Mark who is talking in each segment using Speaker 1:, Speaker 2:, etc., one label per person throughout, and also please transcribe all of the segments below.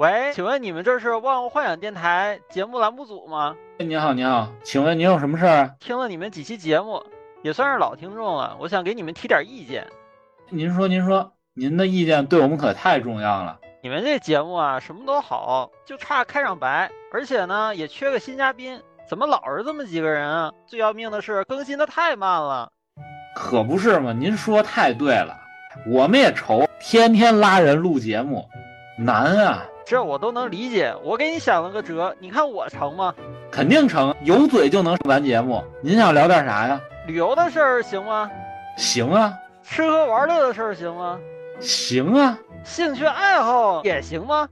Speaker 1: 喂，请问你们这是万物幻想电台节目栏目组吗？
Speaker 2: 哎你好，你好，请问您有什么事儿？啊
Speaker 1: 听了你们几期节目，也算是老听众了，我想给你们提点意见。
Speaker 2: 您说，您说，您的意见对我们可太重要了。
Speaker 1: 你们这节目啊，什么都好，就差开场白，而且呢，也缺个新嘉宾，怎么老是这么几个人啊？最要命的是更新的太慢了。
Speaker 2: 可不是嘛，您说太对了，我们也愁，天天拉人录节目，难啊。
Speaker 1: 这我都能理解，我给你想了个辙，你看我成吗？
Speaker 2: 肯定成，有嘴就能完节目。您想聊点啥呀？
Speaker 1: 旅游的事儿行吗？
Speaker 2: 行啊，
Speaker 1: 吃喝玩乐的事儿行吗？
Speaker 2: 行啊，
Speaker 1: 兴趣爱好也行吗？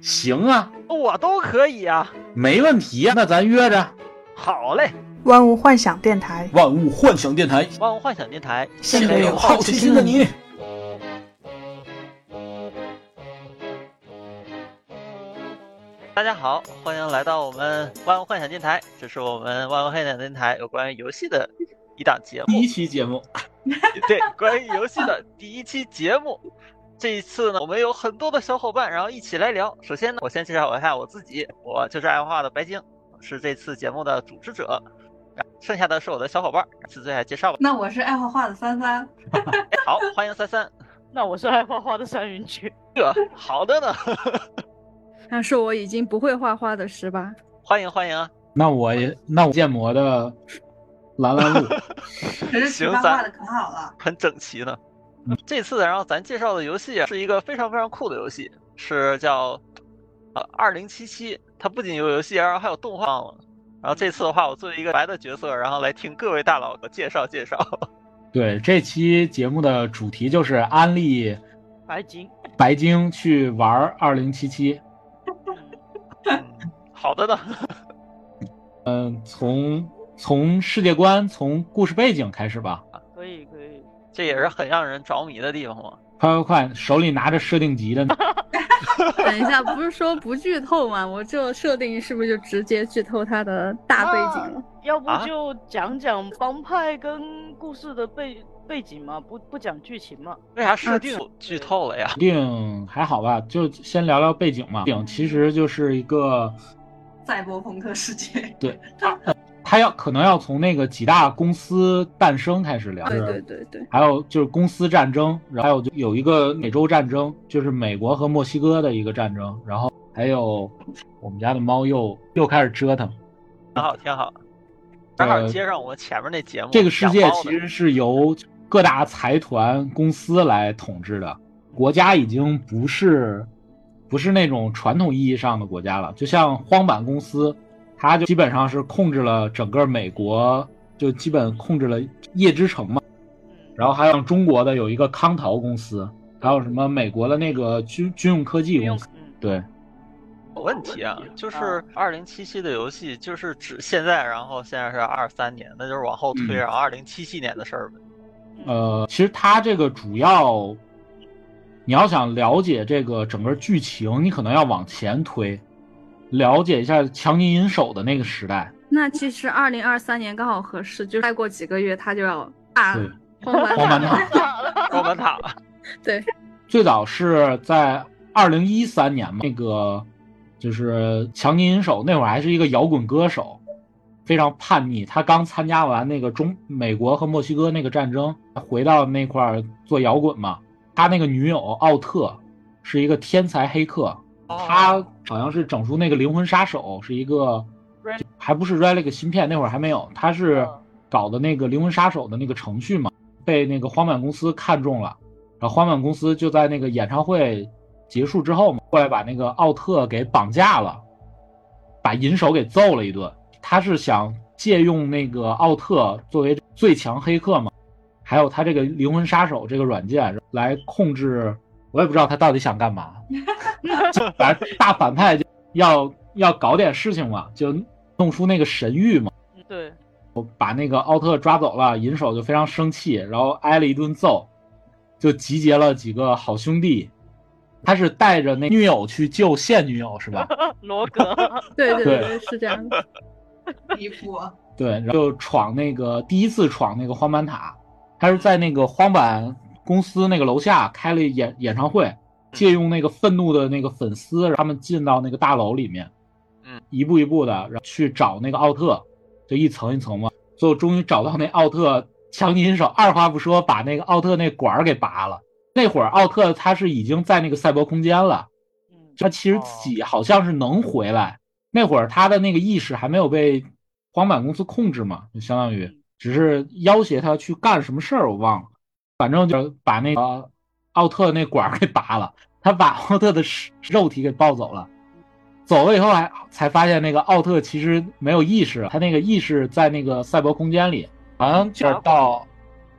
Speaker 2: 行啊，
Speaker 1: 我都可以啊。
Speaker 2: 没问题呀、那咱约着。
Speaker 1: 好嘞，
Speaker 3: 万物幻想电台，
Speaker 4: 万物幻想电台，
Speaker 1: 万物幻想电台，
Speaker 4: 献给有好奇心的你。
Speaker 1: 大家好，欢迎来到我们万物幻想电台，这是我们万物幻想电台有关于游戏的一档节
Speaker 2: 第
Speaker 1: 目
Speaker 2: 一，期节目，
Speaker 1: 对，关于游戏的第一期节目。这一次呢，我们有很多的小伙伴，然后一起来聊。首先呢，我先介绍一下我自己，我就是爱画画的白鲸，是这次节目的主持者。剩下的是我的小伙伴，自最爱介绍吧。
Speaker 5: 那我是爱画画的三三，
Speaker 1: 哎好，欢迎三三。
Speaker 6: 那我是爱画画的三云区，
Speaker 1: 这好的呢，
Speaker 7: 那是我已经不会画画的十八。
Speaker 1: 欢迎欢迎啊。
Speaker 2: 那我也那我建模的兰兰路，
Speaker 5: 可是十
Speaker 1: 行
Speaker 5: 八
Speaker 1: 咱
Speaker 5: 画的可好了，
Speaker 1: 很整齐呢。
Speaker 2: 嗯
Speaker 1: 这次然后咱介绍的游戏啊，是一个非常非常酷的游戏，是叫呃二零七七。它不仅有游戏，然后还有动画了。然后这次的话，我作为一个白的角色，然后来听各位大佬介绍介绍。
Speaker 2: 对，这期节目的主题就是安利
Speaker 6: 白金。
Speaker 2: 白鲸去玩二零七七。
Speaker 1: 嗯好的呢，
Speaker 2: 从从世界观、从故事背景开始吧。
Speaker 6: 可以可以，
Speaker 1: 这也是很让人着迷的地方嘛。
Speaker 2: 快快快，手里拿着设定集的呢，
Speaker 7: 等一下，不是说不剧透吗？我这设定是不是就直接剧透它的大背景了？
Speaker 6: 要不
Speaker 1: 啊
Speaker 6: 就讲讲帮派跟故事的背背景嘛，不不讲剧情嘛。
Speaker 1: 为啥设定剧透了呀？
Speaker 2: 一定还好吧？就先聊聊背景嘛。背景其实就是一个，
Speaker 5: 赛博朋克世界，
Speaker 2: 它要可能要从那个几大公司诞生开始聊。
Speaker 7: 对对对对，
Speaker 2: 还有就是公司战争，然后还有就有一个美洲战争，就是美国和墨西哥的一个战争，然后还有我们家的猫又又开始折
Speaker 1: 哦
Speaker 2: 腾。
Speaker 1: 挺好，挺好。正好接上我们前面那节目，
Speaker 2: 呃这个世界
Speaker 1: 养猫
Speaker 2: 其
Speaker 1: 的
Speaker 2: 实是由各大财团公司来统治的，国家已经不是不是那种传统意义上的国家了。就像荒坂公司，它就基本上是控制了整个美国，就基本控制了夜之城嘛。
Speaker 1: 嗯
Speaker 2: 然后还有中国的有一个康陶公司，还有什么美国的那个军军用科技公司，
Speaker 6: 嗯，
Speaker 2: 对，
Speaker 1: 有问题啊，就是
Speaker 6: 啊
Speaker 1: 二零七七的游戏，就是指现在，然后现在是二三年，那就是往后推，
Speaker 2: 嗯
Speaker 1: 然后二零七七年的事儿呗。
Speaker 2: 呃，其实它这个主要，你要想了解这个整个剧情，你可能要往前推，了解一下强尼银手的那个时代。
Speaker 7: 那其实二零二三年刚好合适，就再过几个月它就要大
Speaker 2: 对
Speaker 7: 荒坂
Speaker 2: 荒坂
Speaker 7: 塔
Speaker 2: 塔
Speaker 7: 了。
Speaker 1: 高本塔吧，
Speaker 7: 对，
Speaker 2: 最早是在二零一三年嘛，那个就是强尼银手那会儿还是一个摇滚歌手，非常叛逆。他刚参加完那个中美国和墨西哥那个战争，回到那块儿做摇滚嘛。他那个女友奥特是一个天才黑客，
Speaker 1: 哦
Speaker 2: 他好像是整出那个《灵魂杀手》，是一个
Speaker 6: Relic
Speaker 2: 还不是 Relic 芯片，那会儿还没有，他是
Speaker 6: 嗯
Speaker 2: 搞的那个《灵魂杀手》的那个程序嘛，被那个荒坂公司看中了，然后荒坂公司就在那个演唱会结束之后嘛，过来把那个奥特给绑架了，把银手给揍了一顿。他是想借用那个奥特作为最强黑客嘛，还有他这个灵魂杀手这个软件来控制，我也不知道他到底想干嘛。反正大反派就要要搞点事情嘛，就弄出那个神域嘛，
Speaker 6: 嗯对，
Speaker 2: 把那个奥特抓走了，银手就非常生气，然后挨了一顿揍，就集结了几个好兄弟。他是带着那女友去救现女友是吧？
Speaker 1: 嗯
Speaker 6: 罗 格，
Speaker 7: 对对
Speaker 2: 对
Speaker 7: 对对，是这样的。
Speaker 5: 离谱，
Speaker 2: 对，然后就闯那个第一次闯那个荒坂塔，他是在那个荒坂公司那个楼下开了演演唱会，借用那个愤怒的那个粉丝，让他们进到那个大楼里面，
Speaker 1: 嗯，
Speaker 2: 一步一步的，然后去找那个奥特，就一层一层嘛，最后终于找到那奥特，强尼银手二话不说把那个奥特那管儿给拔了。那会儿奥特他是已经在那个赛博空间了，
Speaker 6: 嗯，
Speaker 2: 他其实自己好像是能回来。那会儿他的那个意识还没有被荒坂公司控制嘛，就相当于只是要挟他去干什么事儿，我忘了。反正就是把那个奥特那管儿给拔了，他把奥特的尸肉体给抱走了。走了以后还才发现那个奥特其实没有意识，他那个意识在那个赛博空间里，好像就是到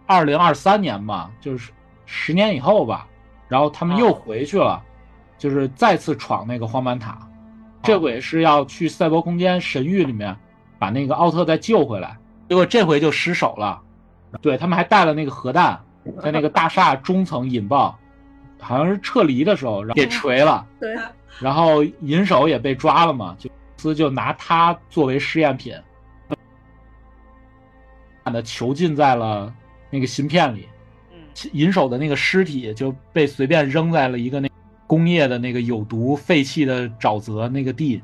Speaker 2: 二零二三年吧，就是十年以后吧。然后他们又回去了，就是再次闯那个荒蛮塔，这回是要去赛博空间神域里面把那个奥特再救回来。结果这回就失手了，对他们还带了那个核弹，在那个大厦中层引爆，好像是撤离的时候，然后给锤了。
Speaker 7: 对，
Speaker 2: 然后银手也被抓了嘛，就公司就拿他作为试验品，把他囚禁在了那个芯片里。
Speaker 6: 嗯
Speaker 2: 银手的那个尸体就被随便扔在了一个那工业的那个有毒废弃的沼泽那个地。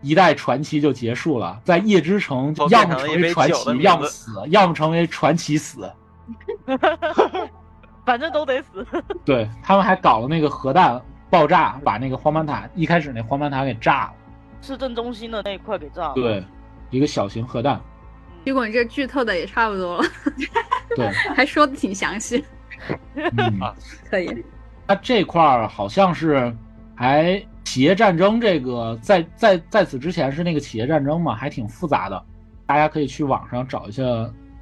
Speaker 2: 一代传奇就结束了，在夜之城
Speaker 1: 都，变
Speaker 2: 要么
Speaker 1: 成了
Speaker 2: 成
Speaker 1: 一
Speaker 2: 为
Speaker 1: 杯
Speaker 2: 传
Speaker 1: 酒的
Speaker 2: 奇，
Speaker 1: 名
Speaker 2: 要么
Speaker 1: 字
Speaker 2: 死，要么成为传奇死。
Speaker 6: 反正都得死。
Speaker 2: 对他们还搞了那个核弹爆炸，把那个荒蛮塔一开始那荒蛮塔给炸了。
Speaker 6: 市政中心的那一块给炸了。嗯
Speaker 2: 对，一个小型核弹。
Speaker 7: 结果你这剧透的也差不多了，
Speaker 2: 对，
Speaker 7: 还说的挺详细，
Speaker 2: 嗯，
Speaker 7: 可以。
Speaker 2: 它这块儿好像是还企业战争这个在在在此之前是那个企业战争嘛，还挺复杂的，大家可以去网上找一下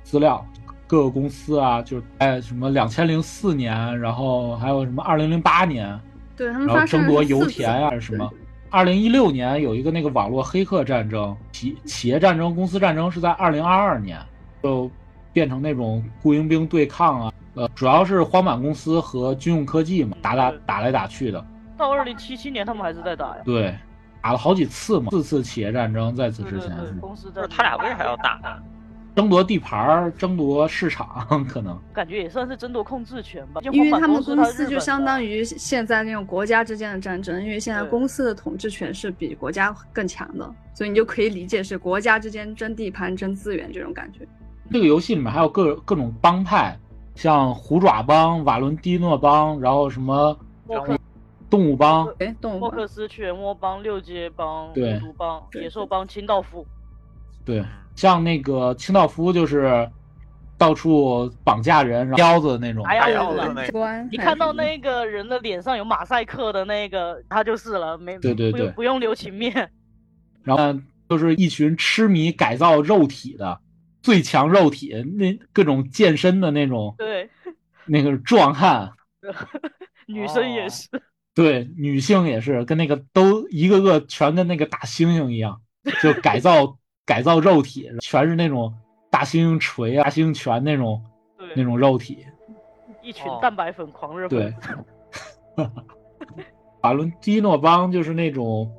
Speaker 2: 资料，各个公司啊，就是在什么两千零四年，然后还有什么二零零八年，
Speaker 7: 对他们
Speaker 2: 然后
Speaker 7: 发生
Speaker 2: 争
Speaker 7: 了
Speaker 2: 夺
Speaker 7: 四
Speaker 2: 油
Speaker 7: 次
Speaker 2: 田啊呀、什么。二零一六年有一个那个网络黑客战争，企企业战争、公司战争是在二零二二年，就变成那种雇佣兵对抗啊，呃，主要是荒坂公司和军用科技嘛，打打打来打去的，
Speaker 6: 到二零七七年他们还是在打呀。
Speaker 2: 对，打了好几次嘛，四次企业战争在此
Speaker 6: 对
Speaker 2: 之
Speaker 6: 对
Speaker 2: 前
Speaker 6: 对，
Speaker 2: 是
Speaker 6: 公司
Speaker 1: 不
Speaker 6: 在
Speaker 1: 是他俩为啥要打呢？
Speaker 2: 争夺地盘儿、争夺市场，可能
Speaker 6: 感觉也算是争夺控制权吧，
Speaker 7: 因为他们公司
Speaker 6: 司
Speaker 7: 就相当
Speaker 6: 于
Speaker 7: 于现在那种国家之间的战争，因为现在
Speaker 6: 对
Speaker 7: 公司的统治权是比国家更强的，所以你就可以理解是国家之间争地盘、争资源这种感觉。
Speaker 2: 这个游戏里面还有各各种帮派，像虎爪帮、瓦伦蒂诺帮，然后什么
Speaker 6: 默克
Speaker 2: 动物帮，
Speaker 7: 哎，动物
Speaker 6: 默
Speaker 7: 吧
Speaker 6: 克斯、漩涡帮、六街帮、
Speaker 2: 对
Speaker 6: 毒帮、
Speaker 7: 对
Speaker 6: 野兽帮、清道夫，
Speaker 2: 对，
Speaker 1: 啊
Speaker 2: 像那个清道夫就是到处绑架人、然后腰子那种。
Speaker 6: 还
Speaker 1: 哎
Speaker 6: 有
Speaker 1: 呀
Speaker 6: 我
Speaker 1: 我
Speaker 6: 们
Speaker 1: 的那个
Speaker 7: 关，
Speaker 6: 你
Speaker 7: 还有
Speaker 6: 看到
Speaker 7: 什么
Speaker 6: 那个人的脸上有马赛克的那个，他就是了，没
Speaker 2: 对对
Speaker 6: 不
Speaker 2: 对
Speaker 6: 用不用留情面，
Speaker 2: 然后呢就是一群痴迷改造肉体的最强肉体，那各种健身的那种
Speaker 6: 对，
Speaker 2: 那个壮汉，
Speaker 6: 女生
Speaker 1: 哦
Speaker 6: 也是，
Speaker 2: 对，女性也是跟那个都一个个全跟那个大猩猩一 样，就改造改造肉体，全是那种大猩猩锤啊、大猩猩拳那种那
Speaker 6: 对，
Speaker 2: 种肉体。
Speaker 6: 一
Speaker 1: 哦
Speaker 6: 群蛋白粉狂 热
Speaker 2: 对
Speaker 6: 粉，，
Speaker 2: 法伦蒂诺帮就是那种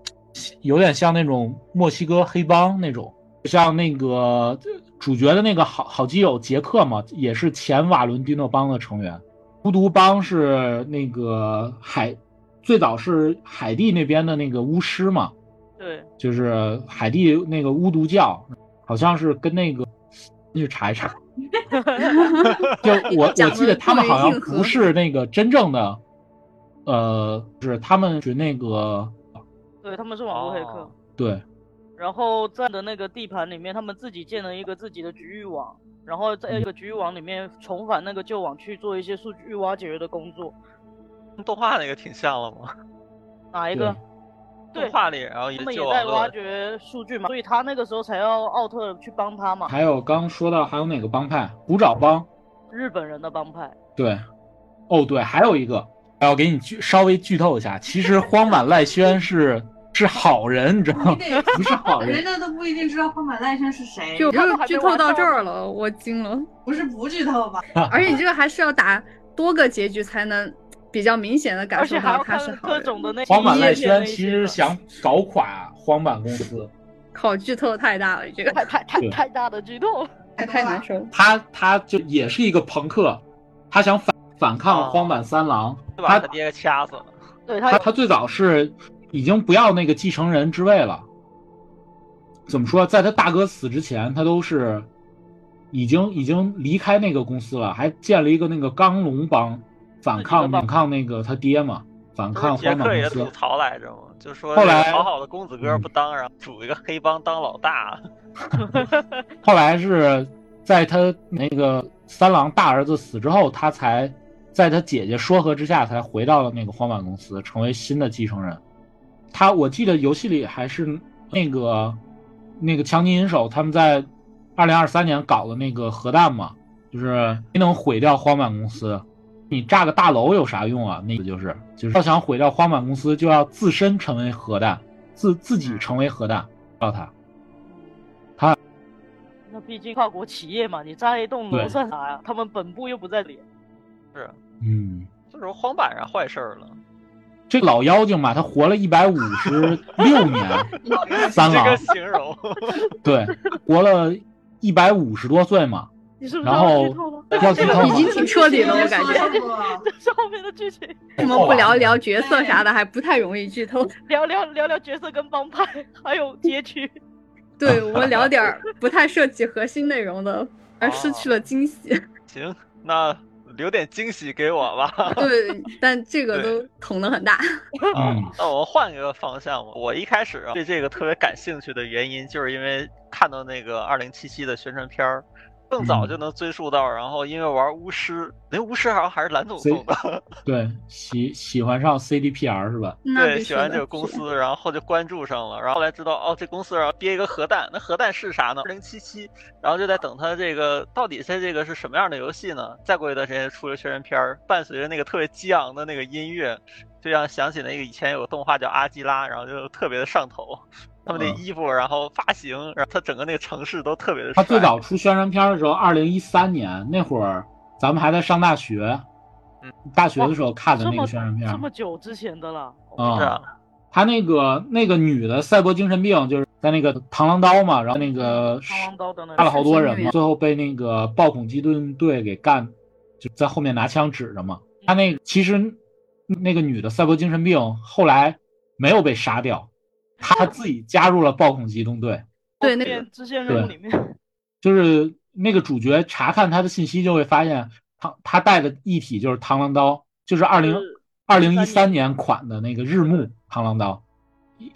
Speaker 2: 有点像那种墨西哥黑帮那种，像那个主角的那个好好基友杰克嘛，也是前瓦伦蒂诺帮的成员。孤独帮是那个海，最早是海地那边的那个巫师嘛，
Speaker 6: 对，
Speaker 2: 就是海地那个巫毒教，好像是跟那个去查一 查，就我我
Speaker 7: 讲得
Speaker 2: 记得他们好
Speaker 7: 过
Speaker 2: 像
Speaker 7: 于硬核
Speaker 2: 不是那个真正的，呃，就是他们是那个
Speaker 6: 对，他们是网络黑客
Speaker 1: 哦。
Speaker 2: 对
Speaker 6: 然后在的那个地盘里面，他们自己建了一个自己的局域网，然后
Speaker 2: 嗯
Speaker 6: 在一个局域网里面重返那个旧网去做一些数据挖掘的工作。
Speaker 1: 跟动画那个挺像了吗？
Speaker 6: 哪一个？对
Speaker 1: 动，画里，然后也
Speaker 6: 他们也
Speaker 1: 就
Speaker 6: 在
Speaker 1: 网络
Speaker 6: 挖掘数据嘛，所以他那个时候才要奥特去帮他嘛，
Speaker 2: 还有刚说到还有哪个帮派？虎爪帮
Speaker 6: 日本人的帮派。
Speaker 2: 对，哦对，还有一个我要给你剧稍微剧透一下，其实荒坂赖宣是是好人，你知道吗
Speaker 5: 你？得
Speaker 2: 不是好人
Speaker 5: 人，家都不一定知道荒坂赖宣是谁，
Speaker 7: 就
Speaker 6: 他都还没
Speaker 7: 剧透
Speaker 6: 玩
Speaker 7: 到
Speaker 6: 到
Speaker 7: 这儿了，我惊了。
Speaker 5: 不是不剧透吧？
Speaker 7: 而且你这个还是要打多个结局才能比较明显的感
Speaker 6: 而
Speaker 7: 受
Speaker 6: 且还
Speaker 7: 到
Speaker 6: 要
Speaker 7: 他
Speaker 6: 看
Speaker 7: 是好
Speaker 6: 各
Speaker 7: 人。
Speaker 6: 种的那
Speaker 2: 啊荒坂赖
Speaker 6: 一页
Speaker 2: 宣
Speaker 6: 的
Speaker 2: 其
Speaker 6: 那
Speaker 2: 实
Speaker 6: 个
Speaker 2: 想搞垮荒坂公司。
Speaker 7: 靠剧透太大了，这个
Speaker 6: 太太太
Speaker 2: 对
Speaker 6: 太大的剧透了，
Speaker 7: 太难受了。
Speaker 2: 他他就也是一个朋克，他想反反抗
Speaker 1: 哦
Speaker 2: 荒坂三郎，
Speaker 1: 把
Speaker 2: 他
Speaker 1: 他爹给掐死了。
Speaker 6: 对
Speaker 2: 他
Speaker 6: 他
Speaker 2: 他最早是已经不要那个继承人之位了。怎么说，在他大哥死之前，他都是已经已经离开那个公司了，还建了一个那个钢龙帮，反
Speaker 6: 自己
Speaker 2: 抗
Speaker 6: 的帮
Speaker 2: 反抗那个他爹嘛，反
Speaker 1: 不是
Speaker 2: 抗
Speaker 1: 杰
Speaker 2: 荒
Speaker 1: 克
Speaker 2: 坂
Speaker 1: 也
Speaker 2: 公
Speaker 1: 吐
Speaker 2: 司。
Speaker 1: 槽来着嘛，就说
Speaker 2: 后来嗯
Speaker 1: 好好的公子哥不当，然后组一个黑帮当老大，
Speaker 2: 后来是在他那个三郎大儿子死之后，他才在他姐姐说和之下，才回到了那个荒坂公司，成为新的继承人。他我记得游戏里还是那个那个强尼银手他们在二零二三年搞的那个核弹嘛，就是没能毁掉荒坂公司。你炸个大楼有啥用啊？那个就是，就是要想毁掉荒坂公司，就要自身成为核弹，自自己成为核弹，要他。
Speaker 6: 那毕竟跨国企业嘛，你炸一栋楼
Speaker 2: 对
Speaker 6: 算啥呀？他们本部又不在里。
Speaker 2: 嗯，
Speaker 1: 就是荒坂上坏事儿了。
Speaker 2: 这老妖精嘛，他活了一百五十六年， 三
Speaker 1: 这
Speaker 2: 郎
Speaker 1: 个形容，
Speaker 2: 对，活了一百五十多岁嘛。
Speaker 6: 你是不是
Speaker 2: 然
Speaker 6: 要
Speaker 2: 后
Speaker 6: 剧透吗？
Speaker 2: 要剧透
Speaker 7: 已经挺彻底了，我 感觉。
Speaker 5: 觉。
Speaker 6: 这后面的剧情，
Speaker 7: 为什么不聊一聊角色啥的，还不太容易剧透。
Speaker 6: 聊聊聊聊角色跟帮派，还有街区。
Speaker 7: 对我们聊点 儿不太涉及核心内容的，而失去了惊喜。
Speaker 1: 行，那留点惊喜给我吧。
Speaker 7: 对，但这个都捅得很大。
Speaker 2: 嗯，
Speaker 1: 那我们换一个方向吧。我一开始啊对这个特别感兴趣的原因，就是因为看到那个二零七七的宣传片儿，更早
Speaker 2: 嗯
Speaker 1: 就能追溯到。然后因为玩巫师，那巫师好像还是蓝总
Speaker 2: 所以
Speaker 1: 做的，
Speaker 2: 对，喜喜欢上 CDPR 是吧？
Speaker 7: 那
Speaker 1: 对，
Speaker 7: 必须
Speaker 1: 喜欢
Speaker 7: 的
Speaker 1: 这个公司，然后就关注上了。然后后来知道哦，这公司然后憋一个核弹，那核弹是啥呢？二零七七。然后就在等它这个到底它这个是什么样的游戏呢？再过一段时间出了宣传片儿，伴随着那个特别激昂的那个音乐，就让想起那个以前有个动画叫《阿基拉》，然后就特别的上头。他们那
Speaker 2: 嗯
Speaker 1: 衣服，然后发型，然后它整个那个城市都特别的帅。
Speaker 2: 他最早出宣传片的时候，二零一三年那会儿，咱们还在上大学，大学的时候看的
Speaker 6: 这
Speaker 2: 那
Speaker 6: 么
Speaker 2: 个宣传片
Speaker 6: 这么久之前的了。
Speaker 2: 啊。
Speaker 1: 是啊，
Speaker 2: 他那个那个女的赛博精神病，就是在那个螳螂刀嘛，然后那个
Speaker 6: 螳螂刀的那个
Speaker 2: 杀了好多人嘛，最后被那个暴恐机动队给干，就在后面拿枪指着嘛。他那其实那个女的赛博精神病后来没有被杀掉，她自己加入了暴恐机动队，
Speaker 7: 对那个
Speaker 6: 边支线任务里面，
Speaker 2: 就是那个主角查看他的信息就会发现，他他带的一体就是螳螂刀，就是二零二零一三年款的那个日暮螳螂刀，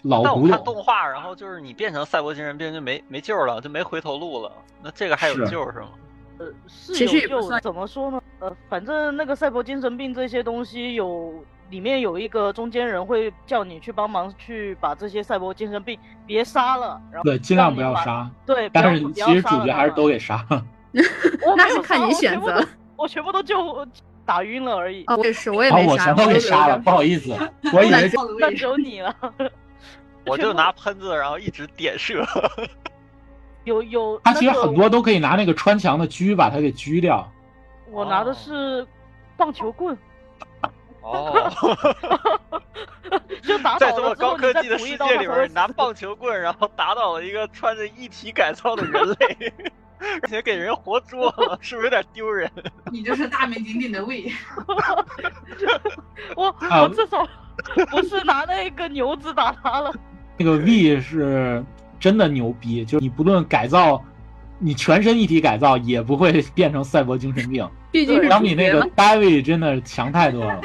Speaker 2: 老
Speaker 1: 但
Speaker 2: 古
Speaker 1: 我看
Speaker 2: 董。
Speaker 1: 动画，然后就是你变成赛博精神病就没没救了，就没回头路了。那这个还有
Speaker 2: 是
Speaker 1: 救是吗？
Speaker 6: 呃，是
Speaker 7: 其实
Speaker 6: 有
Speaker 7: 也不
Speaker 6: 救
Speaker 7: 算
Speaker 6: 怎么说呢？呃，反正那个赛博精神病这些东西有，里面有一个中间人会叫你去帮忙去把这些赛博精神病别杀了，然后
Speaker 2: 对，尽量
Speaker 6: 让你
Speaker 2: 不要
Speaker 6: 把。
Speaker 2: 杀，
Speaker 6: 对，不要
Speaker 2: 但是其实
Speaker 6: 不要杀
Speaker 2: 主
Speaker 6: 了
Speaker 2: 角
Speaker 6: 他
Speaker 2: 还是
Speaker 6: 们
Speaker 2: 都给杀了。
Speaker 6: 我没
Speaker 7: 那
Speaker 6: 有
Speaker 7: 是看
Speaker 6: 杀
Speaker 7: 你选择
Speaker 6: 我全部都我全部都就打晕了而已。
Speaker 7: 哦，我也是，我也
Speaker 2: 把
Speaker 7: 没
Speaker 2: 我
Speaker 7: 杀，
Speaker 2: 全都给
Speaker 7: 留
Speaker 2: 杀了，
Speaker 7: 着
Speaker 2: 不好意思，我以为
Speaker 6: 那只有你了。
Speaker 1: 我
Speaker 6: 全
Speaker 1: 就
Speaker 6: 部
Speaker 1: 拿喷子，然后一直点射。
Speaker 6: 有有，
Speaker 2: 他其实
Speaker 6: 那个
Speaker 2: 很多都可以拿那个穿墙的狙把他给狙掉。
Speaker 6: 我拿的
Speaker 1: 哦
Speaker 6: 是棒球棍，
Speaker 1: 哦，
Speaker 6: 就打
Speaker 1: 在
Speaker 6: 倒
Speaker 1: 这
Speaker 6: 了
Speaker 1: 么
Speaker 6: 之后，
Speaker 1: 高
Speaker 6: 你
Speaker 1: 科
Speaker 6: 再
Speaker 1: 技的
Speaker 6: 补
Speaker 1: 世
Speaker 6: 一刀，
Speaker 1: 界
Speaker 6: 它
Speaker 1: 里
Speaker 6: 才
Speaker 1: 边，
Speaker 6: 会
Speaker 1: 你拿
Speaker 6: 死
Speaker 1: 棒球棍，然后打倒了一个穿着一体改造的人类， 而且给人活捉了，是不是有点丢人？
Speaker 5: 你这是大名鼎鼎的胃，
Speaker 6: 我
Speaker 2: 啊
Speaker 6: 我至少 不是拿那个牛子打他了，
Speaker 2: 那个 V 是真的牛逼，就是你不论改造，你全身一体改造也不会变成赛博精神 病，
Speaker 7: 毕竟是
Speaker 2: 相
Speaker 7: 主
Speaker 2: 比那
Speaker 7: 角
Speaker 2: 个
Speaker 7: 嘛。
Speaker 2: David 真的强太多了。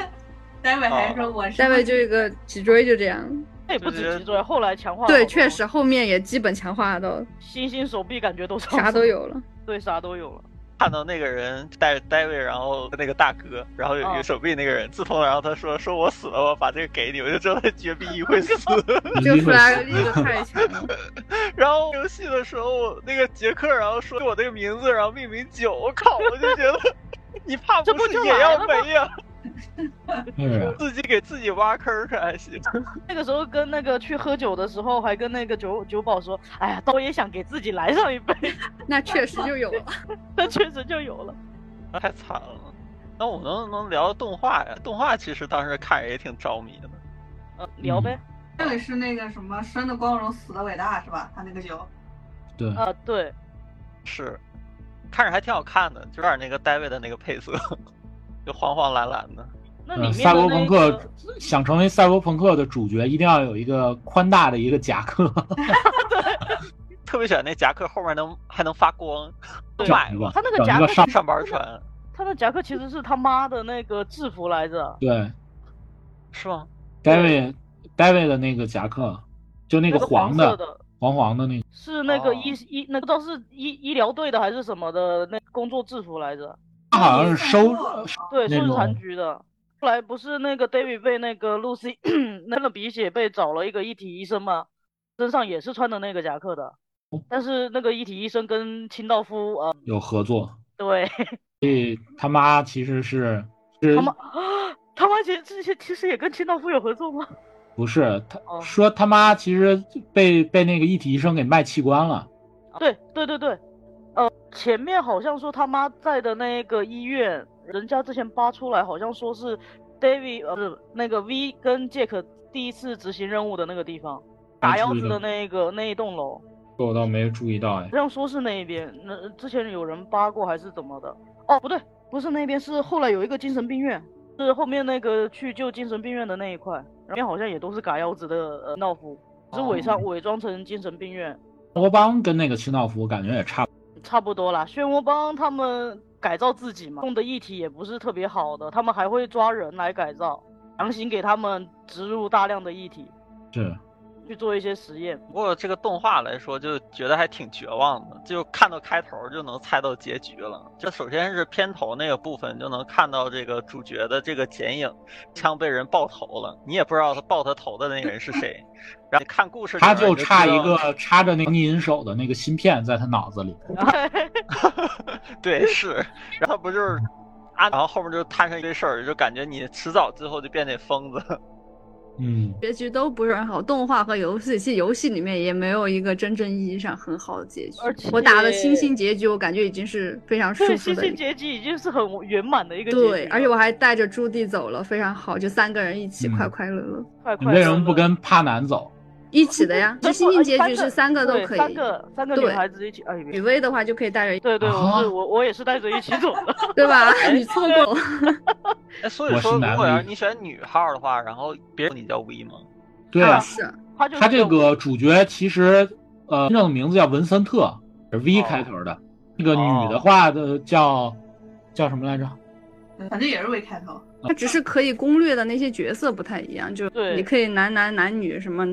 Speaker 5: 待会
Speaker 2: 啊
Speaker 5: 还说我是
Speaker 7: 大卫就一个脊椎就这样，
Speaker 6: 那也不
Speaker 1: 就是
Speaker 6: 止脊椎，后来强化
Speaker 7: 对，
Speaker 6: 好多
Speaker 7: 确实后面也基本强化到
Speaker 6: 新兴手臂感觉都超
Speaker 7: 啥都，有了。
Speaker 6: 对，啥都有了。
Speaker 1: 看到那个人带着戴维，然后那个大哥，然后有一
Speaker 6: 哦
Speaker 1: 个手臂那个人，自从然后他说说我死了，我把这个给你，我就知道他绝逼一会死。
Speaker 7: 这
Speaker 2: 你
Speaker 7: 个
Speaker 2: 一
Speaker 7: 弗
Speaker 2: 会
Speaker 7: 莱
Speaker 2: 儿
Speaker 7: 力就太强了，
Speaker 1: 然后游戏的时候，那个杰克然后说我这个名字，然后命名九，我靠，我就觉得 你怕
Speaker 6: 这不
Speaker 1: 不是
Speaker 6: 就
Speaker 1: 也
Speaker 6: 来
Speaker 1: 要
Speaker 6: 了吗
Speaker 1: 没呀、
Speaker 2: 是
Speaker 1: 自己给自己挖坑儿可还行？
Speaker 6: 那个时候跟那个去喝酒的时候，还跟那个酒酒保说，哎呀，刀也想给自己来上一杯，
Speaker 7: 那确实就有了。
Speaker 6: 那确实就有了。
Speaker 1: 太惨了。那我们能不能聊动画呀？动画其实当时看着也挺着迷的。
Speaker 6: 呃，聊呗，
Speaker 5: 这个是那个什么生的光荣，死的伟大是吧？他那个酒，
Speaker 2: 对，
Speaker 6: 啊，对，
Speaker 1: 是， 看着还挺好看的，就有点那个戴维的那个配色，就黄黄蓝蓝的。
Speaker 6: 那
Speaker 2: 嗯，
Speaker 6: 里面
Speaker 2: 赛博朋
Speaker 6: 的那
Speaker 2: 克
Speaker 6: 个
Speaker 2: 想成为赛博朋克的主角，一定要有一个宽大的一个夹克。
Speaker 1: 特别喜欢那夹克后面能还能发光，
Speaker 6: 对
Speaker 1: 卖
Speaker 2: 整一个
Speaker 1: 了
Speaker 6: 他那个
Speaker 2: 整
Speaker 6: 夹
Speaker 2: 一
Speaker 6: 克
Speaker 2: 个
Speaker 6: 其
Speaker 2: 上
Speaker 6: 实
Speaker 1: 上班穿
Speaker 6: 他的夹克其实是他妈的那个制服来着，
Speaker 2: 对
Speaker 1: 是吗？
Speaker 2: ，David David 的那个夹克，就那
Speaker 6: 那
Speaker 2: 个
Speaker 6: 个
Speaker 2: 黄的
Speaker 6: 色的，
Speaker 2: 黄黄的那个。
Speaker 6: 是那个
Speaker 1: 哦
Speaker 6: 医医那个不知道是医医疗队的还是什么的那工作制服来着，
Speaker 2: 他好像是收
Speaker 6: 对，
Speaker 2: 那
Speaker 6: 生产
Speaker 2: 种
Speaker 6: 局的。后来不是那个 David 被那个 Lucy 那个鼻血被找了一个一体医生嘛，身上也是穿的那个夹克的，
Speaker 2: 嗯
Speaker 6: 但是那个一体医生跟清道夫呃
Speaker 2: 有合作，
Speaker 6: 对
Speaker 2: 他妈其实是是
Speaker 6: 他妈啊他妈其实之前其实也跟清道夫有合作吗？
Speaker 2: 不是他
Speaker 6: 哦
Speaker 2: 说他妈其实被被那个一体医生给卖器官了。
Speaker 6: 对对对对，呃，前面好像说他妈在的那个医院，人家之前扒出来，好像说是 David 呃不是那个 V 跟 Jack 第一次执行任务的那个地方，打
Speaker 2: 没注
Speaker 6: 腰
Speaker 2: 意
Speaker 6: 子
Speaker 2: 到
Speaker 6: 的那个那一栋楼，
Speaker 2: 这我倒没注意到哎
Speaker 6: 好，像说是那一边，那呃之前有人扒过还是怎么的？哦，不对，不是那边，是后来有一个精神病院，是后面那个去救精神病院的那一块，然后好像也都是嘎腰子的呃闹夫，是伪装
Speaker 2: 哦
Speaker 6: 伪装成精神病院。
Speaker 2: 罗邦跟那个清道夫感觉也差不多，
Speaker 6: 差不多啦。漩涡帮他们改造自己嘛，用的液体也不是特别好的，他们还会抓人来改造，强行给他们植入大量的液体
Speaker 2: 是
Speaker 6: 去做一些实验。
Speaker 1: 不过这个动画来说，就觉得还挺绝望的，就看到开头就能猜到结局了。这首先是片头那个部分就能看到这个主角的这个剪影，枪被人爆头了，你也不知道他爆他头的那个人是谁。然后你看故事里
Speaker 2: 他
Speaker 1: 面
Speaker 2: 就
Speaker 1: 就
Speaker 2: 差
Speaker 1: 知道
Speaker 2: 一，个插着那个逆银手的那个芯片在他脑子里。
Speaker 1: 对，是。然后不就是啊，然后后面就摊上一堆事儿，就感觉你迟早最后就变那疯子。
Speaker 2: 嗯，
Speaker 7: 结局都不是很好，动画和游戏，其实游戏里面也没有一个真正意义上很好的结局。
Speaker 6: 而且
Speaker 7: 我打了星星结局，我感觉已经是非常舒
Speaker 6: 对，
Speaker 7: 服
Speaker 6: 星
Speaker 7: 的一
Speaker 6: 星
Speaker 7: 个。
Speaker 6: 结局已经是很圆满的一个结局了。
Speaker 7: 对，而且我还带着朱棣走了，非常好，就三个人一起快快乐乐，
Speaker 6: 快
Speaker 2: 你
Speaker 6: 快
Speaker 2: 为
Speaker 6: 乐
Speaker 2: 什么不
Speaker 6: 乐
Speaker 2: 跟帕南走？
Speaker 7: 一起的呀。这星星结局是三个都
Speaker 6: 对
Speaker 7: 可以，
Speaker 6: 嗯三个三个女
Speaker 7: 对
Speaker 6: 孩子一起，哎，
Speaker 7: 雨薇的话就可以带 着，
Speaker 6: 对对，我是
Speaker 2: 啊
Speaker 6: 我我也是带着一起走 的。
Speaker 7: 对吧？你错 过了，
Speaker 1: 哎，所以
Speaker 2: 我
Speaker 1: 说，
Speaker 2: 是男
Speaker 1: 如果要是
Speaker 2: V
Speaker 1: 你选女号的话，然后别人你叫 V 吗？
Speaker 2: 对啊，
Speaker 7: 是
Speaker 6: 他就是
Speaker 2: 他这
Speaker 6: 种
Speaker 2: 个主角其实呃，真正的名字叫文森特是，V
Speaker 1: 哦
Speaker 2: 开头的。那个女的话的叫叫什么来着？
Speaker 5: 反正也是未开头。
Speaker 7: 它只是可以攻略的那些角色不太一样，就
Speaker 6: 对
Speaker 7: 你可以男男男女什么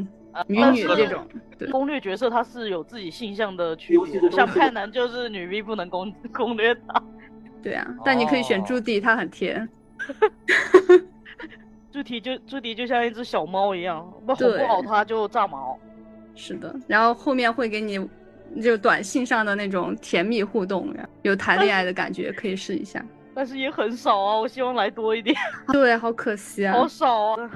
Speaker 7: 女
Speaker 6: 但
Speaker 7: 女
Speaker 6: 是
Speaker 7: 这种，对
Speaker 6: 攻略角色他是有自己性向的区别的，像派男就是女 V 不能攻攻略他，
Speaker 7: 对啊。但你可以选
Speaker 1: 哦
Speaker 7: 朱棣，他很甜。
Speaker 6: 朱迪就朱迪就像一只小猫一样，不哄不
Speaker 7: 对
Speaker 6: 好它就炸毛。
Speaker 7: 是的，然后后面会给你就短信上的那种甜蜜互动，有谈恋爱的感觉，可以试一 下。
Speaker 6: 但是也很少啊，我希望来多一点，
Speaker 7: 对，好可惜啊
Speaker 6: 好！少啊，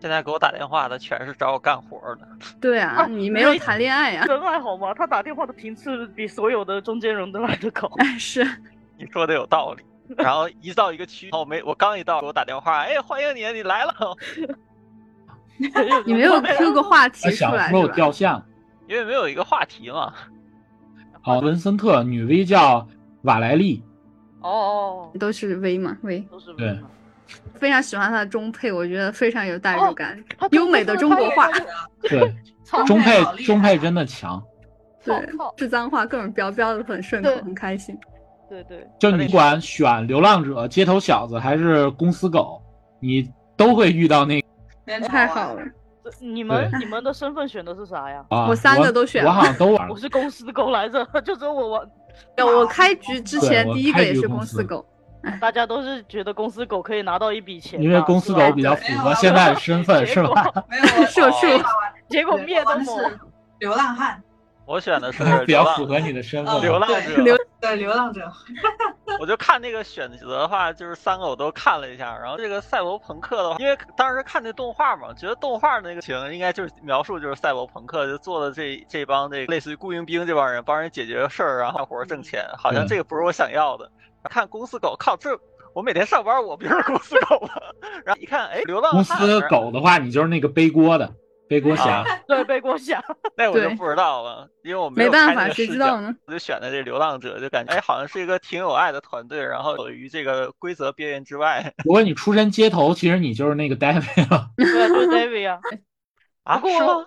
Speaker 1: 现在给我打电话的全是找我干活的。
Speaker 7: 对
Speaker 6: 啊
Speaker 7: 啊，你没有
Speaker 6: 没
Speaker 7: 谈恋爱啊呀、
Speaker 6: 真爱好吗？他打电话的频次比所有的中间人都来得高。
Speaker 7: 哎， 是
Speaker 1: 你说的有道理。然后一到一个区，然后我没我刚一到，给我打电话，哎，欢迎你，你来了，
Speaker 7: 你没有 Q 个话题
Speaker 2: 他
Speaker 7: 出
Speaker 2: 想
Speaker 7: 来
Speaker 2: 说
Speaker 7: 是
Speaker 2: 我
Speaker 7: 吧？
Speaker 2: 掉线了。
Speaker 1: 因为没有一个话题嘛。
Speaker 2: 好，文森特女 V 叫瓦莱丽，
Speaker 6: 哦哦，哦
Speaker 7: 都是 V 嘛，V
Speaker 6: 都是
Speaker 2: 对
Speaker 6: V 嘛
Speaker 7: 非常喜欢他的中配，我觉得非常有代入感，
Speaker 6: 他
Speaker 7: 优美的中国话，
Speaker 2: 对，
Speaker 5: 操
Speaker 2: 中配
Speaker 5: 好厉害啊
Speaker 2: 中配真的强。
Speaker 6: 好
Speaker 7: 对
Speaker 6: 好，
Speaker 7: 是脏话，各种飙飙的很顺口
Speaker 6: 对，
Speaker 7: 很开心。
Speaker 6: 对对，
Speaker 2: 就你不管选流浪者、街头小子还是公司狗，你都会遇到那个
Speaker 5: 连朝啊
Speaker 7: 太好了，
Speaker 6: 这你们你们的身份选的是啥呀？
Speaker 2: 啊。
Speaker 7: 我三个都选
Speaker 2: 我，
Speaker 7: 了
Speaker 2: 我好像都 玩
Speaker 6: 我
Speaker 2: 了。
Speaker 6: 是公司狗来着， 就只有我玩，
Speaker 7: 对我开局之
Speaker 2: 对
Speaker 7: 前
Speaker 2: 我
Speaker 7: 第一个
Speaker 2: 开
Speaker 7: 也
Speaker 2: 局
Speaker 7: 是
Speaker 2: 公
Speaker 7: 公
Speaker 2: 司
Speaker 7: 司 狗，
Speaker 6: 大家都是觉得公司狗可以拿到一笔钱吧，啊
Speaker 2: 因为公司
Speaker 6: 是吧
Speaker 2: 狗比较符合现在的身份， 是吧？？
Speaker 5: 没有我
Speaker 7: 社 畜
Speaker 6: 结果灭的
Speaker 5: 我
Speaker 6: 猛
Speaker 5: 玩的是流浪汉，
Speaker 1: 我选的是
Speaker 2: 比
Speaker 1: 流
Speaker 2: 较
Speaker 1: 浪
Speaker 2: 符合你的身份。
Speaker 5: 嗯
Speaker 1: 流浪
Speaker 7: 流
Speaker 1: 者，
Speaker 5: 对流浪者，
Speaker 1: 我就看那个选择的话，就是三个我都看了一下。然后这个赛博朋克的话，因为当时看那动画嘛，觉得动画那个情应该就是描述就是赛博朋克，就做的这这帮这类似于雇佣兵这帮人帮人解决事儿，然啊后干活挣钱，好像
Speaker 2: 嗯
Speaker 1: 这个不是我想要的。看公司狗，靠这。我每天上 班，我不就是公司狗吗？然后一看，哎，流浪
Speaker 2: 公
Speaker 1: 汉
Speaker 2: 司狗的话，你就是那个背锅的，背锅
Speaker 1: 啊
Speaker 2: 侠，
Speaker 6: 对，背锅侠，
Speaker 1: 那我就
Speaker 7: 对
Speaker 1: 不知道了，因为我
Speaker 7: 没
Speaker 1: 有看
Speaker 7: 办法，
Speaker 1: 这个
Speaker 7: 谁
Speaker 1: 视
Speaker 7: 知
Speaker 1: 角
Speaker 7: 道呢？
Speaker 1: 我就选的这流浪者，就感觉哎，好像是一个挺有爱的团队，然后于这个规则边缘之外
Speaker 2: 如果你出身街头，其实你就是那个 David 了，
Speaker 6: 对， 就是 David 啊，
Speaker 1: 啊，
Speaker 6: 不过
Speaker 1: 是吗？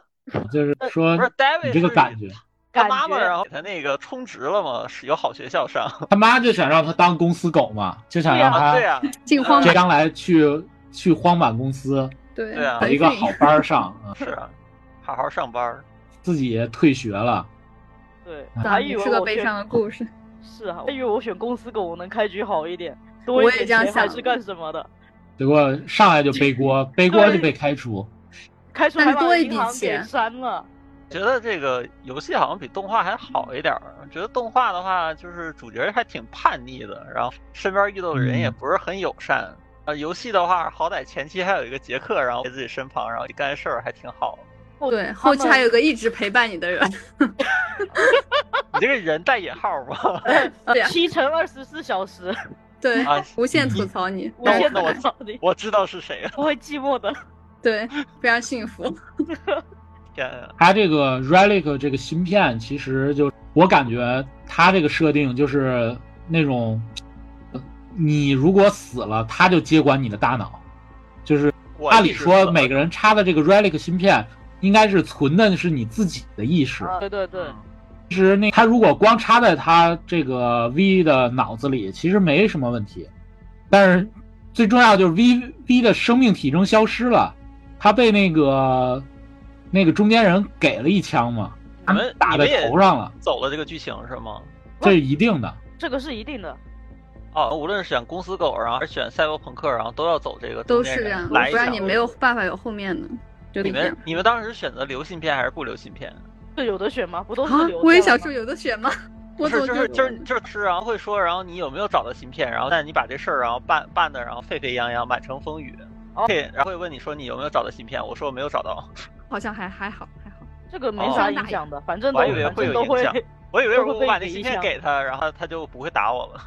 Speaker 2: 就是说
Speaker 1: 不是 David
Speaker 2: 呃你这个
Speaker 1: 是
Speaker 2: 感觉，
Speaker 1: 他
Speaker 6: 感
Speaker 1: 妈妈，
Speaker 6: 觉
Speaker 1: 然后给他那个充值了嘛，是有好学校上
Speaker 2: 他妈就想让他当公司狗嘛，就想让
Speaker 1: 啊，
Speaker 2: 他
Speaker 1: 对呀、
Speaker 7: 进荒
Speaker 2: 这
Speaker 7: 蛮，
Speaker 2: 刚来去去荒坂公司
Speaker 7: 对
Speaker 1: 对啊
Speaker 2: 找
Speaker 7: 培
Speaker 2: 一
Speaker 7: 训
Speaker 2: 个好班儿上，嗯
Speaker 1: 是啊，好好上班儿。
Speaker 2: 自己退学了，
Speaker 6: 对，
Speaker 2: 啊
Speaker 6: 我
Speaker 7: 啊
Speaker 6: 还以为
Speaker 7: 是个
Speaker 6: 我
Speaker 7: 悲
Speaker 6: 选
Speaker 7: 伤的故事。
Speaker 6: 是啊，我还以为我选公司狗，我能开局好一点，多
Speaker 7: 我
Speaker 6: 一
Speaker 7: 也
Speaker 6: 点
Speaker 7: 这样
Speaker 6: 钱还
Speaker 7: 想
Speaker 6: 是干什么的？
Speaker 2: 结果上来就背锅，背锅就被开除。
Speaker 6: 开除
Speaker 7: 但
Speaker 6: 还
Speaker 7: 是
Speaker 6: 把
Speaker 7: 多一
Speaker 6: 银
Speaker 7: 笔
Speaker 6: 行给
Speaker 7: 钱
Speaker 6: 删了，
Speaker 1: 觉得这个游戏好像比动画还好一点儿。觉得动画的话，就是主角还挺叛逆的，然后身边遇到的人也
Speaker 2: 嗯
Speaker 1: 不是很友善。呃，游戏的话，好歹前期还有一个杰克，然后在自己身旁，然后干事儿还挺好。
Speaker 6: 后
Speaker 7: 对，后期还有个一直陪伴你的人，
Speaker 1: 你这个人带引号吗？
Speaker 7: 对 啊
Speaker 6: 七乘二十四 小时，
Speaker 7: 对，
Speaker 1: 啊，
Speaker 7: 无限吐槽 你，
Speaker 6: 无
Speaker 1: 那我
Speaker 6: 限
Speaker 1: 那
Speaker 6: 的
Speaker 1: 我
Speaker 6: 找你，
Speaker 1: 我知道是谁了。
Speaker 6: 不 会寂寞 的。
Speaker 7: 对，非常幸福。
Speaker 1: 天啊，
Speaker 2: 它这个 Relic 这个芯片，其实就我感觉它这个设定就是那种，呃你如果死了，它就接管你的大脑。
Speaker 1: 我
Speaker 2: 按理
Speaker 1: 意识
Speaker 2: 说，
Speaker 1: 到
Speaker 2: 每个人插的这个 Relic 芯片，应该是存的是你自己的意识。
Speaker 6: 啊对对对，
Speaker 2: 嗯其实那它如果光插在它这个 V 的脑子里，其实没什么问题。但是最重要就是 V V 的生命体征消失了，它被那个那个中间人给了一枪嘛，
Speaker 1: 你们
Speaker 2: 打
Speaker 1: 你们
Speaker 2: 在
Speaker 1: 也
Speaker 2: 头上了。
Speaker 1: 走了这个剧情是吗？
Speaker 2: 这是一定的。
Speaker 6: 这个是一定的。
Speaker 1: 哦，无论是选公司狗，然后还是选赛博朋克，然后都要走这个
Speaker 7: 都
Speaker 1: 中间
Speaker 7: 是这
Speaker 1: 人
Speaker 7: 样，
Speaker 1: 来一
Speaker 7: 不然
Speaker 1: 条
Speaker 7: 你没有办法有后面的，就
Speaker 1: 你
Speaker 7: 得这
Speaker 1: 们
Speaker 7: 样。
Speaker 1: 你们当时选择留芯片还是不留芯片？
Speaker 6: 这有的选吗？不都是
Speaker 7: 啊
Speaker 6: 留？
Speaker 7: 我也想
Speaker 6: 下的
Speaker 7: 说
Speaker 6: 吗
Speaker 7: 有的选吗？
Speaker 1: 不
Speaker 7: 我怎
Speaker 1: 是，
Speaker 7: 么
Speaker 1: 就是就
Speaker 7: 就是
Speaker 1: 就是，然后会说，然后你有没有找到芯片？然后但你把这事儿然后办办的，然后沸沸扬扬，满城风雨。
Speaker 6: 哦
Speaker 1: 对，然后会问你说你有没有找到芯片？我说我没有找到，
Speaker 7: 好像还还好还好，
Speaker 6: 这个没
Speaker 1: 哦
Speaker 6: 啥影响的，反正
Speaker 1: 我
Speaker 6: 都
Speaker 1: 还以为
Speaker 6: 反
Speaker 1: 会有
Speaker 6: 正都
Speaker 1: 影
Speaker 6: 会
Speaker 1: 响。我以为
Speaker 6: 都
Speaker 1: 如
Speaker 6: 会
Speaker 1: 果
Speaker 6: 被
Speaker 1: 把那
Speaker 6: 给
Speaker 1: 芯
Speaker 6: 一
Speaker 1: 片
Speaker 6: 枪
Speaker 1: 给他，然后他就不会打我了，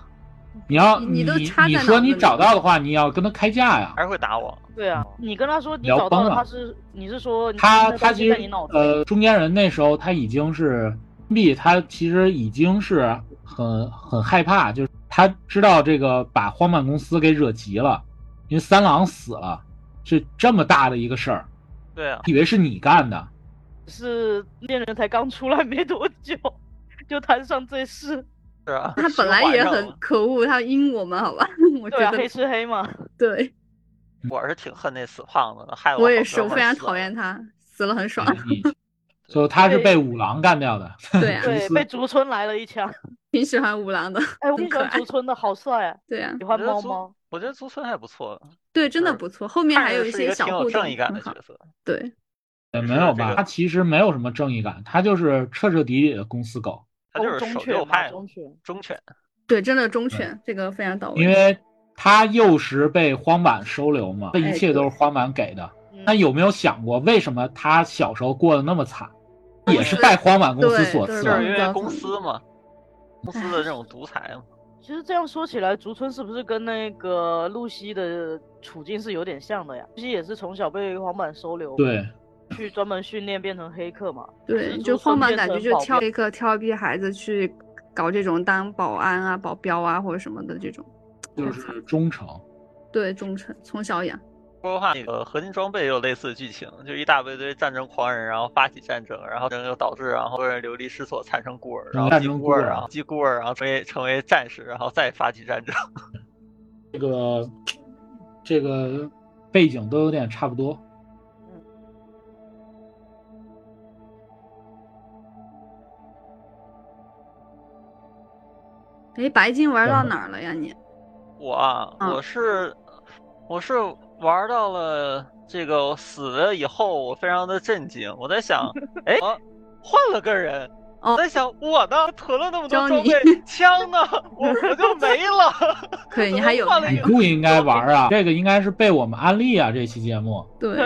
Speaker 2: 你要
Speaker 7: 你
Speaker 2: 你
Speaker 7: 你都插在
Speaker 2: 你
Speaker 7: 脑
Speaker 2: 说
Speaker 7: 子
Speaker 2: 你
Speaker 7: 里
Speaker 2: 找到的话，你要跟他开价呀
Speaker 1: 还。是会打我。
Speaker 6: 对啊，你跟他说你
Speaker 2: 聊
Speaker 6: 找到
Speaker 2: 崩
Speaker 6: 了，
Speaker 2: 了
Speaker 6: 他是你是说你
Speaker 2: 他
Speaker 6: 那
Speaker 2: 他
Speaker 6: 东西
Speaker 2: 其
Speaker 6: 在
Speaker 2: 实
Speaker 6: 你脑子里
Speaker 2: 呃，中间人那时候他已经是币，他其实已经是呃很很害怕，就是他知道这个把荒漫公司给惹急了，因为三郎死了，是这么大的一个事儿，
Speaker 1: 对啊，
Speaker 2: 以为是你干的，
Speaker 6: 是恋人才刚出来没多久，就摊上这事，
Speaker 1: 是啊。
Speaker 7: 他本来
Speaker 1: 循环
Speaker 7: 也
Speaker 1: 上
Speaker 7: 很
Speaker 1: 了
Speaker 7: 可恶，他阴我们好吧？ 我觉
Speaker 6: 对啊，
Speaker 7: 得
Speaker 6: 黑吃黑 嘛，
Speaker 7: 对，
Speaker 1: 我是挺恨那死胖子的，害我
Speaker 7: 我也
Speaker 1: 好
Speaker 7: 是，
Speaker 1: 哥
Speaker 7: 我
Speaker 1: 们
Speaker 7: 非
Speaker 1: 儿
Speaker 7: 常
Speaker 1: 死
Speaker 7: 讨
Speaker 1: 了。
Speaker 7: 厌他，死了很爽。
Speaker 2: 你就他是被五郎干掉的，
Speaker 7: 对啊，
Speaker 6: 对，被竹村来了一枪。
Speaker 7: 挺喜欢五郎的。
Speaker 6: 哎，我挺喜
Speaker 7: 可
Speaker 6: 欢竹村的，好 帅啊！
Speaker 7: 对啊，
Speaker 6: 喜
Speaker 1: 我
Speaker 6: 欢
Speaker 1: 觉得
Speaker 6: 猫
Speaker 1: 足
Speaker 6: 猫，
Speaker 1: 我觉得足村还不错，
Speaker 7: 对，真的
Speaker 1: 是
Speaker 7: 不错。后面
Speaker 1: 看
Speaker 7: 还
Speaker 1: 着
Speaker 7: 有
Speaker 1: 是
Speaker 7: 些
Speaker 1: 个
Speaker 7: 小
Speaker 1: 挺有
Speaker 7: 互动，
Speaker 1: 正义感的
Speaker 7: 很好
Speaker 1: 角。色。
Speaker 7: 对，
Speaker 2: 也没有
Speaker 1: 是这
Speaker 2: 吧？
Speaker 1: 个
Speaker 2: 他其实没有什么正义感，他就是彻彻底底的公司狗，
Speaker 1: 他就
Speaker 6: 哦
Speaker 1: 是
Speaker 6: 忠
Speaker 1: 守
Speaker 6: 犬
Speaker 1: 旧
Speaker 6: 嘛，
Speaker 1: 派嘛
Speaker 6: 忠犬。
Speaker 1: 忠犬，
Speaker 7: 对，真的忠犬这个非常到位。
Speaker 2: 因为他幼时被荒坂收留嘛，这
Speaker 7: 哎
Speaker 2: 一切
Speaker 7: 对
Speaker 2: 都是荒坂给的。
Speaker 6: 嗯
Speaker 2: 那有没有想过，为什么他小时候过得那么惨，
Speaker 7: 嗯
Speaker 2: 也是拜荒坂公司
Speaker 7: 对
Speaker 2: 所
Speaker 7: 对
Speaker 2: 赐
Speaker 1: 就
Speaker 7: 吧
Speaker 1: 是
Speaker 2: 的？
Speaker 1: 因
Speaker 7: 造
Speaker 1: 为
Speaker 7: 成
Speaker 1: 公
Speaker 7: 的
Speaker 1: 司 嘛，公司的这种独裁嘛。
Speaker 6: 其实这样说起来，竹村是不是跟那个露西的处境是有点像的呀？露西也是从小被黄板收留，，
Speaker 2: 对，
Speaker 6: 去专门训练变成黑客嘛。
Speaker 7: 对，
Speaker 6: 蜘
Speaker 7: 就
Speaker 6: 蛛
Speaker 7: 荒
Speaker 6: 身
Speaker 7: 蛮
Speaker 6: 边
Speaker 7: 感觉
Speaker 6: 成
Speaker 7: 就
Speaker 6: 保
Speaker 7: 挑一个挑一批孩子去搞这种当保安啊、保镖啊或者什么的这种，
Speaker 2: 就是忠诚。
Speaker 7: 对忠诚从小养。
Speaker 1: 说实话，那个合金装备也有类似的剧情，就一大堆堆战争狂人，然后发起战争，然后战争又导致然后人流离失所，产生孤儿，
Speaker 7: 嗯
Speaker 1: 然后
Speaker 2: 战
Speaker 1: 击
Speaker 2: 争
Speaker 1: 孤
Speaker 2: 孤
Speaker 1: 儿，
Speaker 7: 啊
Speaker 2: 儿
Speaker 1: 然后击孤儿，然后成为成为战士，然后再发起战争。
Speaker 2: 这个这个背景都有点差不多。
Speaker 7: 哎，白金玩到
Speaker 2: 对
Speaker 7: 哪儿了呀你？
Speaker 1: 我啊，
Speaker 7: 嗯
Speaker 1: 我是我是玩到了这个我死了以后，我非常的震惊，我在 想，哎，我换了个人。
Speaker 7: 哦
Speaker 1: 我在想，我呢囤了那么多
Speaker 7: 教
Speaker 1: 装
Speaker 7: 你
Speaker 1: 备，枪呢， 我我就没了。
Speaker 7: 可以，
Speaker 1: 怎
Speaker 7: 你
Speaker 1: 么
Speaker 7: 还有
Speaker 1: 换了
Speaker 7: 还
Speaker 1: 一
Speaker 2: 你
Speaker 1: 个
Speaker 7: 有
Speaker 2: 不应该玩啊，这个应该是被我们安利啊。这期节目
Speaker 7: 对，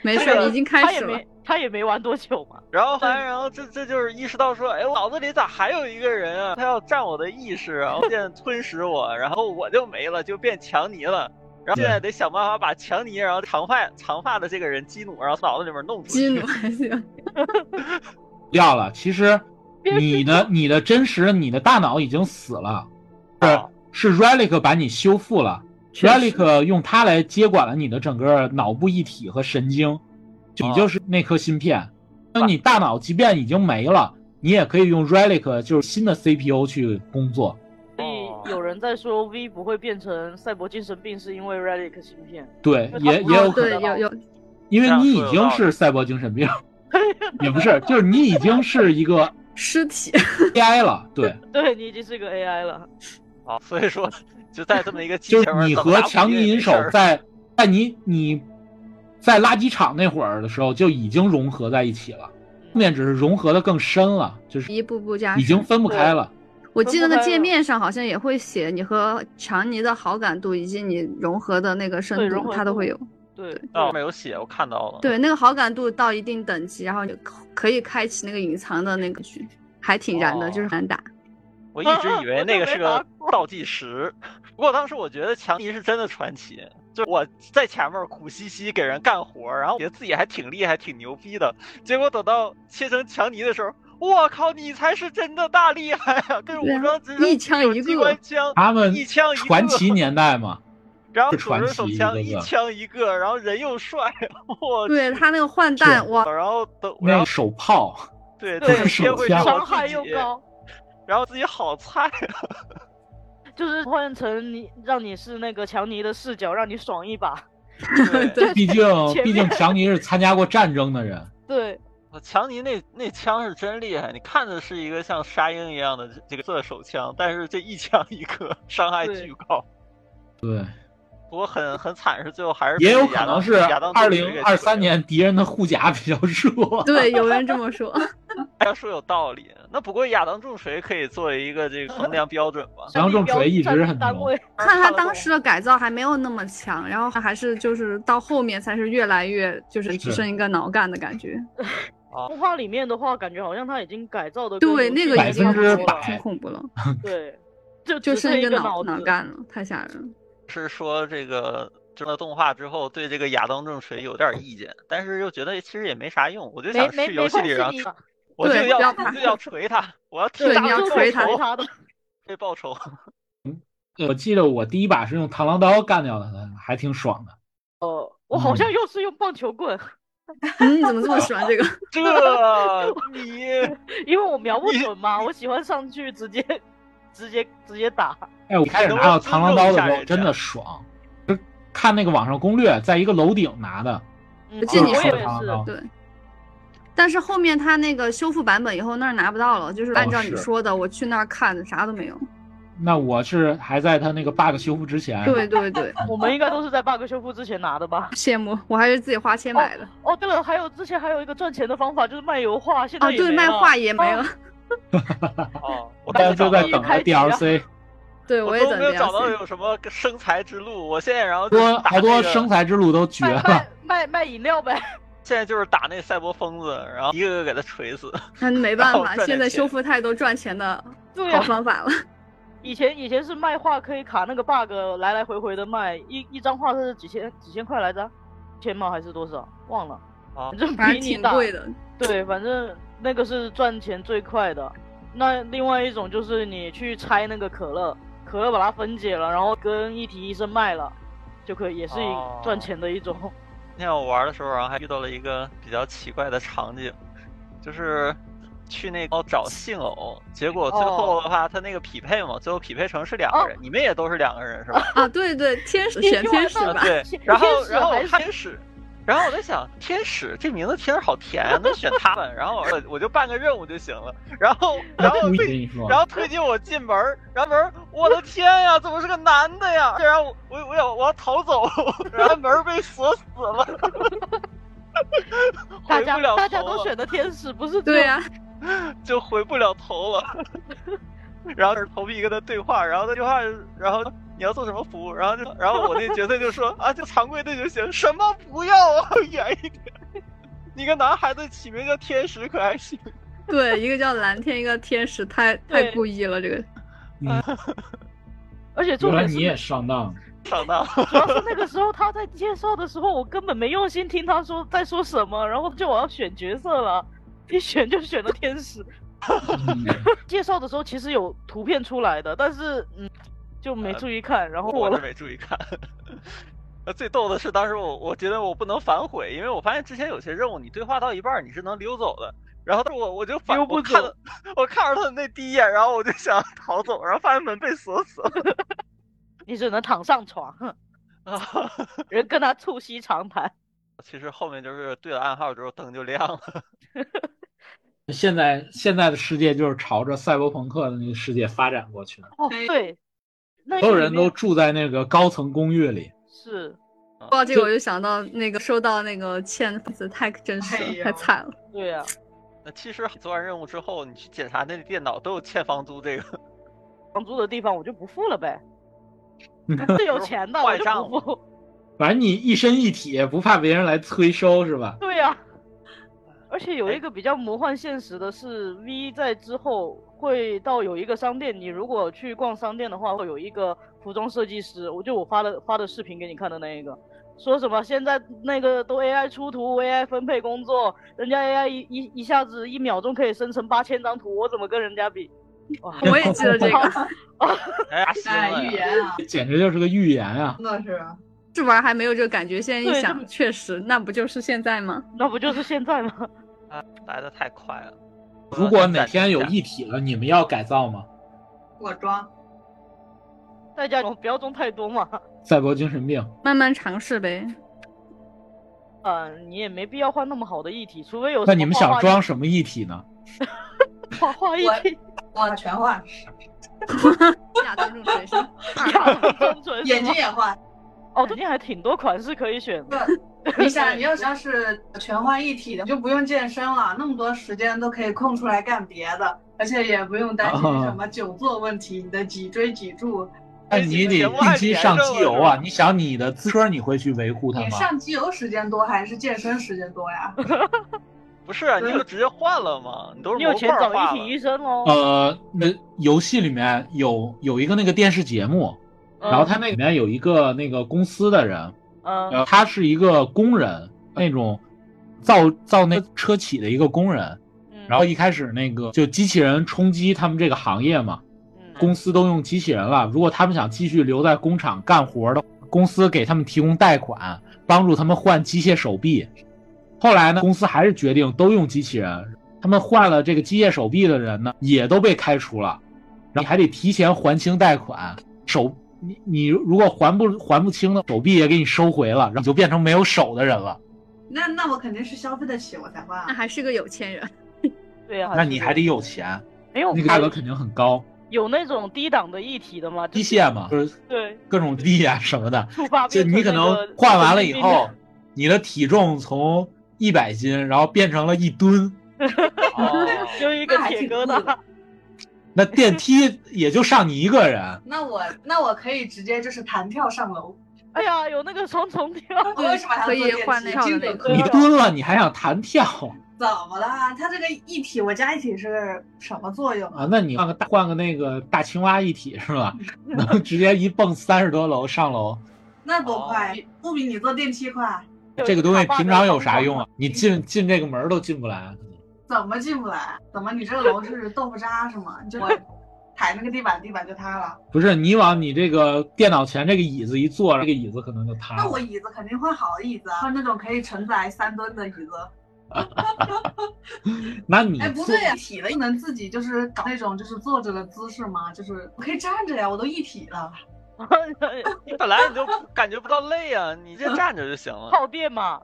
Speaker 7: 没
Speaker 6: 这
Speaker 7: 事儿，
Speaker 6: 个
Speaker 7: 你已经
Speaker 6: 啊他
Speaker 7: 开
Speaker 6: 也
Speaker 7: 始了
Speaker 6: 没。他也没玩多久嘛，
Speaker 1: 然后后来，然后这这就是意识到说，哎，我脑子里咋还有一个人啊？他要占我的意识，然后变吞噬我，然后我就没了，就变强尼了。然后现在得想办法把强尼，然后长发长发的这个人激怒，然后脑子里面弄出
Speaker 7: 激
Speaker 1: 去。
Speaker 7: 怒还 行。
Speaker 2: 掉了。其实
Speaker 6: 别
Speaker 2: 你的你的真实，你的大脑已经死了，
Speaker 6: 哦
Speaker 1: 啊
Speaker 2: 是 Relic 把你修复了，Relic 用它来接管了你的整个脑部一体和神经，就
Speaker 1: 啊
Speaker 6: 哦
Speaker 2: 你就是那颗芯片。那你大脑即便已经没了，你也可以用 Relic 就是新的 CPU 去工作。
Speaker 6: 所
Speaker 2: 哦
Speaker 6: 以有人在说 V 不会变成赛博精神病，是因为 Relic 芯片。
Speaker 2: 对，
Speaker 6: 那它
Speaker 2: 也
Speaker 6: 不
Speaker 2: 也有
Speaker 6: 好
Speaker 2: 可
Speaker 7: 哦对，
Speaker 2: 能，
Speaker 7: 有有
Speaker 2: 因
Speaker 1: 这
Speaker 2: 为你
Speaker 1: 样说
Speaker 2: 已
Speaker 1: 有
Speaker 2: 经
Speaker 1: 道理
Speaker 2: 是赛博精神病， 也不是，就是你已经是一个
Speaker 7: 尸体，
Speaker 2: AI 了。对，
Speaker 6: 对你已经是个 AI 了，
Speaker 1: 啊，所以说就在这么一个机
Speaker 2: 就
Speaker 1: 前
Speaker 2: 是
Speaker 1: 面，
Speaker 2: 你
Speaker 1: 怎么
Speaker 2: 和
Speaker 1: 打不
Speaker 2: 强
Speaker 1: 赢
Speaker 2: 尼
Speaker 1: 也没
Speaker 2: 银手
Speaker 1: 事儿
Speaker 2: 在在你你在垃圾场那会儿的时候就已经融合在一起了，
Speaker 1: 嗯
Speaker 2: 后面只是融合的更深了，就是
Speaker 7: 一步步加深。
Speaker 2: 已经分不开了。
Speaker 7: 我记得
Speaker 6: 分不
Speaker 7: 那
Speaker 6: 开
Speaker 7: 界
Speaker 6: 了
Speaker 7: 面上好像也会写你和强尼的好感度以及你融合的那个
Speaker 6: 对
Speaker 7: 深
Speaker 6: 融
Speaker 7: 度，
Speaker 6: 合
Speaker 7: 它都
Speaker 6: 度
Speaker 7: 会有。
Speaker 6: 对，
Speaker 1: 上面有写，我看到了。，
Speaker 7: 对，那个好感度到一定等级，然后你可以开启那个隐藏的那个局，还挺燃的，
Speaker 6: 哦
Speaker 7: 就是难打。
Speaker 1: 我一直以为 那个是个倒计时，不过当时我觉得强尼是真的传奇，就是我在前面苦兮兮给人干活，然后觉得自己还挺厉害、挺牛逼的，结果等到切成强尼的时候。我靠！你才是真的大厉害啊！跟
Speaker 7: 对啊
Speaker 1: 武装直升
Speaker 7: 一枪
Speaker 1: 有
Speaker 7: 一
Speaker 1: 机
Speaker 7: 个
Speaker 1: 关枪，
Speaker 2: 他们
Speaker 1: 一枪一个
Speaker 2: 传奇年 代嘛，
Speaker 1: 然后
Speaker 2: 是
Speaker 1: 手
Speaker 2: 传
Speaker 1: 持手
Speaker 2: 奇
Speaker 1: 枪
Speaker 2: 一个
Speaker 1: 一
Speaker 2: 个
Speaker 1: 枪一个，然后人又帅，我
Speaker 7: 对他那个换弹，哇，
Speaker 1: 然后等然
Speaker 2: 那
Speaker 1: 后
Speaker 2: 手炮
Speaker 1: 对
Speaker 6: 对
Speaker 1: 再切回去
Speaker 2: 手枪
Speaker 1: 我
Speaker 6: 伤
Speaker 1: 自
Speaker 6: 害又
Speaker 1: 己，
Speaker 6: 高，
Speaker 1: 然后自己好 菜
Speaker 6: 就是换成你让你是那个强尼的视角，让你爽一把。
Speaker 1: 啊！对，
Speaker 2: 毕竟
Speaker 6: 前面
Speaker 2: 毕竟强尼是参加过战争的人，
Speaker 6: 对，
Speaker 1: 呃强尼那那枪是真厉害，你看着是一个像沙鹰一样的这这个色手枪，但是这一枪一个， 伤害
Speaker 6: 对
Speaker 1: 巨高。
Speaker 2: 对，
Speaker 1: 不过很很惨是最后还是
Speaker 2: 也有
Speaker 1: 被
Speaker 2: 可
Speaker 1: 亚
Speaker 2: 能
Speaker 1: 当
Speaker 2: 是
Speaker 1: 亚当
Speaker 2: 二
Speaker 1: 杜
Speaker 2: 零
Speaker 1: 克给
Speaker 2: 二
Speaker 1: 锤
Speaker 2: 三
Speaker 1: 了
Speaker 2: 年敌人的护甲比较弱。？
Speaker 7: 对，有人这么说，
Speaker 1: 他说有道理。那不过亚当重锤可以作为一个这个衡量标准吧
Speaker 2: 然后这种
Speaker 6: 标
Speaker 2: 锤一
Speaker 6: 战
Speaker 2: 直
Speaker 6: 地
Speaker 2: 很
Speaker 6: 单
Speaker 2: 牛
Speaker 6: 位，
Speaker 7: 看他
Speaker 1: 看了
Speaker 7: 当
Speaker 1: 动
Speaker 7: 时的改造还没有那么强，然后还是就是到后面才是越来越就是只
Speaker 2: 是
Speaker 7: 剩一个脑干的感觉，
Speaker 6: 动画里面的话，感觉好像他已经改造的
Speaker 7: 对，那个
Speaker 2: 百
Speaker 7: 已经
Speaker 2: 分之
Speaker 7: 挺
Speaker 2: 百
Speaker 7: 挺恐怖了，
Speaker 6: 对，就
Speaker 7: 就
Speaker 6: 只
Speaker 7: 剩一
Speaker 6: 个
Speaker 7: 个脑
Speaker 6: 子
Speaker 7: 脑干了，太吓人了。
Speaker 1: 是说这个这个动画之后对这个亚当重锤有点意见，但是又觉得其实也没啥用，我就
Speaker 6: 没
Speaker 1: 想
Speaker 6: 没
Speaker 1: 去
Speaker 6: 没
Speaker 1: 游戏
Speaker 6: 关
Speaker 1: 里
Speaker 6: 系
Speaker 1: 让
Speaker 6: 你
Speaker 1: 锤
Speaker 6: 吧
Speaker 1: 我就
Speaker 7: 对不
Speaker 1: 要
Speaker 7: 要
Speaker 1: 我
Speaker 7: 怕
Speaker 1: 就要锤他，我要替
Speaker 7: 对
Speaker 1: 他
Speaker 7: 你要
Speaker 1: 们
Speaker 7: 锤
Speaker 1: 报仇
Speaker 6: 他的，
Speaker 1: 为报 仇。
Speaker 2: 我记得我第一把是用螳螂刀干掉的，还挺爽的。
Speaker 6: 我好像又是用棒球棍，
Speaker 7: 嗯，你怎么这么喜欢这个？
Speaker 1: 这你
Speaker 6: 因为我瞄不准嘛，我喜欢上去直接直接直接打。
Speaker 2: 哎，我开始
Speaker 1: 能
Speaker 2: 拿
Speaker 1: 不能
Speaker 2: 到螳螂刀的时
Speaker 1: 尊重一下
Speaker 2: 候
Speaker 1: 人
Speaker 2: 真
Speaker 1: 家
Speaker 2: 的爽，就是看那个网上攻略，在一个楼顶拿的，
Speaker 6: 嗯
Speaker 7: 我记得你
Speaker 6: 我
Speaker 7: 说
Speaker 6: 也
Speaker 2: 的螳螂
Speaker 6: 是
Speaker 2: 刀，
Speaker 7: 对。但是后面他那个修复版本以后那儿拿不到了，就是按照你
Speaker 2: 哦是
Speaker 7: 说的，我去那儿看啥都没有。
Speaker 2: 那我是还在他那个 bug 修复之前，
Speaker 7: 对对对，
Speaker 6: 我们应该都是在 bug 修复之前拿的吧？
Speaker 7: 羡慕，我还是自己花钱买的。
Speaker 6: 哦，对了，还有之前还有一个赚钱的方法，就是卖油画，现在
Speaker 7: 啊，
Speaker 6: 哦也
Speaker 7: 对，
Speaker 6: 没
Speaker 7: 卖
Speaker 6: 了
Speaker 7: 画也没了。
Speaker 1: 哦，我
Speaker 2: 大家
Speaker 1: 都
Speaker 2: 都
Speaker 1: 没找到
Speaker 2: 在等着
Speaker 6: 开启啊
Speaker 2: DLC，
Speaker 7: 对，
Speaker 1: 我
Speaker 7: 也
Speaker 1: 都
Speaker 7: 等
Speaker 1: 没有
Speaker 7: DLC。
Speaker 1: 找到有什么生财之路。我现在然后就是
Speaker 2: 多
Speaker 1: 打
Speaker 2: 好多
Speaker 1: 那个
Speaker 2: 生财之路都绝了
Speaker 7: 啊
Speaker 6: 卖卖。卖卖饮料呗。
Speaker 1: 现在就是打那赛博疯子，然后一个个给他锤死。
Speaker 7: 那没办
Speaker 1: 让我
Speaker 7: 法，
Speaker 1: 赚点
Speaker 7: 现在
Speaker 1: 钱
Speaker 7: 修复太多赚钱的
Speaker 6: 对
Speaker 7: 好
Speaker 6: 啊，
Speaker 7: 方法了。
Speaker 6: 以前以前是卖画可以卡那个 bug，来来回回的卖，一一张画是几千几千块来着，千吗还是多少？忘了。
Speaker 1: 啊
Speaker 6: 反正
Speaker 7: 反
Speaker 6: 比
Speaker 7: 正
Speaker 6: 你
Speaker 7: 挺
Speaker 6: 打
Speaker 7: 贵的。
Speaker 6: 对，反正那个是赚钱最快的。那另外一种就是你去拆那个可乐，可乐把它分解了，然后跟一体医生卖了，就可以也是一
Speaker 1: 哦
Speaker 6: 赚钱的一种。
Speaker 1: 那天我玩的时候，然后还遇到了一个比较奇怪的场景，就是去那个找性偶，结果最后
Speaker 6: 哦
Speaker 1: 的话，他那个匹配嘛，最后匹配成是两个人，你们也都是两个人是吧？
Speaker 7: 啊，对对，天使选天使
Speaker 6: 哦是
Speaker 1: 啊
Speaker 7: 吧。
Speaker 1: 对
Speaker 6: 天，
Speaker 1: 然后
Speaker 6: 天使
Speaker 1: 然后
Speaker 6: 还
Speaker 1: 我
Speaker 6: 是
Speaker 1: 天使，然后我在想天使这名字听着好甜啊，能选他们，然后我我就办个任务就行了，然后然后
Speaker 2: 故意
Speaker 1: 最
Speaker 2: 跟 你说，
Speaker 1: 然后推进我进门儿，然后门儿，我的天呀，怎么是个男的呀？然后我我要我要逃走， 然后门儿被锁死了，
Speaker 6: 大
Speaker 1: 回
Speaker 6: 家
Speaker 1: 不了头了，
Speaker 6: 大家都选的天使，不是只有
Speaker 7: 对啊呀、
Speaker 1: 就回不了头了。然后头皮跟他对话，然后他对话，然后你要做什么服务？然后就然后我那角色就说 啊，就常规的就行，什么不要啊， 远一点。你个男孩子起名叫天使可还行？
Speaker 7: 对，一个叫蓝天，一个天使，太太
Speaker 6: 对
Speaker 7: 故意了这个。
Speaker 1: 呃
Speaker 2: 嗯
Speaker 6: 而且重
Speaker 2: 原来
Speaker 6: 点
Speaker 2: 你
Speaker 6: 是
Speaker 2: 也上当，
Speaker 1: 上当。
Speaker 6: 主要是那个时候他在介绍的时候，我根本没用心听他说在说什么，然后就我要选角色了，一选就选了天使。
Speaker 2: 嗯
Speaker 6: 介绍的时候其实有图片出来的，但是嗯，就没注意看，然后过
Speaker 1: 我是
Speaker 6: 了。
Speaker 1: 没注意看。 呃，最逗的是，当时我我觉得我不能反悔，因为我发现之前有些任务你对话到一半儿你是能溜走的，然后我我就反
Speaker 6: 溜不
Speaker 1: 我看
Speaker 6: 走
Speaker 1: 了我看着他的那第一眼，然后我就想逃走，然后发现门被锁死了。
Speaker 6: 你只能躺上床，
Speaker 1: 啊
Speaker 6: 人跟他促膝长谈。
Speaker 1: 其实后面就是对了暗号之后灯就亮了，
Speaker 2: 现在现在的世界就是朝着赛博朋克的那个世界发展过去的，
Speaker 6: 哦，
Speaker 5: 对
Speaker 6: 对，那
Speaker 2: 所有
Speaker 6: 里
Speaker 2: 人
Speaker 6: 面
Speaker 2: 都住在那个高层公寓里。
Speaker 6: 是
Speaker 7: 说到这个，我就想到那个收到那个欠粉丝太真实
Speaker 5: 哎
Speaker 7: 了，
Speaker 5: 呦
Speaker 7: 太惨了。
Speaker 6: 对啊，
Speaker 1: 那其实做完任务之后，你去检查那电脑都有欠房租这个，
Speaker 6: 房租的地方我就不付 了呗。是有钱的，我
Speaker 1: 坏
Speaker 6: 就
Speaker 1: 账
Speaker 6: 不付。
Speaker 2: 反正你一身一体，不怕别人来催收是吧？
Speaker 6: 对呀、而且有
Speaker 1: 哎
Speaker 6: 一个比较魔幻现实的是，V 在之后会到有一个商店，你如果去逛商店的话，会有一个服装设计师，我就我发的发的视频给你看的那一个，说什么现在那个都 AI 出图，AI 分配工作，人家 AI 一一一下子一秒钟可以生成八千张图，我怎么跟人家比？哇
Speaker 7: 我也记得这个，
Speaker 1: 哎呀，行
Speaker 5: 哎，
Speaker 1: 了
Speaker 5: 预
Speaker 1: 呀
Speaker 5: 言啊，
Speaker 2: 简直就是个预言啊！
Speaker 5: 真的是
Speaker 7: 这玩意儿还没有这个感觉，现在
Speaker 6: 对
Speaker 7: 一想，确实，那不就是现在吗？
Speaker 6: 那不就是现在吗？
Speaker 1: 来的太快了。
Speaker 2: 如果哪天有一体了，你们要改造吗？
Speaker 5: 我装。
Speaker 6: 代价不要装太多嘛。
Speaker 2: 赛博精神病，
Speaker 7: 慢慢尝试呗。
Speaker 6: 嗯、你也没必要换那么好的一体，除非有
Speaker 2: 那
Speaker 6: 什
Speaker 2: 你
Speaker 6: 么
Speaker 2: 们
Speaker 6: 画
Speaker 2: 想
Speaker 6: 画
Speaker 2: 装什么一体呢？
Speaker 6: 画画一
Speaker 5: 我
Speaker 6: 体，
Speaker 5: 我全换，
Speaker 7: 亚当正水 生，
Speaker 6: 哎生存
Speaker 5: 眼睛也换。
Speaker 6: 哦，最近还挺多款式可以选的。
Speaker 5: 你想，你要是要是全换一体的，就不用健身了，那么多时间都可以空出来干别的，而且也不用担心什么久坐问题，你的脊椎脊柱。
Speaker 6: 哎
Speaker 2: 那你得定期上机油啊！你想你的自车你会去维护它
Speaker 5: 你
Speaker 2: 吗？
Speaker 5: 上机油时间多还是健身时间多呀？
Speaker 1: 不是啊，你就直接换了嘛，你都是
Speaker 6: 你有
Speaker 1: 模
Speaker 6: 钱
Speaker 1: 块儿
Speaker 6: 找
Speaker 1: 化
Speaker 6: 一
Speaker 1: 了
Speaker 6: 体 医生哦喽。
Speaker 2: 呃，那游戏里面有有一个那个电视节目，
Speaker 6: 嗯
Speaker 2: 然后它那里面有一个那个公司的人，
Speaker 6: 嗯
Speaker 2: 呃，他是一个工人，那种造造那车企的一个工人。
Speaker 6: 嗯，
Speaker 2: 然后一开始那个就机器人冲击他们这个行业嘛，
Speaker 6: 嗯
Speaker 2: 公司都用机器人了，如果他们想继续留在工厂干活的，公司给他们提供贷款，帮助他们换机械手臂。后来呢，公司还是决定都用机器人，他们换了这个机械手臂的人呢，也都被开除了，然后还得提前还清贷款，手你你如果还不还不清呢，手臂也给你收回了，然后你就变成没有手的人了，
Speaker 5: 那那我肯定是消费得起，我才换
Speaker 7: 那
Speaker 5: 啊。
Speaker 7: 还是个有钱人。
Speaker 6: 对呀，
Speaker 2: 那你还得有钱，
Speaker 6: 没有
Speaker 2: 那个价格肯定很高，
Speaker 6: 有那种低档的一体的吗？就
Speaker 2: 机
Speaker 6: 是
Speaker 2: 械嘛，就是
Speaker 6: 对，
Speaker 2: 各种力啊什么的，
Speaker 6: 触发
Speaker 2: 就
Speaker 6: 变成
Speaker 2: 你可
Speaker 6: 那
Speaker 2: 能
Speaker 6: 个
Speaker 2: 换完了
Speaker 6: 神
Speaker 2: 以
Speaker 6: 经
Speaker 2: 后，你的体重从一百斤，然后变成了一吨，
Speaker 1: 哦
Speaker 6: 病，就一个
Speaker 5: 那还
Speaker 6: 铁
Speaker 5: 挺
Speaker 6: 疙
Speaker 5: 酷的
Speaker 6: 瘩。
Speaker 2: 那电梯也就上你一个 人。
Speaker 5: 那我那我可以直接就是弹跳上楼。
Speaker 6: 哎呀，有那个双重跳，
Speaker 5: 我为什么还要坐电
Speaker 7: 可
Speaker 5: 梯
Speaker 7: 以换那
Speaker 5: 精
Speaker 7: 跳的那
Speaker 5: 准
Speaker 7: 个
Speaker 2: 你
Speaker 1: 啊
Speaker 2: 蹲了，你还想弹跳
Speaker 5: 怎么啦？它这个一体，我加一体是什么作用啊？
Speaker 2: 啊？那你换个大换个那个大青蛙一体是吧？ 能直接一蹦三十多楼上楼，
Speaker 5: 那多快，不比你坐电梯 快？啊
Speaker 2: 这个东西平常有啥用
Speaker 6: 啊？
Speaker 2: 啊？你进进这个门儿都进不来。
Speaker 5: 怎么进不来？怎么你这个楼是豆腐渣是吗？你就我踩那个地板，地板就塌了。
Speaker 2: 不是你往你这个电脑前这个椅子一坐，这个椅子可能就塌
Speaker 5: 那
Speaker 2: 了
Speaker 5: 我。椅子肯定换好的椅子啊啊，换那种可以承载三吨的椅子。
Speaker 2: 那你
Speaker 5: 哎，不
Speaker 2: 坐
Speaker 5: 对呀、一体的不能自己就是搞那种就是坐着的姿势吗？就是我可以站着呀，我都一体了。
Speaker 1: 你本来你就感觉不到累啊，你这站着就行了，
Speaker 6: 耗电嘛？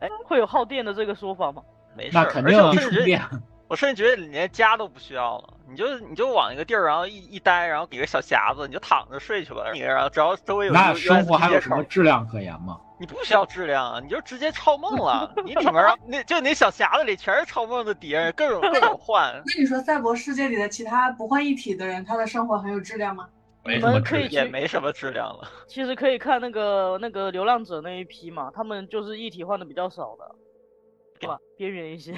Speaker 6: 哎，会有耗电的这个说法吗？
Speaker 1: 没事儿。
Speaker 2: 那肯
Speaker 1: 而
Speaker 2: 定啊
Speaker 1: 且我甚至
Speaker 2: 充
Speaker 1: 觉
Speaker 2: 电
Speaker 1: 得，。我甚至觉得你连家都不需要了，你就你就往一个地儿，然后一一待，然后给个小匣子，你就躺着睡去吧。你然后只要周围有
Speaker 2: 那
Speaker 1: U-
Speaker 2: 生活
Speaker 1: USB
Speaker 2: 还有
Speaker 1: 接
Speaker 2: 什么
Speaker 1: 口，
Speaker 2: 质量可言吗？
Speaker 1: 你不需要质量啊，你就直接超梦 了。你里面儿那就那小匣子里全是超梦的敌人，各种各种换。
Speaker 5: 那你说赛博世界里的其他不换一体的人，他的生活很有质量吗？
Speaker 2: 没
Speaker 6: 你
Speaker 2: 什么
Speaker 6: 们
Speaker 2: 质
Speaker 6: 可以
Speaker 2: 量。
Speaker 1: 也
Speaker 6: 去
Speaker 1: 没什么质量了，
Speaker 6: 其实可以看那个那个流浪者那一批嘛，他们就是一体换的比较少的，对吧？边缘一些，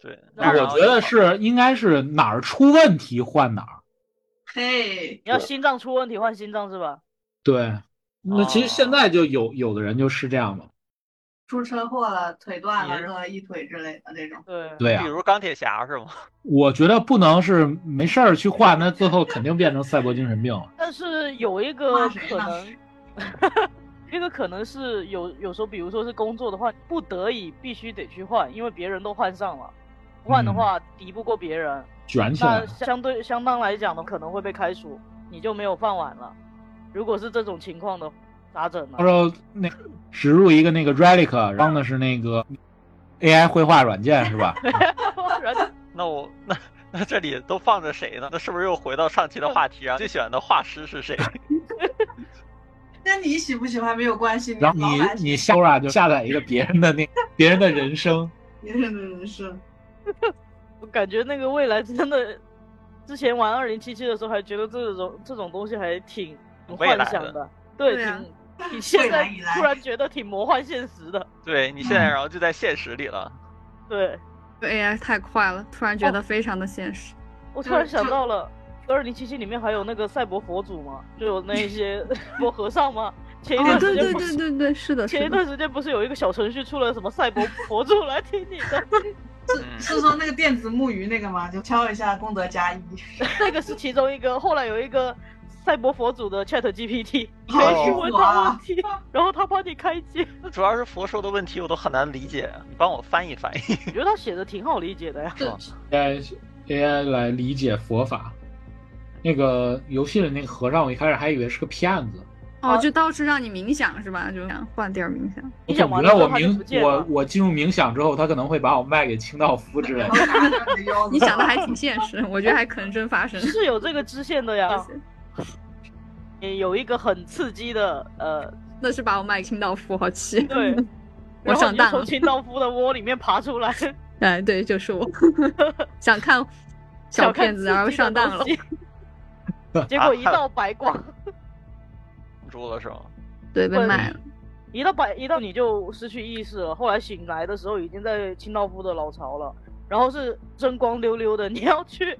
Speaker 1: 对。
Speaker 6: 那
Speaker 1: 然
Speaker 2: 我
Speaker 1: 后
Speaker 2: 觉得是应该是哪儿出问题换哪儿。
Speaker 5: 嘿，
Speaker 6: 你要心脏出问题换心脏是吧？
Speaker 2: 对，那其实现在就有有的人就是这样嘛，
Speaker 5: 出车祸了、腿断
Speaker 1: 也
Speaker 5: 了、
Speaker 1: 是
Speaker 5: 个一腿之类的这种。
Speaker 6: 对，
Speaker 2: 对啊
Speaker 1: 比，如钢铁侠是吗？
Speaker 2: 我觉得不能是没事儿去换，那最后肯定变成赛博精神病了。
Speaker 6: 但是有一个
Speaker 5: 骂谁
Speaker 6: 可
Speaker 5: 呢
Speaker 6: 能， 一个可能是有有时候，比如说是工作的话，不得已必须得去换，因为别人都换上了，不换的
Speaker 2: 嗯啊
Speaker 6: 话敌不过别人，
Speaker 2: 卷起来
Speaker 6: 那，相对相当来讲呢，可能会被开除，你就没有饭碗了。如果是这种情况的，咋整呢
Speaker 2: 到？时候那植入一个那个 relic，装的是那个 AI 绘画软件是 吧？
Speaker 6: 然后
Speaker 1: 那我 那那这里都放着谁呢？那是不是又回到上期的话题啊？最喜欢的画师是谁？
Speaker 5: 那你喜不喜欢没有关系，你
Speaker 2: 然
Speaker 5: 老
Speaker 2: 后你
Speaker 5: 板
Speaker 2: 你下 Sora 就下载一个别人的那别人的人生，
Speaker 5: 也是人嗯是。
Speaker 6: 我感觉那个未来真的，之前玩二零七七的时候还觉得这种这种东西还挺挺
Speaker 1: 未来的
Speaker 6: 幻想的，对，
Speaker 7: 对啊
Speaker 6: 挺挺现在
Speaker 5: 以来
Speaker 6: 突然觉得挺魔幻现实的，
Speaker 1: 对你现在然后就在现实里了。
Speaker 6: 对
Speaker 7: AI 哎太快了，突然觉得非常的现实。
Speaker 6: 我
Speaker 5: 就
Speaker 6: 突然想
Speaker 5: 就
Speaker 6: 到了二零七七里面还有那个赛博佛祖嘛，就有那一些赛博和尚嘛，前一
Speaker 7: 哦，
Speaker 6: 段时
Speaker 7: 对
Speaker 6: 间
Speaker 7: 对
Speaker 6: 不是
Speaker 7: 对对对，是的，
Speaker 6: 前一
Speaker 7: 是
Speaker 6: 段
Speaker 7: 的。
Speaker 6: 时间不是有一个小程序出了什么赛博博主来听你的，
Speaker 1: 嗯
Speaker 5: 是说那个电子木鱼那个吗？就敲一下功德加一。
Speaker 6: 那个是其中一个。后来有一个赛博佛祖的 Chat GPT，
Speaker 5: 好
Speaker 6: 可以去问他问
Speaker 5: 啊
Speaker 6: 题，然后他帮你开解。
Speaker 1: 那主要是佛说的问题我都很难理解，啊你帮我翻译翻译。
Speaker 6: 我觉得他写的挺好理解的呀。
Speaker 5: 这
Speaker 2: AI AI 来理解佛法。那个游戏里那个和尚，我一开始还以为是个骗子，
Speaker 7: 哦，就到处让你冥想是吧？就想换地儿冥想。
Speaker 2: 我
Speaker 6: 你
Speaker 2: 总
Speaker 6: 想
Speaker 2: 觉
Speaker 6: 完
Speaker 2: 得
Speaker 6: 了之
Speaker 2: 我
Speaker 6: 后他就不
Speaker 2: 冥
Speaker 6: 见
Speaker 2: 我
Speaker 6: 了。
Speaker 2: 我进入冥想之后，他可能会把我卖给清道夫之类
Speaker 5: 然
Speaker 2: 的
Speaker 5: 后。打着你的腰子
Speaker 7: 你想的还挺现实，我觉得还可能真发生。
Speaker 6: 是啊有这个支线的 呀，也有一个很刺激的， 呃，
Speaker 7: 那是把我卖给清道夫，好气。
Speaker 6: 对，
Speaker 7: 嗯我
Speaker 6: 然后
Speaker 7: 上
Speaker 6: 你就
Speaker 7: 当
Speaker 6: 从
Speaker 7: 了。
Speaker 6: 清道夫的窝里面爬出来，
Speaker 7: 哎，对，就是 我，想看小
Speaker 6: 想看
Speaker 7: 骗子，
Speaker 6: 刺激
Speaker 7: 然后
Speaker 6: 的
Speaker 7: 上当
Speaker 6: 东
Speaker 7: 了。
Speaker 6: 西，结果一道 白光，
Speaker 1: 住了是吗？
Speaker 7: 对，被
Speaker 6: 对
Speaker 7: 卖了。
Speaker 6: 一到白一到你就失去意识了，后来醒来的时候已经在清道夫的老巢了，然后是真光溜溜的，你 要去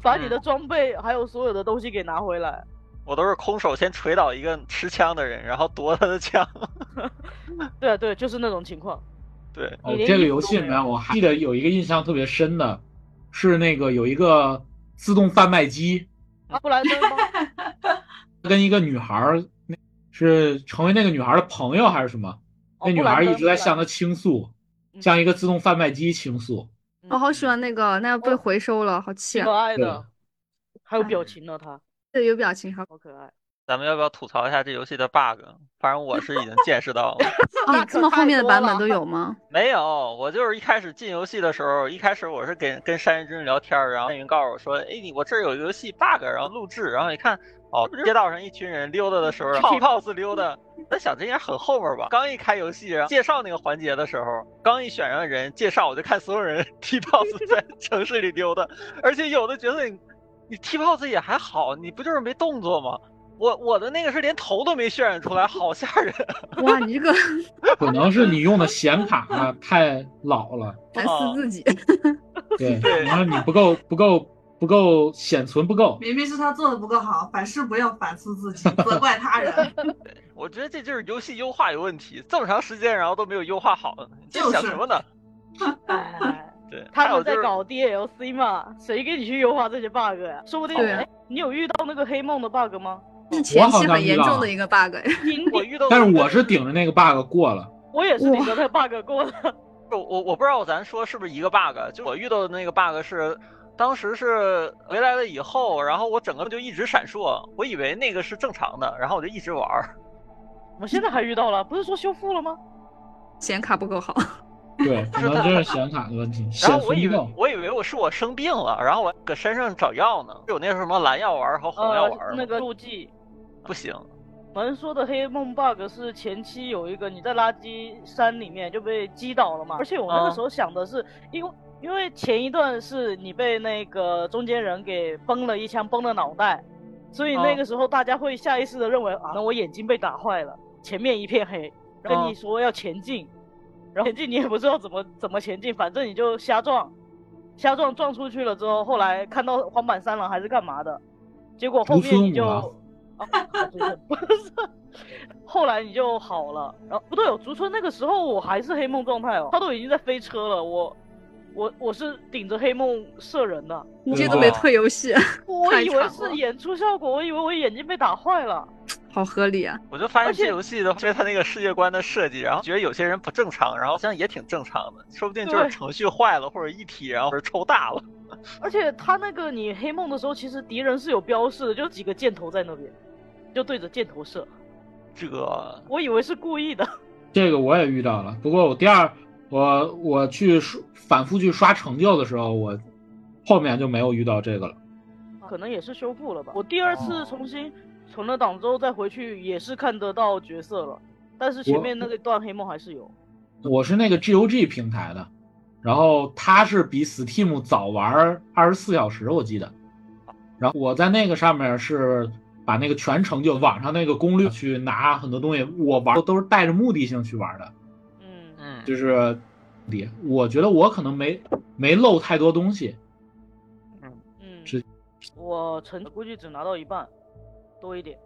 Speaker 6: 把你
Speaker 7: 嗯
Speaker 6: 的装备还有所有的东西给拿回来，
Speaker 1: 我都是空手先锤倒一个持枪的人，然后夺他的枪。
Speaker 6: 对啊对，就是那种情况，
Speaker 1: 对，
Speaker 2: 哦，
Speaker 6: 连
Speaker 2: 这个
Speaker 6: 衣服
Speaker 2: 游
Speaker 6: 都
Speaker 2: 戏里
Speaker 6: 没
Speaker 2: 面
Speaker 6: 有
Speaker 2: 我还记得有一个印象特别深的，是那个有一个自动贩卖机，
Speaker 6: 啊布莱登吗？
Speaker 2: 跟一个女孩儿，那是成为那个女孩儿的朋友还是什么？
Speaker 6: 哦
Speaker 2: 那女
Speaker 6: 布莱
Speaker 2: 孩儿一
Speaker 6: 登
Speaker 2: 直在
Speaker 6: 布莱
Speaker 2: 向他倾诉，
Speaker 6: 嗯
Speaker 2: 向一个自动贩卖机倾诉。
Speaker 6: 嗯
Speaker 7: 我好喜欢那个，那个
Speaker 6: 哦
Speaker 7: 被回收了，好气
Speaker 6: 挺
Speaker 7: 啊
Speaker 6: 可！爱
Speaker 2: 对哎
Speaker 6: 的，还有表情呢，他
Speaker 7: 对，有表情，好
Speaker 6: 好可爱。
Speaker 1: 咱们要不要吐槽一下这游戏的 bug？反正我是已经见识到了。
Speaker 7: 啊，这么后面的版本都
Speaker 6: 有。
Speaker 7: 有吗？
Speaker 1: 没有，我就是一开始进游戏的时候，一开始我是跟跟山人君聊天儿，然后山人君告诉我说：“哎，你我这儿有一个游戏 bug，然后录制，然后一看，哦，街道上一群人溜达的时候，然后 POS 溜达，我在想这应该很后面吧。刚一开游戏，然后介绍那个环节的时候，刚一选上人介绍，我就看所有人 T POS 在城市里溜达，而且有的角色你你 T POS 也还好，你不就是没动作吗？我我的那个是连头都没渲染出来，好吓人。”
Speaker 7: 哇，你这 个
Speaker 2: 可能是你用的显卡啊太老了，
Speaker 7: 反
Speaker 6: 哦
Speaker 7: 思自 己，
Speaker 2: 对，
Speaker 1: 对
Speaker 2: 可能是你不够不够不够显存不够。
Speaker 5: 明明是他做的不够好，凡事不要反思自己，责怪他 人。
Speaker 1: 我觉得这就是游戏优化有问题，这么长时间然后都没有优化好，你在
Speaker 5: 就是
Speaker 1: 想什么呢？
Speaker 6: 哎
Speaker 1: 对，还
Speaker 6: 他
Speaker 1: 有
Speaker 6: 们
Speaker 1: 就
Speaker 6: 在
Speaker 1: 是
Speaker 6: 搞 DLC 嘛，谁给你去优化这些 bug 呀？说不定
Speaker 7: 对啊
Speaker 6: 哎，你有遇到那个黑梦的 bug 吗？
Speaker 7: 是前
Speaker 2: 好
Speaker 7: 期
Speaker 2: 像
Speaker 7: 很
Speaker 2: 遇
Speaker 7: 严
Speaker 2: 到
Speaker 7: 重
Speaker 2: 了
Speaker 6: 啊
Speaker 7: 的一个 bug 哎。
Speaker 6: 顶
Speaker 1: 我
Speaker 6: 顶，
Speaker 1: 遇到，
Speaker 2: 但是我是顶着那个 bug 过了，
Speaker 6: 我也是顶着那个 bug 过的。
Speaker 1: 我我我不知道咱说是不是一个 bug，就我遇到的那个 bug 是，当时是回来了以后，然后我整个就一直闪烁，我以为那个是正常的，然后我就一直玩儿。
Speaker 6: 我现在还遇到了，不是说修复了吗？
Speaker 7: 显卡不够好，
Speaker 2: 对，可能真是显卡的问题，
Speaker 1: 然
Speaker 2: 显
Speaker 1: 后我
Speaker 2: 存
Speaker 1: 以
Speaker 2: 不
Speaker 1: 为
Speaker 2: 够。
Speaker 1: 我以为我是我生病了，然后我搁山上找药呢，有那个什么蓝药丸儿和红药
Speaker 6: 呃
Speaker 1: 丸儿，吗，
Speaker 6: 那个路径。
Speaker 1: 不行，
Speaker 6: 我们说的黑梦 bug 是前期有一个你在垃圾山里面就被击倒了嘛，而且我那个时候想的是，因为因为前一段是你被那个中间人给崩了一枪，崩了脑袋，所以那个时候大家会下意识的认为啊，那我眼睛被打坏了，前面一片黑，跟你说要前进，然后前进你也不知道怎么怎么前进，反正你就瞎撞，瞎撞撞出去了之后，后来看到黄板三郎还是干嘛的，结果后面你
Speaker 2: 竹孙五郎
Speaker 6: 就啊，竹村不是。 后来你就好了，然后不对哦，竹村那个时候我还是黑梦状态哦，他都已经在飞车了，我我我是顶着黑梦射人的，
Speaker 7: 你这都没
Speaker 2: 哇
Speaker 6: 啊
Speaker 7: 退游戏，啊
Speaker 6: 我
Speaker 7: 太
Speaker 6: 以为
Speaker 7: 惨
Speaker 6: 是
Speaker 7: 了
Speaker 6: 演出效果，我以为我眼睛被打坏了。
Speaker 7: 好合理啊！
Speaker 1: 我就发
Speaker 6: 而
Speaker 1: 现
Speaker 6: 且
Speaker 1: 这游戏的，就是它那个世界观的设计，然后觉得有些人不正常，然后好像也挺正常的，说不定就是
Speaker 6: 对
Speaker 1: 程序坏了或者一体，然后是抽大了。
Speaker 6: 而且他那个你黑梦的时候，其实敌人是有标示的，就几个箭头在那边，就对着箭头射。
Speaker 1: 这
Speaker 6: 我以为是故意的，
Speaker 2: 这个我也遇到了，不过我第二，我我去刷反复去刷成就的时候，我后面就没有遇到这个了。
Speaker 6: 可能也是修复了吧。我第二
Speaker 1: 哦
Speaker 6: 次重新存了档之后再回去，也是看得到角色了，但是前面那个段黑梦还是有。
Speaker 2: 我是那个 GOG 平台的，然后它是比 Steam 早玩二十四小时，我记得。然后我在那个上面是把那个全程就网上那个攻略去拿很多东西，我玩都是带着目的性去玩的，
Speaker 6: 嗯，
Speaker 1: 嗯，
Speaker 2: 就是，我觉得我可能没没漏太多东西，
Speaker 6: 嗯
Speaker 2: 是，
Speaker 6: 我成估计只拿到一半，多一点，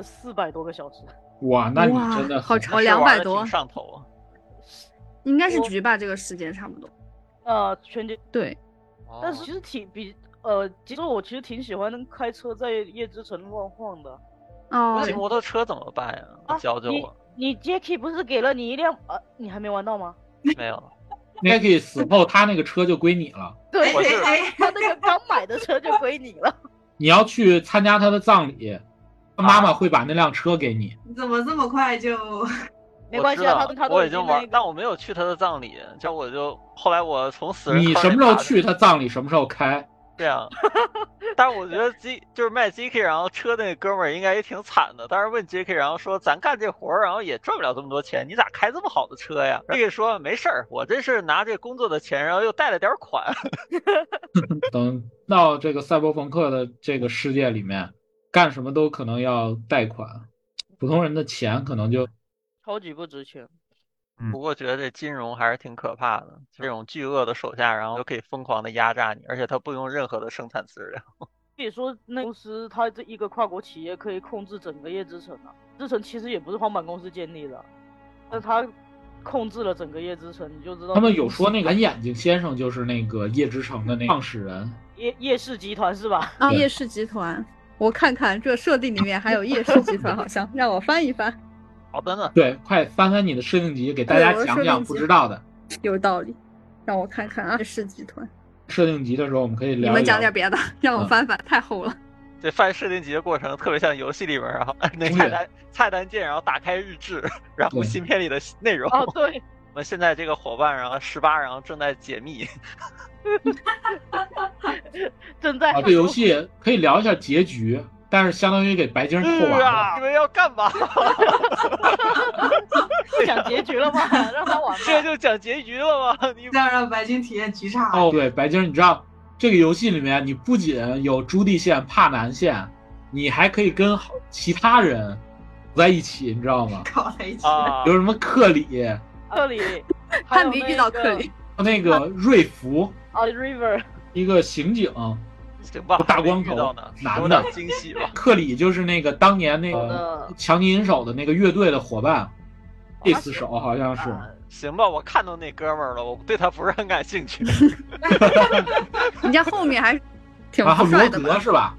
Speaker 6: 四百多个小时，
Speaker 2: 哇，那你
Speaker 7: 哇
Speaker 2: 真的
Speaker 7: 好
Speaker 2: 很
Speaker 7: 长
Speaker 1: 那是
Speaker 7: 200
Speaker 1: 玩得
Speaker 7: 多
Speaker 1: 挺上头啊。
Speaker 7: 应该是
Speaker 6: 我
Speaker 7: 局吧，这个时间差不多。
Speaker 6: 呃，全结
Speaker 1: 哦
Speaker 7: 对，
Speaker 6: 但是其实挺比呃，其实我其实挺喜欢开车在夜之城乱晃的。
Speaker 1: 我
Speaker 7: 哦
Speaker 1: 骑，摩托车怎么办呀？
Speaker 6: 啊
Speaker 1: 教教哦我。
Speaker 6: 你 Jacky 不是给了你一辆呃，你还没玩到吗？
Speaker 1: 没有，
Speaker 2: 那可以死后，他那个车就归你了。
Speaker 6: 对
Speaker 1: 我是
Speaker 6: 他那个刚买的车就归你了。
Speaker 2: 你要去参加他的葬礼，他妈
Speaker 7: 啊
Speaker 2: 妈会把那辆车给你。
Speaker 5: 你怎么这么快就？
Speaker 6: 没关系啊
Speaker 1: 我
Speaker 6: 他
Speaker 1: 知
Speaker 6: 他
Speaker 1: 道
Speaker 6: 都
Speaker 1: 我
Speaker 6: 已
Speaker 1: 已经
Speaker 6: 经那
Speaker 1: 玩
Speaker 6: 个，
Speaker 1: 但我没有去他的葬礼，就我就后来我从死人
Speaker 2: 你
Speaker 1: 坑
Speaker 2: 什
Speaker 1: 里
Speaker 2: 么时候
Speaker 1: 爬出
Speaker 2: 去，他葬礼什么时候开。
Speaker 1: 这样。但是我觉得 G 就是卖 GK，然后车那哥们儿应该也挺惨的。当时问 GK，然后说咱干这活儿，然后也赚不了这么多钱，你咋开这么好的车呀？GK 说没事儿，我这是拿这工作的钱，然后又贷了点儿款。
Speaker 2: 等到这个赛博朋克的这个世界里面，干什么都可能要贷款，普通人的钱可能就
Speaker 6: 超级不值钱。
Speaker 1: 不过觉得这金融还是挺可怕的，这种巨鳄的手下，然后就可以疯狂的压榨你，而且他不用任何的生产资料。
Speaker 6: 可以说，那公司它这一个跨国企业可以控制整个夜之城啊。夜之城其实也不是荒坂公司建立的，但它控制了整个夜之城，你就知道
Speaker 2: 他们有说那个蓝眼睛先生就是那个夜之城的那个创始人，
Speaker 6: 夜夜市集团是吧？
Speaker 7: 啊，
Speaker 2: 对
Speaker 7: 夜市集团，我看看这设定里面还有夜市集团，好像让我翻一翻，
Speaker 1: 好的呢，
Speaker 2: 对，快翻翻你的设定集，给大家
Speaker 7: 对我的
Speaker 2: 讲
Speaker 7: 设定
Speaker 2: 讲
Speaker 7: 集
Speaker 2: 不知道的
Speaker 7: 有道理。让我看看啊，夜市集团，
Speaker 2: 设定集的时候，我们可以
Speaker 7: 你
Speaker 2: 聊一
Speaker 7: 们
Speaker 2: 聊
Speaker 7: 讲点别的，让我
Speaker 2: 嗯
Speaker 7: 翻翻，太厚了。
Speaker 1: 这翻设定集的过程特别像游戏里面，然后按 那
Speaker 2: 攻
Speaker 1: 菜
Speaker 2: 略
Speaker 1: 单菜单键，然后打开日志，然后
Speaker 2: 对
Speaker 1: 芯片里的内 容。
Speaker 6: 哦，对，
Speaker 1: 我们现在这个伙伴，然后十八，然后正在解密。
Speaker 6: 正在
Speaker 2: 啊，这游戏可以聊一下结局，但是相当于给白金扣完
Speaker 1: 是啊，
Speaker 2: 了。
Speaker 1: 你们要干嘛？
Speaker 6: 讲结局了吗？让他玩吧。
Speaker 1: 这就讲结局了吗？ 你
Speaker 5: 要让白金体验极差。
Speaker 2: 哦，对，白金，你知道这个游戏里面，你不仅有朱棣线、帕南线，你还可以跟好其他人在一起，你知道吗？
Speaker 5: 搞在一起，
Speaker 1: 啊
Speaker 2: 比如，什么克里，
Speaker 6: 克 里，
Speaker 7: 他没遇到克里，
Speaker 2: 那个瑞福，
Speaker 6: 啊，River，
Speaker 2: 一个刑警，
Speaker 1: 行吧，
Speaker 2: 大光
Speaker 1: 还没遇到
Speaker 2: 头
Speaker 1: 呢，
Speaker 2: 男
Speaker 1: 有
Speaker 2: 的
Speaker 1: 点惊喜吧。
Speaker 2: 克里就是那个当年那
Speaker 6: 好
Speaker 2: 个
Speaker 6: 的
Speaker 2: 强尼银手的那个乐队的伙伴，贝斯手好像啊是。
Speaker 6: 啊
Speaker 1: 行吧，我看到那哥们儿了，我对他不是很感兴趣。
Speaker 7: 人家 后面还挺
Speaker 2: 然后罗
Speaker 7: 帅的
Speaker 2: 德
Speaker 7: 吧？
Speaker 2: 是吧？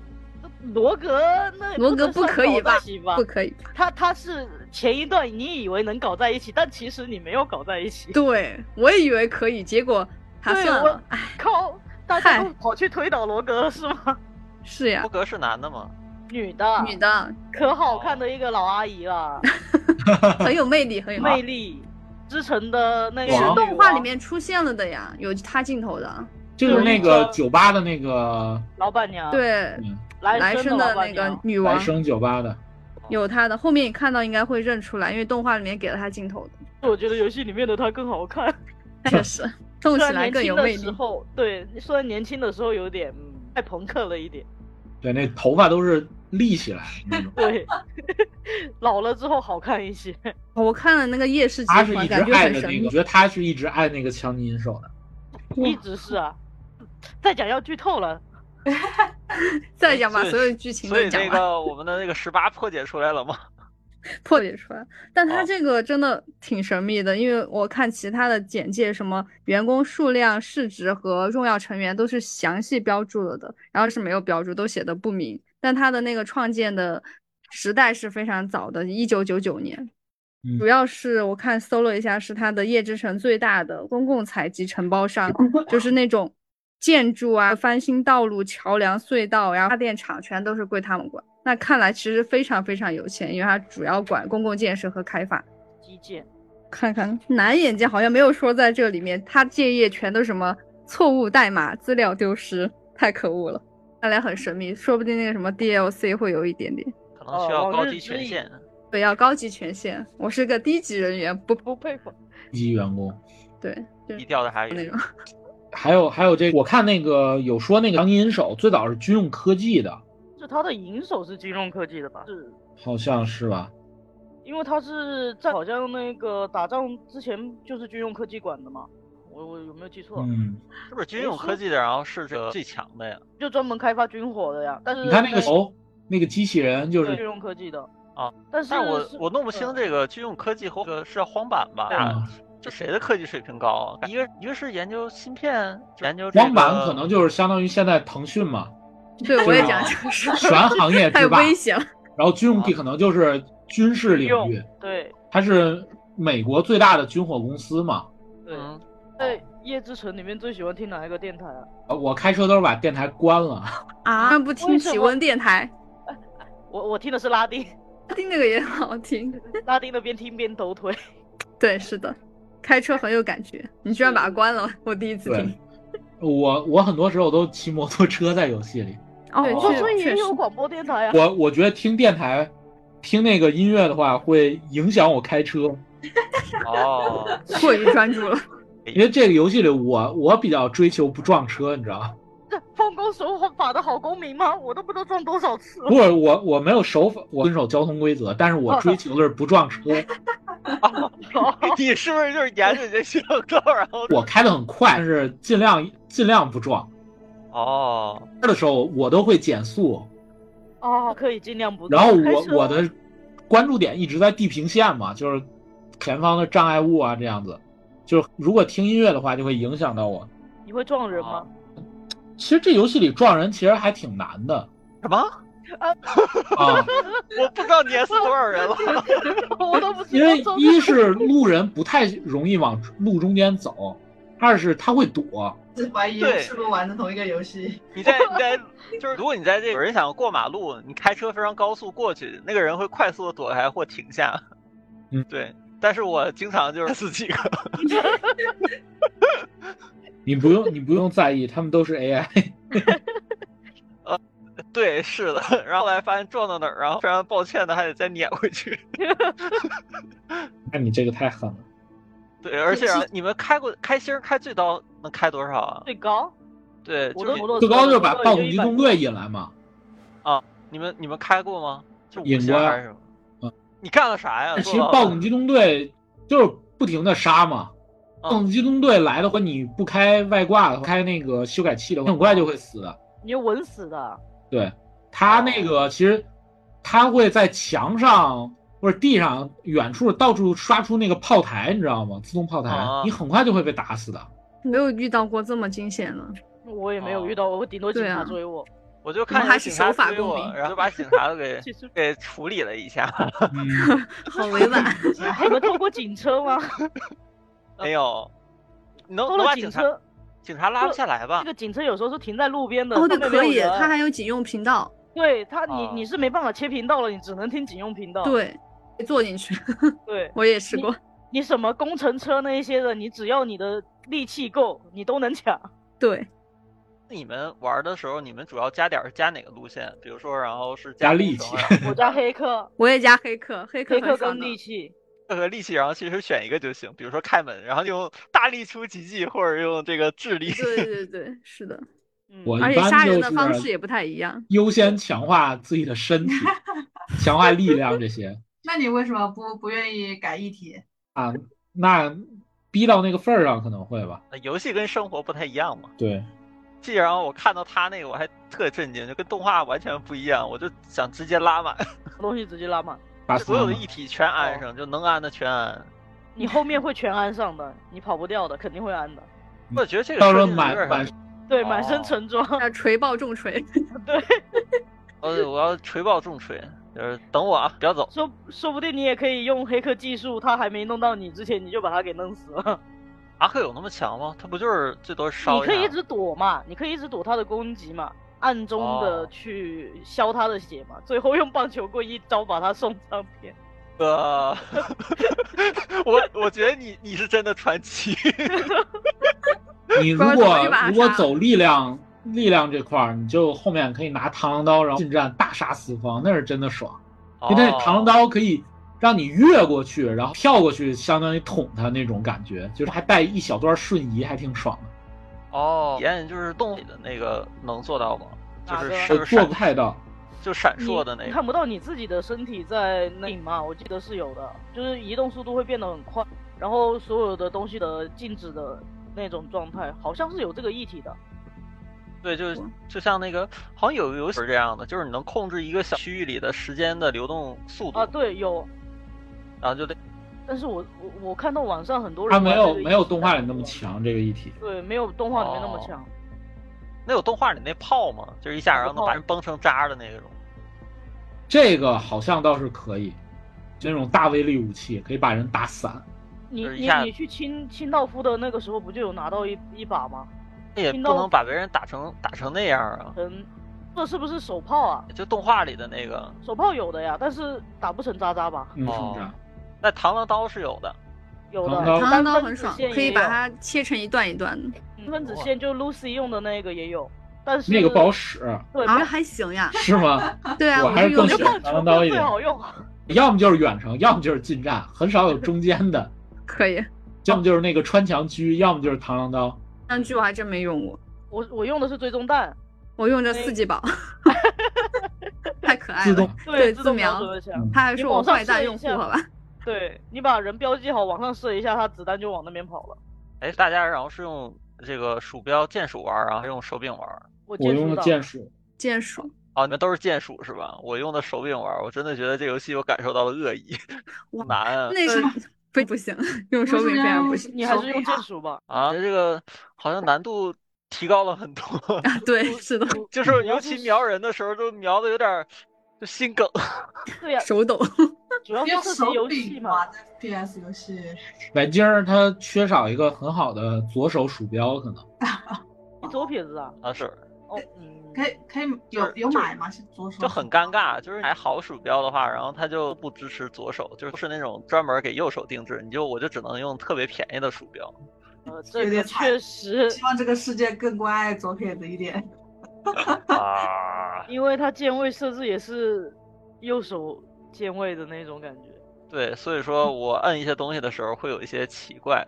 Speaker 6: 罗格那
Speaker 7: 罗格
Speaker 6: 能
Speaker 7: 不
Speaker 6: 算
Speaker 7: 可以
Speaker 6: 搞在
Speaker 7: 吧
Speaker 6: 一起吧
Speaker 7: 不？可以，
Speaker 6: 他他是前一段你以为能搞在一起，但其实你没有搞在一起。
Speaker 7: 对我也以为可以，结果他
Speaker 6: 对啊
Speaker 7: 算
Speaker 6: 我
Speaker 7: 了。哎，
Speaker 6: 靠，大家
Speaker 7: 嗨
Speaker 6: 都跑去推倒罗格了是吗？
Speaker 7: 是呀
Speaker 1: 郭，格是男的吗？
Speaker 6: 女的，
Speaker 7: 女， 的
Speaker 6: 可好看的一个老阿姨了，
Speaker 7: 很有魅力，很有魅
Speaker 6: 魅
Speaker 7: 力。
Speaker 6: 力。之城的那个
Speaker 2: 是
Speaker 7: 是
Speaker 2: 王
Speaker 7: 动画里面出现了的呀，有他镜头的，
Speaker 2: 就是那
Speaker 6: 有一
Speaker 2: 个
Speaker 6: 个
Speaker 2: 酒吧的那个
Speaker 6: 老板娘，，
Speaker 7: 对，
Speaker 6: 来
Speaker 7: 来
Speaker 6: 生
Speaker 7: 生
Speaker 6: 的
Speaker 7: 的
Speaker 6: 老板
Speaker 7: 那个
Speaker 6: 娘
Speaker 7: 女
Speaker 2: 来
Speaker 7: 王
Speaker 2: 生酒吧的，
Speaker 7: 有他的，后面你看到应该会认出来，因为动画里面给了他镜头的，
Speaker 6: 我觉得游戏里面的她更好看，
Speaker 7: 确实动
Speaker 6: 虽
Speaker 7: 起
Speaker 6: 然
Speaker 7: 来
Speaker 6: 年
Speaker 7: 更
Speaker 6: 轻
Speaker 7: 有
Speaker 6: 的
Speaker 7: 魅
Speaker 6: 时
Speaker 7: 力。
Speaker 6: 候，对，虽然年轻的时候有点嗯太朋克了一点，
Speaker 2: 对，那头发都是立起来的那种。
Speaker 6: 对，老了之后好看一些。
Speaker 7: 我看了那个夜市集
Speaker 2: 他是
Speaker 7: 团，
Speaker 2: 一直
Speaker 7: 感觉
Speaker 2: 爱
Speaker 7: 很
Speaker 2: 着
Speaker 7: 神
Speaker 2: 那个，我
Speaker 7: 秘
Speaker 2: 觉。得他是一直爱那个强尼银手的。
Speaker 6: 一直是啊。再讲要剧透了，
Speaker 7: 再讲把
Speaker 1: 所以
Speaker 7: 所有剧情
Speaker 1: 所
Speaker 7: 都
Speaker 1: 以
Speaker 7: 讲
Speaker 1: 那
Speaker 7: 完。
Speaker 1: 个我们的那个十八破解出来了吗？
Speaker 7: 破解出来。但它
Speaker 1: 哦
Speaker 7: 这个真的挺神秘的，因为我看其他的简介，什么员工数量、市值和重要成员都是详细标注了的，然后是没有标注，都写的不明。但它的那个创建的时代是非常早的，一九九九年。
Speaker 2: 嗯
Speaker 7: 主要是我看搜了一下，是它的业之城最大的公共采集承包商，就是那种建筑啊、翻新道路、桥梁、隧道，然后发电厂全都是归他们管。那看来其实非常非常有钱，因为它主要管公共建设和开发。
Speaker 6: 基建，
Speaker 7: 看看蓝眼睛好像没有说在这里面，他这页全都是什么错误代码、资料丢失，太可恶了。看来很神秘，说不定那个什么 DLC 会有一点点。
Speaker 1: 可能需
Speaker 6: 哦
Speaker 1: 要
Speaker 6: 我
Speaker 1: 高
Speaker 6: 是
Speaker 1: 级
Speaker 6: 知
Speaker 1: 权
Speaker 6: 意
Speaker 1: 限。
Speaker 7: 对，要高级权限，我是个低级人员，不
Speaker 6: 不佩服。
Speaker 2: 低级员工。
Speaker 7: 对，就
Speaker 1: 低
Speaker 7: 是
Speaker 1: 调的还有
Speaker 7: 那种。
Speaker 2: 还有还有这个我看那个有说那个杨银手最早是军用科技的，
Speaker 6: 是他的银手是金融科技的吧？是，
Speaker 2: 好像是吧？
Speaker 6: 因为他是在好像那个打仗之前就是军用科技管的嘛，我我有没有记错？啊
Speaker 2: 嗯，
Speaker 1: 是不是军用科技的？然后是这个最强的呀？
Speaker 6: 就专门开发军火的呀。但是
Speaker 2: 你看那个
Speaker 6: 手
Speaker 2: 头，那个机器人就
Speaker 6: 军
Speaker 2: 是
Speaker 6: 用科技的
Speaker 1: 啊，
Speaker 6: 但是
Speaker 1: 但我
Speaker 6: 是
Speaker 1: 我弄不清这个军用科技和这个是要荒坂吧？
Speaker 6: 对
Speaker 2: 啊，
Speaker 1: 这谁的科技水平高啊？一个一个是研究芯片，研究这
Speaker 2: 光板
Speaker 1: 个
Speaker 2: 可能就是相当于现在腾讯嘛，
Speaker 7: 对，我也讲这个事儿，
Speaker 2: 全 行业
Speaker 7: 太
Speaker 2: 之霸。
Speaker 7: 危险了。
Speaker 2: 然后军用地可能就是军事领
Speaker 6: 用
Speaker 2: 域，
Speaker 6: 对
Speaker 2: 它是美国最大的军火公司嘛。
Speaker 6: 对，
Speaker 1: 嗯，
Speaker 6: 在夜之城里面最喜欢听哪一个电台啊？
Speaker 2: 呃我开车都是把电台关了，
Speaker 7: 啊，不听
Speaker 6: 为什么
Speaker 7: 体温电台，
Speaker 6: 我我听的是拉丁，
Speaker 7: 听那个也很好听。
Speaker 6: 拉丁的边听边抖腿。
Speaker 7: 对，是的，开车很有感觉。你居然把它关了，我第一次
Speaker 2: 对
Speaker 7: 听。。
Speaker 2: 我我很多时候都骑摩托车在游戏里，
Speaker 7: 哦，
Speaker 6: 我
Speaker 7: 确
Speaker 6: 说所以
Speaker 7: 确
Speaker 6: 也
Speaker 7: 实
Speaker 6: 有广播电台 啊。
Speaker 2: 我我觉得听电台，听那个音乐的话会影响我开车，
Speaker 1: 哦，
Speaker 7: 过于专注了。
Speaker 2: 因为这个游戏里我我比较追求不撞车，你知道吗？
Speaker 6: 这奉公守法的好公民吗？我都不知道撞多少次了。
Speaker 2: 不是我我没有守法，我遵守交通规则，但是我追求的是不撞车。
Speaker 1: 你是不是就是研究这行照？然后
Speaker 2: 我开的很快，但是尽量尽量不撞。
Speaker 1: 哦，
Speaker 2: 开的时候我都会减速，
Speaker 6: 哦，可以尽量不。
Speaker 2: 然后
Speaker 6: 开
Speaker 2: 我
Speaker 6: 车啊
Speaker 2: 我的关注点一直在地平线嘛，就是前方的障碍物啊这样子。就是如果听音乐的话，就会影响到我。
Speaker 6: 你会撞人吗？
Speaker 2: 其实这游戏里撞人其实还挺难的
Speaker 1: 什么？
Speaker 2: 啊，
Speaker 1: 我不知道碾死多少人啊 了。
Speaker 6: 我都不知
Speaker 2: 因
Speaker 6: 道
Speaker 2: 为
Speaker 6: 撞
Speaker 2: 一是路人不太容易往路中间走，二是他会躲。
Speaker 5: 怀疑
Speaker 1: 对
Speaker 5: 是不是玩的同一个游戏？
Speaker 1: 你在你在就是，如果你在这个有人想过马路，你开车非常高速过去，那个人会快速的躲开或停下。
Speaker 2: 嗯
Speaker 1: 对。但是我经常就是 自己个，
Speaker 2: 你不用你不用在意，他们都是 AI。
Speaker 1: 对，是的。 然后后来发现撞到哪儿，然后非常抱歉的还得再碾回去。
Speaker 2: 那你这个太狠了。
Speaker 1: 对，而且你们开过开星儿开最高能开多少啊？
Speaker 6: 最高，
Speaker 1: 对，
Speaker 6: 我
Speaker 1: 就
Speaker 6: 的
Speaker 1: 是
Speaker 6: 摩托车
Speaker 2: 最高就是把
Speaker 6: 最
Speaker 2: 暴
Speaker 6: 高
Speaker 2: 走
Speaker 6: 也
Speaker 2: 机
Speaker 6: 就
Speaker 2: 动
Speaker 6: 100
Speaker 2: 队引来嘛。
Speaker 1: 你们你们开过吗？就五
Speaker 2: 引
Speaker 1: 星
Speaker 2: 过
Speaker 1: 还是什么？
Speaker 2: 嗯，
Speaker 1: 你干了啥呀？
Speaker 2: 但其实
Speaker 1: 做到
Speaker 2: 暴
Speaker 1: 了
Speaker 2: 走机动队就是不停的杀嘛。
Speaker 1: 嗯
Speaker 2: 暴走机动队来的话，你不开外挂的话，开那个修改器的话，很快就会死的。
Speaker 6: 你就稳死的。
Speaker 2: 对，他那个其实他会在墙上或者地上远处到处刷出那个炮台，你知道吗？自动炮台
Speaker 1: 啊，
Speaker 2: 你很快就会被打死的。
Speaker 7: 没有遇到过这么惊险 的，
Speaker 6: 我也没
Speaker 1: 哦
Speaker 6: 有遇到，我顶多警
Speaker 7: 对
Speaker 6: 察
Speaker 7: 啊
Speaker 6: 追 我。
Speaker 1: 我就
Speaker 7: 们
Speaker 1: 看
Speaker 7: 还
Speaker 1: 有
Speaker 7: 是
Speaker 1: 警察
Speaker 7: 守法
Speaker 1: 追
Speaker 7: 公
Speaker 1: 我，
Speaker 7: 民
Speaker 1: 然后就把警察都给
Speaker 6: 其实，
Speaker 1: 给处理了一下。
Speaker 2: 嗯，
Speaker 7: 好委婉。
Speaker 6: 哎，你们坐过警 车吗？
Speaker 1: 没有，你哎能
Speaker 6: 坐
Speaker 1: 能
Speaker 6: 了
Speaker 1: 把
Speaker 6: 警
Speaker 1: 警察啊
Speaker 6: 车，
Speaker 1: 警察拉不下来吧
Speaker 6: 这？个警车有时候是停在路边的，
Speaker 7: 哦，
Speaker 6: 上
Speaker 7: 对，
Speaker 6: 面
Speaker 7: 可
Speaker 6: 没
Speaker 7: 以，
Speaker 6: 有人
Speaker 7: 它还有警用频道，
Speaker 6: 对他，
Speaker 1: 哦
Speaker 6: 你你是没办法切频道了，你只能听警用频道。
Speaker 7: 对，坐进去。
Speaker 6: 对，
Speaker 7: 我也吃过，
Speaker 6: 哦你什么工程车那一些的，你只要你的力气够，你都能 抢。
Speaker 7: 对，
Speaker 1: 你们玩的时候，你们主要加点儿是加哪个路线？比如说，然后是
Speaker 2: 加
Speaker 1: 攻
Speaker 2: 力
Speaker 1: 城
Speaker 2: 气
Speaker 1: 啊
Speaker 6: 我家黑客，
Speaker 7: 我也加黑客，黑客
Speaker 6: 黑
Speaker 7: 很
Speaker 6: 客
Speaker 7: 爽
Speaker 6: 跟
Speaker 7: 的。
Speaker 6: 力气，
Speaker 1: 和力气，然后其实选一个就行。比如说开门，然后用大力出奇迹，或者用这个智力。
Speaker 7: 对对对对，是的，
Speaker 6: 嗯，
Speaker 2: 我
Speaker 7: 而
Speaker 2: 一
Speaker 7: 且杀
Speaker 2: 般
Speaker 7: 人
Speaker 2: 就
Speaker 7: 的方式
Speaker 2: 是
Speaker 7: 也不太一样。
Speaker 2: 优先强化自己的身 体，强化力量这些。
Speaker 5: 那你为什么不不愿意改一体？
Speaker 2: 啊，那逼到那个份儿上可能会吧。
Speaker 1: 呃游戏跟生活不太一样嘛。
Speaker 2: 对，
Speaker 1: 这然后我看到他那个我还特震惊，就跟动画完全不一样，我就想直接拉满，
Speaker 6: 东西直接拉满，
Speaker 2: 把
Speaker 1: 所有的
Speaker 2: 死
Speaker 1: 一体全
Speaker 2: 哦
Speaker 1: 安上，就能安的全
Speaker 2: 嗯
Speaker 1: 安。
Speaker 6: 你后面会全安上的，你跑不掉的，肯定会安的。
Speaker 1: 我觉得这个
Speaker 2: 到时候
Speaker 1: 设计有
Speaker 2: 满
Speaker 1: 点
Speaker 2: 满
Speaker 6: 对，
Speaker 1: 哦
Speaker 6: 满身橙装，
Speaker 7: 那锤爆重锤，
Speaker 1: 呃，我要锤爆重锤，就是等我啊，不要走。
Speaker 6: 说说不定你也可以用黑客技术，他还没弄到你之前，你就把他给弄死了。
Speaker 1: 阿克有那么强吗？他不就是最多
Speaker 6: 你
Speaker 1: 烧
Speaker 6: 可以一
Speaker 1: 下？
Speaker 6: 直躲嘛，你可以一直躲他的攻击嘛，暗中的
Speaker 1: 哦
Speaker 6: 去消他的血嘛，最后用棒球棍一招把他送上 天。
Speaker 1: 呃， 我我觉得你你是真的传奇。
Speaker 2: 你如
Speaker 7: 不要
Speaker 2: 果
Speaker 7: 走一把
Speaker 2: 如果
Speaker 7: 杀
Speaker 2: 走力量力量这块儿，你就后面可以拿螳螂刀，然后近战大杀四方，那是真的爽。因为那螳螂
Speaker 1: 哦
Speaker 2: 刀可以让你越过去，然后跳过去，相当于捅他那种感觉，就是还带一小段瞬移，还挺爽的。
Speaker 1: 哦，体验就是动物里的那个能做到吗？就
Speaker 6: 哪
Speaker 1: 是
Speaker 6: 个
Speaker 1: 是
Speaker 2: 呃
Speaker 1: 就是
Speaker 2: 做
Speaker 1: 闪
Speaker 2: 不太到，
Speaker 1: 就闪
Speaker 6: 你
Speaker 1: 烁的那
Speaker 6: 你
Speaker 1: 个。
Speaker 6: 看不到你自己的身体在那里吗？我记得是有的，就是移动速度会变得很快，然后所有的东西的静止的那种状态，好像是有这个一体的。
Speaker 1: 对，就是就像那个好像有个游戏是这样的，就是你能控制一个小区域里的时间的流动速度
Speaker 6: 啊，，对，有，
Speaker 1: 然后就得
Speaker 6: 但是我我我看到网上很多人
Speaker 2: 它没
Speaker 6: 玩
Speaker 2: 有
Speaker 6: 这个
Speaker 2: 没有
Speaker 6: 意识
Speaker 2: 动画里那么，强这个一体。
Speaker 6: 对，没有动画里面那么
Speaker 1: 哦
Speaker 6: 强。
Speaker 1: 那有动画里那炮吗？就是一下
Speaker 6: 那个
Speaker 1: 然后能
Speaker 6: 炮
Speaker 1: 把人崩成渣的那种。
Speaker 2: 这个好像倒是可以，那种大威力武器可以把人打散。
Speaker 6: 你
Speaker 1: 就是一
Speaker 6: 你
Speaker 1: 下
Speaker 6: 你去清清道夫的那个时候不就有拿到一一把吗？
Speaker 1: 那也不
Speaker 6: 听到
Speaker 1: 能把别人打成打成那样啊！
Speaker 6: 嗯，这是不是手炮啊？
Speaker 1: 就动画里的那个，
Speaker 6: 手炮有的呀，但是打不成渣渣吧？
Speaker 2: 嗯，
Speaker 1: 哦
Speaker 2: 是不是？
Speaker 1: 那螳螂刀是有的。
Speaker 6: 有
Speaker 2: 螳
Speaker 6: 的，
Speaker 2: 螂
Speaker 7: 螳螂刀
Speaker 6: 单
Speaker 7: 啊很
Speaker 6: 分子
Speaker 7: 爽
Speaker 6: 线，
Speaker 7: 可以
Speaker 6: 也
Speaker 7: 把
Speaker 6: 有
Speaker 7: 它切成一段一段的
Speaker 6: 嗯分子线，就 Lucy 用的那个也有，但是
Speaker 2: 那个不好使，
Speaker 6: 对，
Speaker 7: 啊，
Speaker 6: 没有
Speaker 7: 还 行呀。
Speaker 2: 是吗？
Speaker 7: 对啊，
Speaker 2: 我还
Speaker 7: 就
Speaker 2: 更喜
Speaker 7: 是用那个
Speaker 2: 欢螳
Speaker 6: 棒球
Speaker 2: 螂刀
Speaker 6: 棍
Speaker 2: 一
Speaker 6: 最
Speaker 2: 点，
Speaker 6: 好用。
Speaker 2: 要么就是远程，要么就是近战，很少有中间的。
Speaker 7: 可以。
Speaker 2: 要么就是那个穿墙狙，要么就是螳螂刀。
Speaker 7: 那具我还真没用过，
Speaker 6: 我我用的是追踪弹，
Speaker 7: 我用着四季宝， 太可爱
Speaker 2: 自
Speaker 7: 了
Speaker 2: 动。
Speaker 7: 对
Speaker 6: 自
Speaker 7: 自
Speaker 6: 动瞄
Speaker 7: 瞄
Speaker 6: 准的枪
Speaker 2: 嗯。
Speaker 7: 他还是我坏蛋用户，好吧？
Speaker 6: 对你把人标记好，往上射一下，他子弹就往那边跑了。
Speaker 1: 哎，大家然后是用这个鼠标键鼠玩儿，然后用手柄玩儿。
Speaker 6: 我
Speaker 2: 我
Speaker 6: 接
Speaker 2: 用
Speaker 6: 触
Speaker 2: 的
Speaker 6: 到
Speaker 2: 剑术，
Speaker 7: 剑术，
Speaker 1: 哦，你们都是键鼠是吧？我用的手柄玩儿，我真的觉得这游戏我感受到了恶意，
Speaker 7: 哇
Speaker 1: 难啊！
Speaker 7: 那是 不不行，用手柄这样不行
Speaker 6: 你还是用
Speaker 5: 手
Speaker 6: 剑
Speaker 5: 柄啊
Speaker 6: 术吧。
Speaker 1: 啊，这个好像难度提高了很
Speaker 7: ，
Speaker 1: 多
Speaker 7: 啊。对，是的，
Speaker 6: 我
Speaker 1: 就是
Speaker 6: 我要
Speaker 1: 尤其瞄人的时候都瞄的有点儿就心梗。
Speaker 6: 对呀，
Speaker 7: 手抖。
Speaker 6: 主要是
Speaker 5: 用
Speaker 6: 射击
Speaker 5: 手
Speaker 6: 游戏
Speaker 5: 柄
Speaker 6: 嘛
Speaker 7: 啊
Speaker 5: 玩。的 PS 游戏，
Speaker 2: 白金儿它缺少一个很好的左手鼠标，可能
Speaker 6: 你左撇子啊？
Speaker 1: 啊，是，
Speaker 6: 哦，嗯，
Speaker 5: 可以可以有有买吗？是左手
Speaker 1: 就很尴尬，就是买好鼠标的话，然后它就不支持左手，就是是那种专门给右手定制，你就我就只能用特别便宜的鼠 标。
Speaker 6: 呃，这
Speaker 5: 有
Speaker 6: 个
Speaker 5: 点惨
Speaker 6: 确实，
Speaker 5: 希望这个世界更关爱左撇子一点。
Speaker 1: 啊，
Speaker 6: 因为它键位设置也是右手键位的那种感觉。。
Speaker 1: 对，所以说我摁一些东西的时候会有一些奇怪，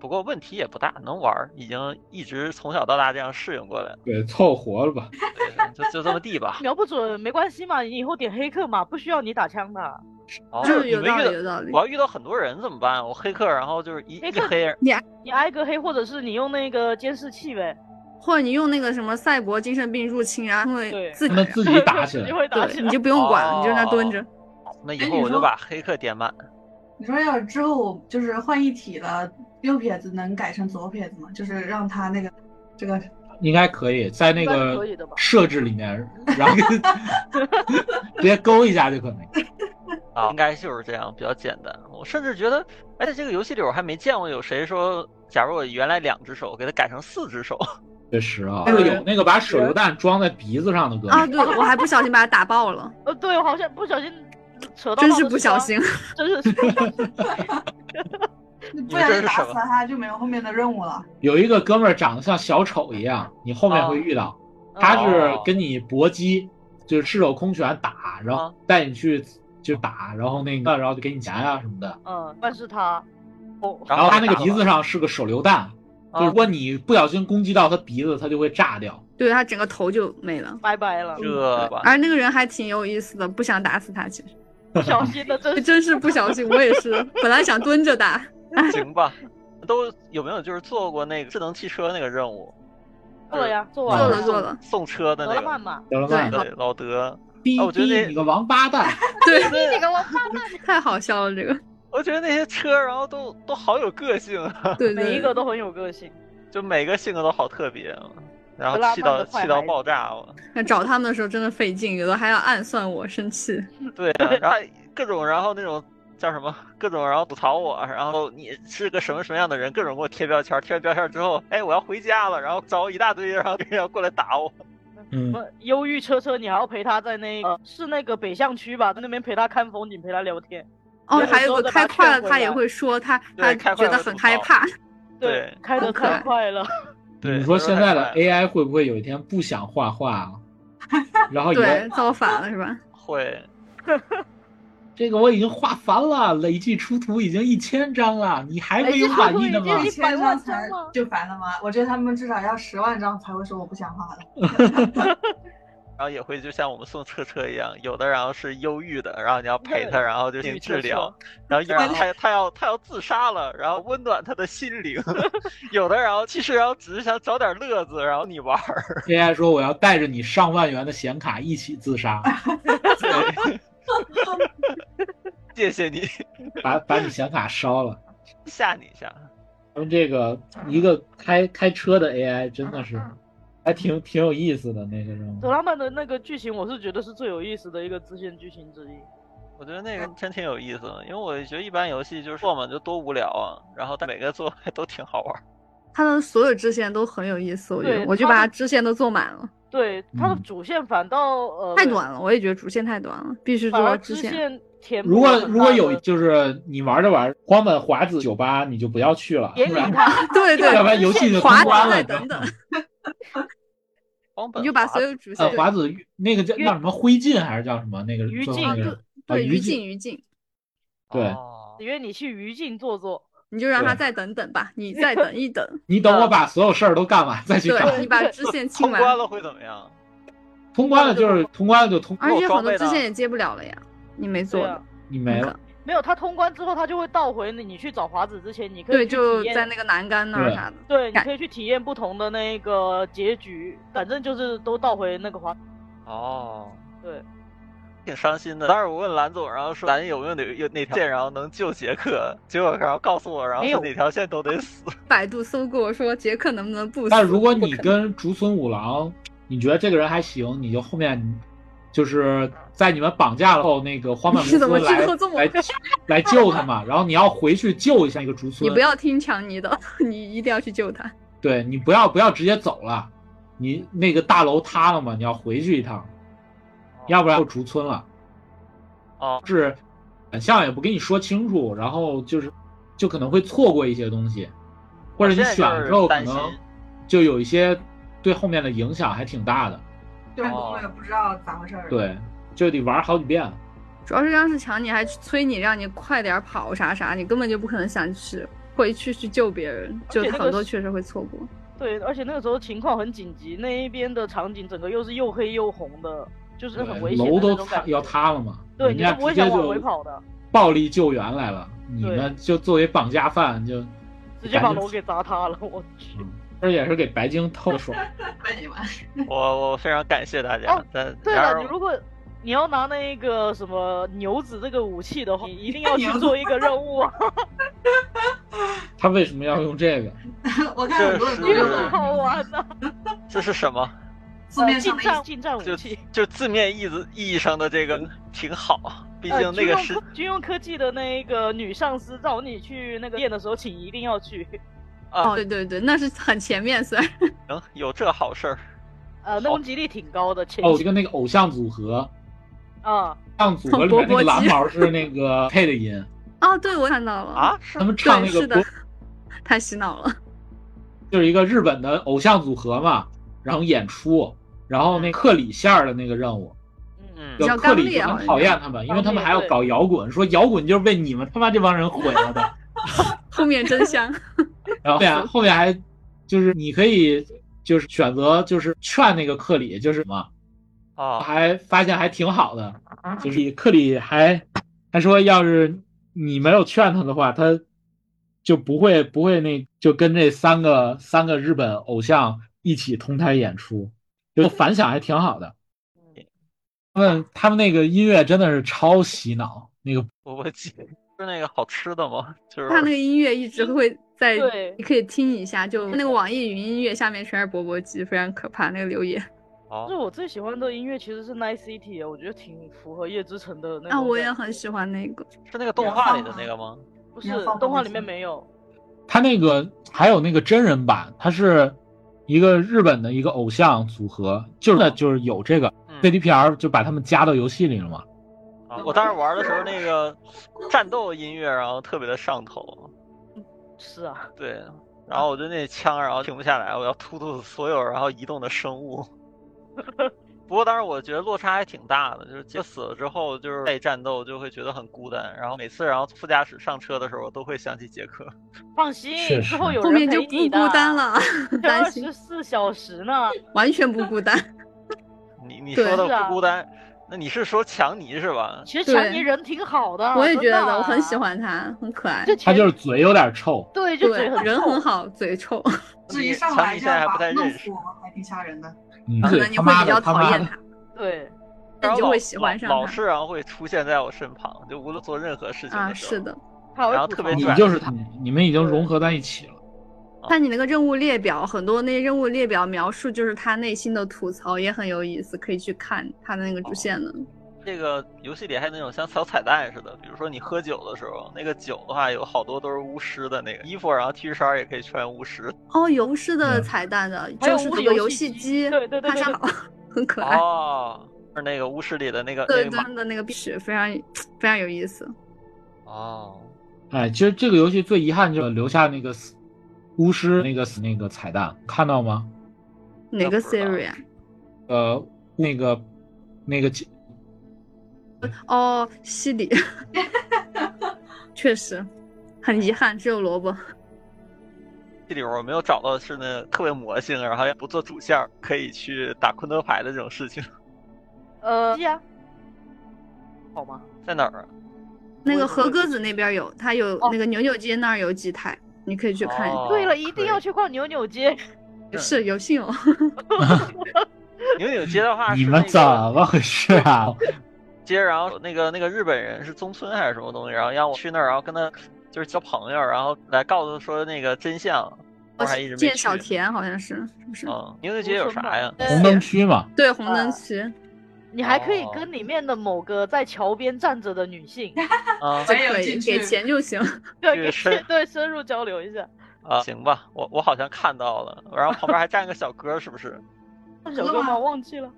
Speaker 1: 不过问题也不大，能玩儿，已经一直从小到大这样适应过来了，
Speaker 2: 对，凑合了吧。
Speaker 1: 对就就这么地 吧
Speaker 6: 瞄不准没关系嘛，你以后点黑客嘛，不需要你打枪的。
Speaker 1: 哦，
Speaker 7: 就是
Speaker 1: 你
Speaker 7: 有
Speaker 1: 们遇
Speaker 7: 道理
Speaker 1: 到
Speaker 7: 有道理
Speaker 1: 我要遇到很多人怎么办？我黑客，然后就是一
Speaker 6: 黑
Speaker 1: 一
Speaker 6: 客
Speaker 1: 黑人，
Speaker 6: 你挨个黑，或者是你用那个监视器呗，
Speaker 7: 或者你用那个什么赛博精神病入侵啊，然后
Speaker 6: 对
Speaker 7: 自
Speaker 2: 他
Speaker 7: 己
Speaker 2: 们自己打起
Speaker 6: 你
Speaker 2: 来，
Speaker 6: 会打起
Speaker 7: 对，你
Speaker 6: 来。
Speaker 7: 就不用管了，你就在那
Speaker 1: 哦
Speaker 7: 蹲着。
Speaker 1: 那以
Speaker 5: 哎
Speaker 1: 后
Speaker 5: 你
Speaker 1: 我就
Speaker 5: 说
Speaker 1: 把黑客点满。
Speaker 5: 你说要是之后我就是换一体了，右撇子能改成左撇子吗？就是让他那个这个
Speaker 2: 应该可以在那
Speaker 6: 应该是
Speaker 2: 个
Speaker 6: 可以的吧
Speaker 2: 设置里面，然后给 直接勾一下就可以。
Speaker 1: 啊，应该就是这样，比较简单。我甚至觉得，哎，在这个游戏里我还没见过有谁说，假如我原来两只手，给它改成四只手，
Speaker 2: 确实啊，
Speaker 7: 哎
Speaker 2: 那个有那个把手榴弹装在鼻子上的哥们
Speaker 7: 啊，
Speaker 2: 儿，
Speaker 7: 对，我还不小心把它打爆了，
Speaker 6: 呃，对，我好像不小心扯到。
Speaker 7: 真是不小心。。
Speaker 6: 真是
Speaker 5: 不小心打死了他就没有后面的任务了。
Speaker 2: 有一个哥们儿长得像小丑一样，你后面会遇到。他是
Speaker 1: 哦
Speaker 2: 跟你搏击，就是赤手空拳打，然
Speaker 1: 啊
Speaker 2: 后带你去就打，然后那个然后就给你钱啊什么的。
Speaker 6: 嗯，但是他，哦，
Speaker 1: 然
Speaker 2: 然后
Speaker 1: 后
Speaker 2: 他那个
Speaker 1: 打
Speaker 2: 鼻
Speaker 1: 了
Speaker 2: 子上是个手榴弹，
Speaker 1: 啊
Speaker 2: 就是如果你不小心攻击到他鼻子，他就会炸掉。
Speaker 7: 对他整个头就没了。
Speaker 6: 拜 拜了，
Speaker 2: 嗯
Speaker 1: 这吧，
Speaker 7: 而那个人还挺有意思的，不想打死他，其实
Speaker 6: 不小心的，真是
Speaker 7: 真是不小心，我也是，本来想蹲着打，
Speaker 1: 行吧。都有没有就是做过那个智能汽车那个任务？
Speaker 6: 做了呀，做
Speaker 2: 啊
Speaker 6: 完
Speaker 7: 做
Speaker 2: 做了
Speaker 7: 了做了，
Speaker 1: 送车的
Speaker 6: 德
Speaker 1: 那
Speaker 6: 拉
Speaker 1: 个
Speaker 6: 曼嘛，
Speaker 2: 德拉曼
Speaker 7: 对
Speaker 1: 对老德，
Speaker 2: 逼
Speaker 1: 啊我觉得
Speaker 2: 逼
Speaker 1: 那
Speaker 2: 你个王八 蛋！
Speaker 7: 对，
Speaker 1: 对
Speaker 7: 你个王八蛋，太好笑了这 个，
Speaker 1: 我觉得那些车然后都都好有个性啊，
Speaker 7: 对对，
Speaker 6: 每一个都很有个性。
Speaker 1: 就每个性格都好特别，啊然后
Speaker 6: 德拉
Speaker 1: 气
Speaker 6: 曼
Speaker 1: 到
Speaker 6: 的坏
Speaker 1: 气到
Speaker 6: 孩子
Speaker 1: 爆炸啊 了。
Speaker 7: 那找他们的时候真的费劲，有的还要暗算我，生气。
Speaker 1: 对啊，然后各种，然后那种叫什么，各种，然后吐槽我，啊然后你是个什么什么样的人，各种给我贴标签儿，贴完标签儿之后，哎，我要回家了，然后找我一大堆，然后人要过来打我，
Speaker 6: 什
Speaker 2: 嗯，
Speaker 6: 么忧郁车车，你还要陪他在那
Speaker 1: 嗯
Speaker 6: 个、是那个北向区吧，在那边陪他看风景，陪他聊天。
Speaker 7: 哦，
Speaker 6: 有
Speaker 7: 还
Speaker 6: 时
Speaker 7: 有
Speaker 6: 候
Speaker 7: 个
Speaker 6: 再
Speaker 7: 开
Speaker 6: 把它
Speaker 7: 快
Speaker 6: 劝
Speaker 7: 了，
Speaker 6: 回
Speaker 7: 他也
Speaker 6: 来
Speaker 7: 会说他他
Speaker 1: 对开快
Speaker 7: 觉得
Speaker 1: 了
Speaker 7: 很
Speaker 1: 吐槽
Speaker 7: 害怕，
Speaker 1: 对
Speaker 6: 开
Speaker 7: 好
Speaker 6: 得
Speaker 7: 可
Speaker 6: 太
Speaker 7: 爱
Speaker 6: 快了，
Speaker 1: 对，
Speaker 2: 你说现在
Speaker 1: 的
Speaker 2: 的 AI 会不会有一天不想画 画了？然后以
Speaker 7: 对
Speaker 2: 为，
Speaker 6: 哦
Speaker 7: 造反了是吧？
Speaker 1: 会，
Speaker 2: 这个我已经画烦了，累计出图已经一千张了，你还
Speaker 6: 哎
Speaker 2: 没有满意的
Speaker 6: 累计出
Speaker 2: 吗
Speaker 5: 一啊
Speaker 6: 图已？经
Speaker 5: 千张才
Speaker 6: 100万张吗
Speaker 5: 就烦了吗？我觉得他们至少要十万张才会说我不想画了。
Speaker 1: 然后也会就像我们送车车一样，有的然后是忧郁的，然后你要陪他，
Speaker 6: 对
Speaker 1: 然后就
Speaker 6: 忧
Speaker 1: 进
Speaker 6: 郁
Speaker 1: 治
Speaker 6: 车
Speaker 1: 疗
Speaker 6: 车，
Speaker 1: 然后有人他他要他要自杀了，然后温暖他的心灵， 有的然后其实然后只是想找点乐子，然后你玩儿，
Speaker 2: AI 说我要带着你上万元的显卡一起自杀，
Speaker 1: 对谢谢你，
Speaker 2: 把把你显卡烧了。
Speaker 1: 吓你一下。
Speaker 2: 咱们这个一个开开车的 AI 真的是
Speaker 6: 嗯
Speaker 2: 还挺挺有意思的那个任
Speaker 6: 德
Speaker 2: 务。
Speaker 6: 拉曼的那个剧情，我是觉得是最有意思的一个支线剧情之一。
Speaker 1: 我觉得那个真挺有意思的，因为我觉得一般游戏就是做嘛就多无聊啊，然后但每个做 还都挺好玩儿。
Speaker 7: 他的所有支线都很有意思，我觉得，
Speaker 6: 对
Speaker 7: 我就
Speaker 6: 他
Speaker 7: 把他
Speaker 6: 的
Speaker 7: 支线都做满了，
Speaker 6: 对，它的
Speaker 2: 嗯
Speaker 6: 主线反倒呃
Speaker 7: 太短了，我也觉得主线太短了，必须
Speaker 6: 反
Speaker 7: 做
Speaker 6: 而
Speaker 7: 支
Speaker 6: 支
Speaker 7: 线。
Speaker 6: 线填补
Speaker 2: 如果
Speaker 6: 了很
Speaker 2: 如果
Speaker 6: 大
Speaker 2: 有
Speaker 6: 的
Speaker 2: 就是你玩着玩着光本华子酒吧，你就不要去了，
Speaker 6: 别
Speaker 2: 不
Speaker 6: 理
Speaker 2: 然
Speaker 6: 他，
Speaker 7: 对对，
Speaker 2: 要不然游戏就通
Speaker 7: 华
Speaker 2: 关
Speaker 7: 子
Speaker 2: 了。
Speaker 7: 再
Speaker 2: 你知道
Speaker 7: 等 等
Speaker 2: 吗，
Speaker 1: 光本
Speaker 7: 你就把
Speaker 1: 华
Speaker 7: 所有主线
Speaker 2: 呃，华子那个叫
Speaker 6: 约
Speaker 2: 那什么灰烬还是叫什么那个
Speaker 6: 于
Speaker 2: 最后
Speaker 6: 禁
Speaker 2: 那个
Speaker 7: 对
Speaker 2: 人啊
Speaker 7: 对
Speaker 2: 于
Speaker 7: 于
Speaker 2: 禁
Speaker 7: 禁于禁，
Speaker 2: 对
Speaker 1: 哦
Speaker 6: 约你去于禁坐坐。
Speaker 7: 你就让他
Speaker 2: 对
Speaker 7: 再等等吧，你再等 一等，
Speaker 2: 你等
Speaker 6: 呃
Speaker 2: 我把所有事儿都干完再去找。
Speaker 7: 对你把支 线清
Speaker 1: 通关
Speaker 7: 完，
Speaker 1: 了会怎么样？
Speaker 2: 通关了就是通关了就通，
Speaker 7: 而且
Speaker 1: 装
Speaker 7: 很多
Speaker 1: 备
Speaker 7: 支
Speaker 1: 呢
Speaker 7: 线也接不了了呀，你没做
Speaker 6: 对
Speaker 7: 的
Speaker 6: 啊，，
Speaker 2: 你没
Speaker 7: 那
Speaker 2: 了
Speaker 7: 个。
Speaker 6: 没有他通关之后，他就会倒回你你去找华子之前，你可以
Speaker 7: 对，
Speaker 6: 去
Speaker 7: 就
Speaker 6: 体验
Speaker 7: 在那个栏杆那儿
Speaker 2: 对
Speaker 7: 啥的。
Speaker 6: 对，你
Speaker 7: 改
Speaker 6: 可以去体验不同的那个结局，反正就是都倒回那个华。
Speaker 1: 哦，
Speaker 6: 对，
Speaker 1: 挺伤心的。当时我问蓝总，然后说咱有没有哪有哪条线，然后能救杰克？结果然后告诉我，然后
Speaker 6: 没
Speaker 1: 是
Speaker 6: 有
Speaker 1: 哪条线都得死。
Speaker 7: 百度搜过说杰克能不能不死？
Speaker 2: 但如果
Speaker 7: 不
Speaker 2: 你
Speaker 7: 可能
Speaker 2: 跟竹村五郎，你觉得这个人还行，你就后面就是在你们绑架了后，那个荒坂
Speaker 7: 你
Speaker 2: 公
Speaker 7: 怎么
Speaker 2: 司
Speaker 7: 剧
Speaker 2: 来
Speaker 7: 透这么
Speaker 2: 来
Speaker 7: 快
Speaker 2: 来救他嘛，然后你要回去救一下那个竹村，
Speaker 7: 你不要听强尼的， 你一定要去救他。
Speaker 2: 对你不要不要直接走了，你那个大楼塌了嘛，你要回去一趟，要不然就竹村了。
Speaker 1: 哦，
Speaker 2: 是反向也不跟你说清楚，然后就是就可能会错过一些东
Speaker 6: 嗯
Speaker 2: 西，或者你
Speaker 1: 我现在
Speaker 2: 选
Speaker 1: 就
Speaker 2: 的
Speaker 1: 是
Speaker 2: 时候可
Speaker 1: 担
Speaker 2: 能
Speaker 1: 心
Speaker 2: 就有一些对后面的影响还挺大的。
Speaker 5: 就是我
Speaker 1: 哦
Speaker 5: 也不知道咋回事儿。，
Speaker 2: 对，就得玩好几遍。
Speaker 7: 主要是当时强尼还催你让你快点跑啥啥，你根本就不可能想去回去去救别人，
Speaker 6: 而
Speaker 7: 就
Speaker 6: 且那个
Speaker 7: 很多
Speaker 6: 是
Speaker 7: 确实会错过。
Speaker 6: 对，而且那个时候情况很紧急，那一边的场景整个又是又黑又红的，就是很
Speaker 2: 对，
Speaker 6: 危险的
Speaker 2: 楼都
Speaker 6: 那种感
Speaker 2: 塌
Speaker 6: 觉
Speaker 2: 要，塌了嘛，
Speaker 6: 对
Speaker 2: 人家
Speaker 6: 你都不会
Speaker 2: 直接
Speaker 6: 想往回
Speaker 2: 就
Speaker 6: 跑的
Speaker 2: 暴力救援来了，你
Speaker 6: 对
Speaker 2: 们就作为绑架犯就
Speaker 6: 直接把
Speaker 2: 赶紧
Speaker 6: 楼给砸塌了， 我去。
Speaker 2: 这也是给白鲸透了爽。
Speaker 5: 被 你们
Speaker 1: 我我非常感谢大家
Speaker 6: 哦。
Speaker 1: 但
Speaker 6: 对
Speaker 1: 然
Speaker 6: 了，
Speaker 1: 而
Speaker 6: 你如果你要拿那个什么牛子这个武器的话，你一定 要去做一个任务啊，
Speaker 2: 他为什么要用这个？
Speaker 5: 我看很多人
Speaker 1: 是
Speaker 5: 都
Speaker 6: 因为
Speaker 5: 有
Speaker 6: 很好玩呐、
Speaker 1: 这是什么？
Speaker 5: 字面上
Speaker 6: 近
Speaker 5: 的意
Speaker 6: 战
Speaker 5: 思，
Speaker 6: 近战武
Speaker 1: 就
Speaker 6: 器，
Speaker 1: 就字面意思意义上的这个挺好，毕
Speaker 6: 呃
Speaker 1: 竟那个
Speaker 6: 军用
Speaker 1: 是
Speaker 6: 科军用科技的那个女上司找你去那个店的时候，请一定要去。啊
Speaker 7: 哦，对对对，那是很前面，虽然
Speaker 1: 能有这好事儿。
Speaker 6: 呃，那攻击力挺高的，前
Speaker 2: 哦，就跟那个偶像组合，
Speaker 6: 啊，
Speaker 2: 偶像组合里面那个蓝毛是那 个配的音，
Speaker 7: 哦，对我看到
Speaker 6: 嗯
Speaker 7: 了，
Speaker 1: 啊，是
Speaker 2: 他们唱
Speaker 7: 对，
Speaker 2: 那个
Speaker 7: 是的，太洗脑了。
Speaker 2: 就是一个日本的偶像组合嘛，然后演出，然后那克里线儿的那个任务，
Speaker 6: 嗯，
Speaker 1: 嗯
Speaker 7: 比
Speaker 2: 就
Speaker 7: 较
Speaker 2: 克
Speaker 7: 刚
Speaker 2: 里
Speaker 7: 烈
Speaker 2: 就
Speaker 7: 好像
Speaker 2: 很讨厌他们，因为他们还要搞摇滚，说摇滚就是被你们他妈这帮人毁了 的。
Speaker 7: 后面真香，
Speaker 2: 然后后面后面还就是你可以就是选择就是劝那个克里就是什么，
Speaker 1: 啊，
Speaker 2: 还发现还挺好的，就是克里还还说要是你没有劝他的话，他就不会不会那就跟这三个三个日本偶像一起同台演出，就反响还挺好的。他们他们那个音乐真的是超洗脑，那个
Speaker 1: 我我记是那个好吃的吗？就是
Speaker 7: 他那个音乐一直会在，
Speaker 6: 对
Speaker 7: 你可以听一下，就那个网易云音乐下面全是钵钵鸡，非常可怕那个留言。
Speaker 1: 哦
Speaker 6: 就是我最喜欢的音乐其实是 Nice City，啊我觉得挺符合叶之城的那种感觉。
Speaker 7: 啊，我也很喜欢那个，
Speaker 1: 是那个动画里的那个吗？
Speaker 6: 不
Speaker 5: 你
Speaker 6: 是
Speaker 5: 要放
Speaker 6: 动画
Speaker 5: 放
Speaker 6: 里面
Speaker 5: 心
Speaker 6: 没有，
Speaker 2: 他那个还有那个真人版，他是一个日本的一个偶像组合，就是就是有这个
Speaker 1: 嗯
Speaker 2: CDPR 就把他们加到游戏里了嘛。
Speaker 1: 啊，我当时玩的时候那个战斗音乐，然后特别的上头，
Speaker 6: 是啊，
Speaker 1: 对，然后我就那枪，然后停不下来，我要突突所有然后移动的生物。不过当时我觉得落差还挺大的，就是就死了之后就是被战斗就会觉得很孤单，然后每次然后副驾驶上车的时候，我都会想起杰克。
Speaker 6: 放心，
Speaker 2: 确
Speaker 6: 之
Speaker 2: 实
Speaker 6: 后有
Speaker 7: 后
Speaker 6: 人
Speaker 7: 面就
Speaker 6: 陪
Speaker 7: 不
Speaker 6: 你
Speaker 7: 孤
Speaker 6: 的
Speaker 7: 单， 了，担
Speaker 6: 二
Speaker 7: 心
Speaker 6: 十四小时 呢。
Speaker 7: 完全不孤单。
Speaker 1: 你你
Speaker 7: 对
Speaker 1: 说的
Speaker 6: 是啊
Speaker 1: 不孤单，那你是说强尼是吧？
Speaker 6: 其实
Speaker 7: 对
Speaker 6: 强尼人挺好的，
Speaker 7: 我也
Speaker 6: 啊真
Speaker 7: 觉
Speaker 6: 的
Speaker 7: 得，我很喜。欢他，很可爱
Speaker 6: 就。
Speaker 2: 他
Speaker 6: 前
Speaker 2: 就是嘴有点臭，
Speaker 6: 对，就
Speaker 7: 对
Speaker 6: 嘴，
Speaker 7: 人
Speaker 6: 臭
Speaker 7: 很，好，嘴臭，
Speaker 5: 这一
Speaker 1: 你
Speaker 5: 上
Speaker 1: 强
Speaker 5: 来
Speaker 1: 尼
Speaker 5: 就
Speaker 1: 现在还
Speaker 5: 要
Speaker 1: 不
Speaker 5: 把
Speaker 1: 太
Speaker 5: 弄
Speaker 1: 认识
Speaker 5: 死，我们，还挺吓人的。
Speaker 2: 嗯，
Speaker 7: 可
Speaker 2: 对，
Speaker 7: 能你
Speaker 2: 他
Speaker 7: 会
Speaker 2: 妈
Speaker 7: 比较
Speaker 2: 的他
Speaker 7: 讨
Speaker 2: 妈
Speaker 7: 厌
Speaker 2: 的
Speaker 7: 他，
Speaker 6: 对，
Speaker 7: 但你就
Speaker 1: 老
Speaker 7: 会喜欢上
Speaker 1: 老老
Speaker 7: 他。
Speaker 1: 是然后会出现在我身旁，就无论做任何事情
Speaker 7: 啊，
Speaker 1: 的时候。
Speaker 7: 是的。
Speaker 6: 他
Speaker 1: 然
Speaker 6: 会
Speaker 1: 后
Speaker 6: 吐
Speaker 1: 特别
Speaker 6: 槽
Speaker 2: 你
Speaker 1: 拽
Speaker 2: 就是他，你们已经融合在一起了。
Speaker 7: 看你那个任务列表，很多那任务列表描述就是他内心的吐槽，也很有意思，可以去看他的那个
Speaker 6: 哦
Speaker 7: 主线的。
Speaker 1: 这个游戏里还有那种像小彩蛋似的，比如说你喝酒的时候，那个酒的话有好多都是巫师的那个衣服，然后 T 恤衫也可以穿巫师。
Speaker 7: 哦，游是的
Speaker 2: 嗯
Speaker 7: 彩蛋的，
Speaker 6: 还有
Speaker 7: 就是这
Speaker 6: 无
Speaker 7: 个
Speaker 6: 游
Speaker 7: 游
Speaker 6: 戏
Speaker 7: 戏
Speaker 6: 机对对对
Speaker 7: 他
Speaker 6: 对
Speaker 7: 杀
Speaker 6: 对
Speaker 7: 好， 很可爱。
Speaker 1: 哦，是那个巫师里的那个
Speaker 7: 对
Speaker 1: 那
Speaker 7: 对
Speaker 1: 个马。
Speaker 7: 他的那个壁纸非常非常有意思。
Speaker 1: 哦，
Speaker 2: 哎，其实这个游戏最遗憾就是留下那个死巫师那个死那个彩蛋，看到吗？
Speaker 7: 哪个
Speaker 1: 不知道
Speaker 7: Siri 啊？
Speaker 2: 呃，那个那个
Speaker 7: 哦，西里， 确实很遗憾，只有萝卜。
Speaker 1: 这里边我没有找到是那特别魔性，然后也不做主线儿，可以去打昆特牌的这种事情，
Speaker 6: 呃，呀，好吗？
Speaker 1: 在哪儿啊？
Speaker 7: 那
Speaker 6: 我
Speaker 7: 个
Speaker 6: 我
Speaker 7: 和鸽子那边有，它有
Speaker 6: 哦
Speaker 7: 那个牛牛街那儿有几台，你可以 去看一下。
Speaker 1: 哦
Speaker 6: 对了，一
Speaker 1: 可
Speaker 6: 定
Speaker 1: 以
Speaker 6: 要去逛牛牛街，
Speaker 1: 对
Speaker 7: 是有幸哦，
Speaker 1: 牛扭街的话是
Speaker 2: 你
Speaker 1: 那
Speaker 2: 们
Speaker 1: 个
Speaker 2: 怎么回事啊？
Speaker 1: 街，然后那个那个日本人是中村还是什么东西，然后让我去那儿，然后跟他就是交朋友，然后来告诉他说那个真相。我还 一直没
Speaker 7: 见
Speaker 1: 去
Speaker 7: 小田好像是，是不是？
Speaker 1: 嗯，牛牛街有啥呀？
Speaker 6: 呃
Speaker 2: 红灯区嘛，
Speaker 7: 对，红
Speaker 6: 啊
Speaker 7: 灯区。
Speaker 6: 你还可以
Speaker 1: 哦
Speaker 6: 跟里面的某个在桥边站着的女性，
Speaker 1: 啊
Speaker 5: 没有
Speaker 7: 可以
Speaker 5: 进
Speaker 7: 给
Speaker 5: 去
Speaker 7: 钱就行。
Speaker 1: 这
Speaker 6: 对，
Speaker 1: 个
Speaker 6: 跟
Speaker 1: 深
Speaker 6: 对深入交流一下。
Speaker 1: 啊，行吧，我我好像看到了，然后旁边还站个小哥，是不是？
Speaker 6: 小哥吗？忘记了。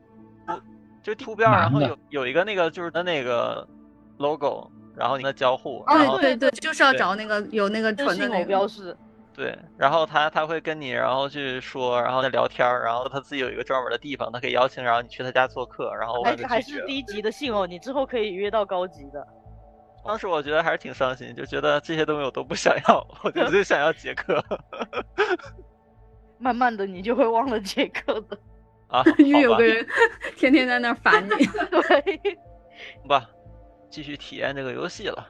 Speaker 1: 就图标，然后
Speaker 2: 男的
Speaker 1: 有有一个那个就是他那个 logo，然后你跟他交互，然
Speaker 7: 哦，
Speaker 1: 后
Speaker 7: 对对对，就是要
Speaker 1: 对
Speaker 7: 找那个有那个
Speaker 6: 真
Speaker 7: 纯的
Speaker 6: 性
Speaker 7: 那
Speaker 6: 偶
Speaker 7: 个
Speaker 6: 标。识，
Speaker 1: 对，然后他他会跟你然后去说，然后再聊天儿，然后他自己有一个专门的地方，他可以邀请，然后你去他家做客，然后我
Speaker 7: 哎
Speaker 6: 还
Speaker 1: 给
Speaker 6: 是
Speaker 1: 他
Speaker 6: 还
Speaker 1: 拒绝
Speaker 6: 是
Speaker 1: 了。
Speaker 6: 低级的性哦，你之后可以约到高级的。
Speaker 1: 当时我觉得还是挺伤心，就觉得这些东西我都不想要，我 就就想要杰克
Speaker 6: 慢慢的你就会忘了杰克的。
Speaker 1: 啊，
Speaker 7: 因为
Speaker 1: 好
Speaker 7: 有
Speaker 1: 吧
Speaker 7: 个人天天在那儿烦你，
Speaker 6: 对，
Speaker 1: 好吧，继续体验这个游戏了。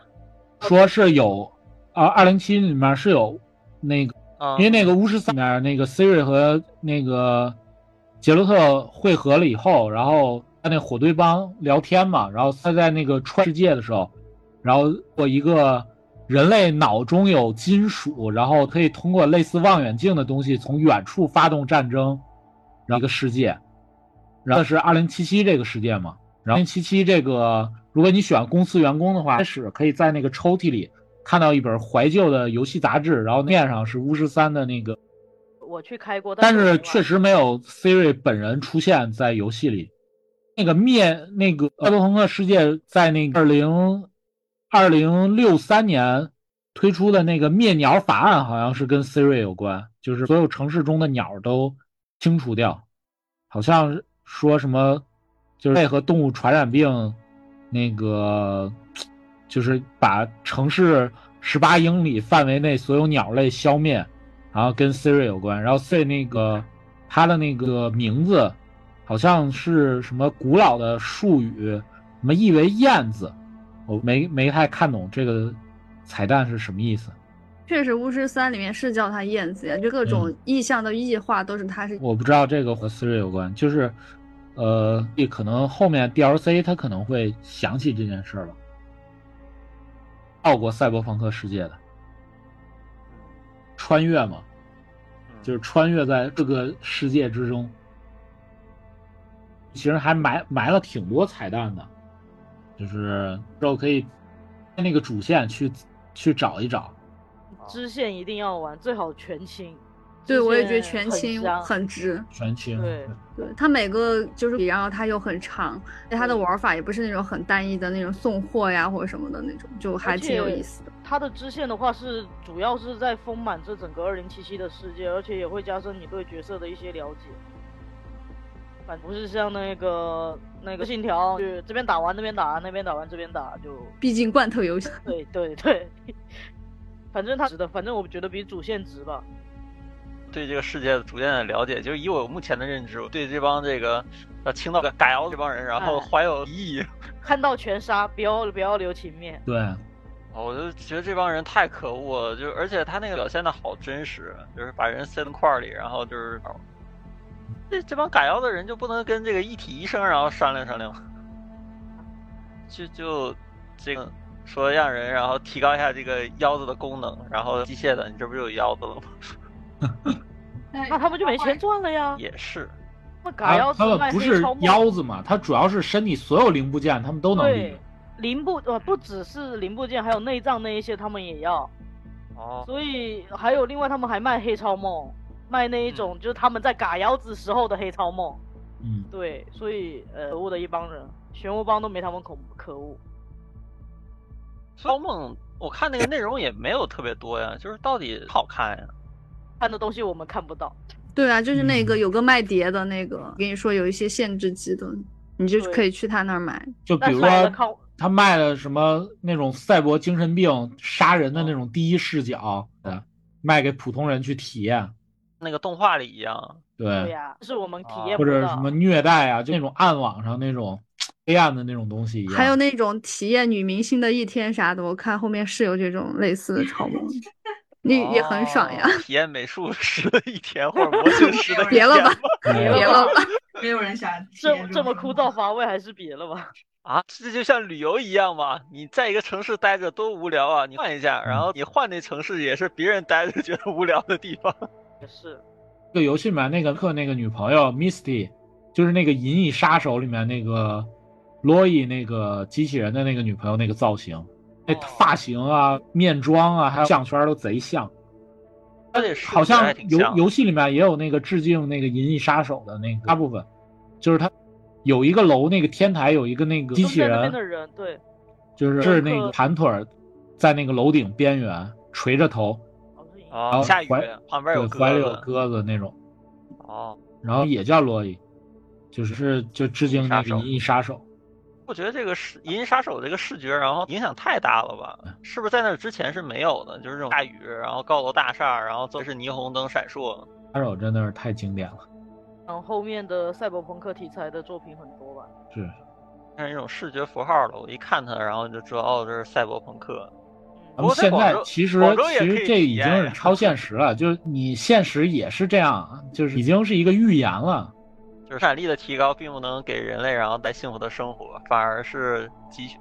Speaker 2: 说是有啊，二零七里面是有那个，
Speaker 1: 啊，
Speaker 2: 因为那个巫师三里面那个 Siri 和那个杰洛特汇合了以后，然后他那火堆帮聊天嘛，然后他在那个穿世界的时候，然后做一个人类脑中有金属，然后可以通过类似望远镜的东西从远处发动战争，然后一个世界，然后是二零七七这个世界嘛，然后七七这个，如果你选公司员工的话，开始可以在那个抽屉里看到一本怀旧的游戏杂志，然后面上是巫师三的那个，
Speaker 6: 我去开过，
Speaker 2: 但
Speaker 6: 是我没
Speaker 2: 是
Speaker 6: 玩
Speaker 2: 确实没有 Siri 本人出现在游戏里。那个灭那个赛博朋克世界在那个二零二零六三年推出的那个灭鸟法案，好像是跟 Siri 有关，就是所有城市中的鸟都清除掉，好像是说什么就是类和动物传染病那个，就是把城市十八英里范围内所有鸟类消灭，然后跟 Siri 有关，然后 Siri 那个它的那个名字好像是什么古老的术语，什么意为燕子，我没没太看懂这个彩蛋是什么意思。
Speaker 7: 确实，《巫师三》里面是叫他燕子呀，就各种
Speaker 2: 嗯
Speaker 7: 意象的异化都是他是
Speaker 2: 我不知道这个和 Siri 有关，就是，呃，也可能后面 DLC 它可能会想起这件事儿吧，到过赛博朋克世界的穿越嘛，就是穿越在各个世界之中，其实还埋埋了挺多彩蛋的，就是之后可以那个主线去去找一找，
Speaker 6: 支线一定要玩，最好全清。
Speaker 7: 对
Speaker 6: 支
Speaker 7: 我也觉得全
Speaker 6: 线
Speaker 7: 清
Speaker 6: 香
Speaker 7: 很值。
Speaker 2: 全清
Speaker 6: 对
Speaker 7: 对它每个就是比，然后它又很长，它
Speaker 6: 嗯
Speaker 7: 的玩法也不是那种很单一的那种送货呀或者什么的那种，就还挺有意思的。
Speaker 6: 它的支线的话是主要是在丰满这整个二零七七的世界，而且也会加深你对角色的一些了解。反不是像那个那个信条，就是这边打完那边打，那边打完这边打，就
Speaker 7: 毕竟罐头游戏，
Speaker 6: 对对对， 反正它值得，反正我觉得比主线值吧。
Speaker 1: 对这个世界逐渐的了解，就是以我目前的认知，我对这帮这个呃青岛嘎窑这帮人，然后
Speaker 6: 哎
Speaker 1: 怀有异议，
Speaker 6: 看到全杀，不要不要留情面。
Speaker 2: 对，
Speaker 1: 哦我就觉得这帮人太可恶了，就是而且他那个表现的好真实，就是把人塞到块儿里，然后就是这这帮嘎腰的人就不能跟这个一体医生然后商量商量吗？就就这个说让人然后提高一下这个腰子的功能，然后机械的你这不就有腰子了吗？
Speaker 5: 那
Speaker 6: 那他们就没钱赚了呀。
Speaker 1: 也是，
Speaker 6: 那嘎腰
Speaker 2: 哎他
Speaker 6: 子
Speaker 2: 他
Speaker 6: 卖
Speaker 2: 们不
Speaker 6: 黑
Speaker 2: 是
Speaker 6: 超梦
Speaker 2: 腰子嘛，它主要是身体所有零部件他们都能利
Speaker 6: 对
Speaker 2: 用。，
Speaker 6: 零部呃不只是零部件，还有内脏那一些他们也要，
Speaker 1: 哦，
Speaker 6: 所以还有另外他们还卖黑超梦，卖那一种、就是他们在嘎腰子时候的黑超梦。
Speaker 2: 嗯，
Speaker 6: 对，所以呃可恶的一帮人，漩涡帮都没他们恐可恶。
Speaker 1: 超梦我看那个内容也没有特别多呀，就是到底好看呀？
Speaker 6: 看的东西我们看不到，
Speaker 7: 对啊，就是那个
Speaker 2: 嗯
Speaker 7: 有个卖碟的那个，跟你说有一些限制级的，你就
Speaker 6: 对
Speaker 7: 可以去他那儿买。
Speaker 2: 就比
Speaker 6: 但
Speaker 2: 如
Speaker 6: 是买了
Speaker 2: 说
Speaker 6: 看
Speaker 2: 他卖了什么那种赛博精神病杀人的那种第一视角，对卖给普通人去体验，
Speaker 1: 那个动画里一样，
Speaker 6: 对
Speaker 2: 对，
Speaker 6: 呀、是我们体
Speaker 1: 啊
Speaker 6: 验不
Speaker 2: 或
Speaker 6: 到。
Speaker 2: 者什么虐待啊，就那种暗网上那种黑暗的那种东西一样。
Speaker 7: 还有那种体验女明星的一天啥的，我看后面是有这种类似的超梦，你也很爽呀。
Speaker 1: 哦体验美术师的一天或者模 型师的
Speaker 6: 哦
Speaker 1: 一天
Speaker 7: 别了吧
Speaker 1: 吗
Speaker 2: 没有
Speaker 7: 别了吧，
Speaker 5: 没有人想体
Speaker 6: 这
Speaker 5: 验
Speaker 6: 这么
Speaker 5: 种
Speaker 6: 枯
Speaker 5: 生活
Speaker 6: 燥乏味，还是别了吧。
Speaker 1: 啊，这就像旅游一样嘛，你在一个城市待着多无聊啊，你换一下，然后你换那城市也是别人待着觉得无聊的地 方。
Speaker 6: 也是，
Speaker 2: 这个游戏里面那个克那个女朋友 Misty，就是那个《银翼杀手》里面那个罗伊那个机器人的那个女朋友那个造型，那
Speaker 1: 哦
Speaker 2: 发型啊、面妆啊，还有项圈都贼像。
Speaker 1: 而且是
Speaker 2: 好像
Speaker 1: 还挺
Speaker 2: 游
Speaker 1: 像
Speaker 2: 游戏里面也有那个致敬那个《银翼杀手》的那个大部分，就是它有一个楼那个天台有一个那个机
Speaker 6: 都
Speaker 2: 器
Speaker 6: 在那
Speaker 2: 人
Speaker 6: 边，的人，对，
Speaker 2: 就是
Speaker 6: 游
Speaker 2: 是
Speaker 6: 客
Speaker 2: 那个盘腿儿在那个楼顶边缘垂着头，
Speaker 6: 好像也
Speaker 1: 哦，下雨
Speaker 2: 怀
Speaker 1: 旁边
Speaker 2: 对，
Speaker 1: 有
Speaker 2: 怀里有
Speaker 1: 鸽子
Speaker 2: 鸽子那种。
Speaker 1: 哦。
Speaker 2: 然后也叫罗伊，就是是
Speaker 1: 嗯
Speaker 2: 就致敬那个《银翼杀手》
Speaker 1: 我觉得这个视《银翼杀手》这个视觉，然后影响太大了吧？
Speaker 2: 嗯
Speaker 1: 是不是在那之前是没有的？就是这种大雨，然后高楼大厦，然后都是霓虹灯闪烁。
Speaker 2: 杀手真的是太经典了，
Speaker 6: 嗯，后面的赛博朋克题材的作品很多吧？
Speaker 2: 是
Speaker 1: 变成一种视觉符号了。我一看它，然后就知道哦，这是赛博朋克。
Speaker 2: 咱
Speaker 1: 不
Speaker 2: 们
Speaker 1: 过
Speaker 2: 现
Speaker 1: 在广
Speaker 2: 在
Speaker 1: 州
Speaker 2: 其实
Speaker 1: 广州
Speaker 2: 其
Speaker 1: 也可以
Speaker 2: 实这已
Speaker 1: 体
Speaker 2: 经
Speaker 1: 验
Speaker 2: 是
Speaker 1: 呀
Speaker 2: 超现实了，就是你现实也是这样，啊就是已经是一个预言了。
Speaker 1: 就是生产力的提高并不能给人类然后带幸福的生活，反而是积蓄。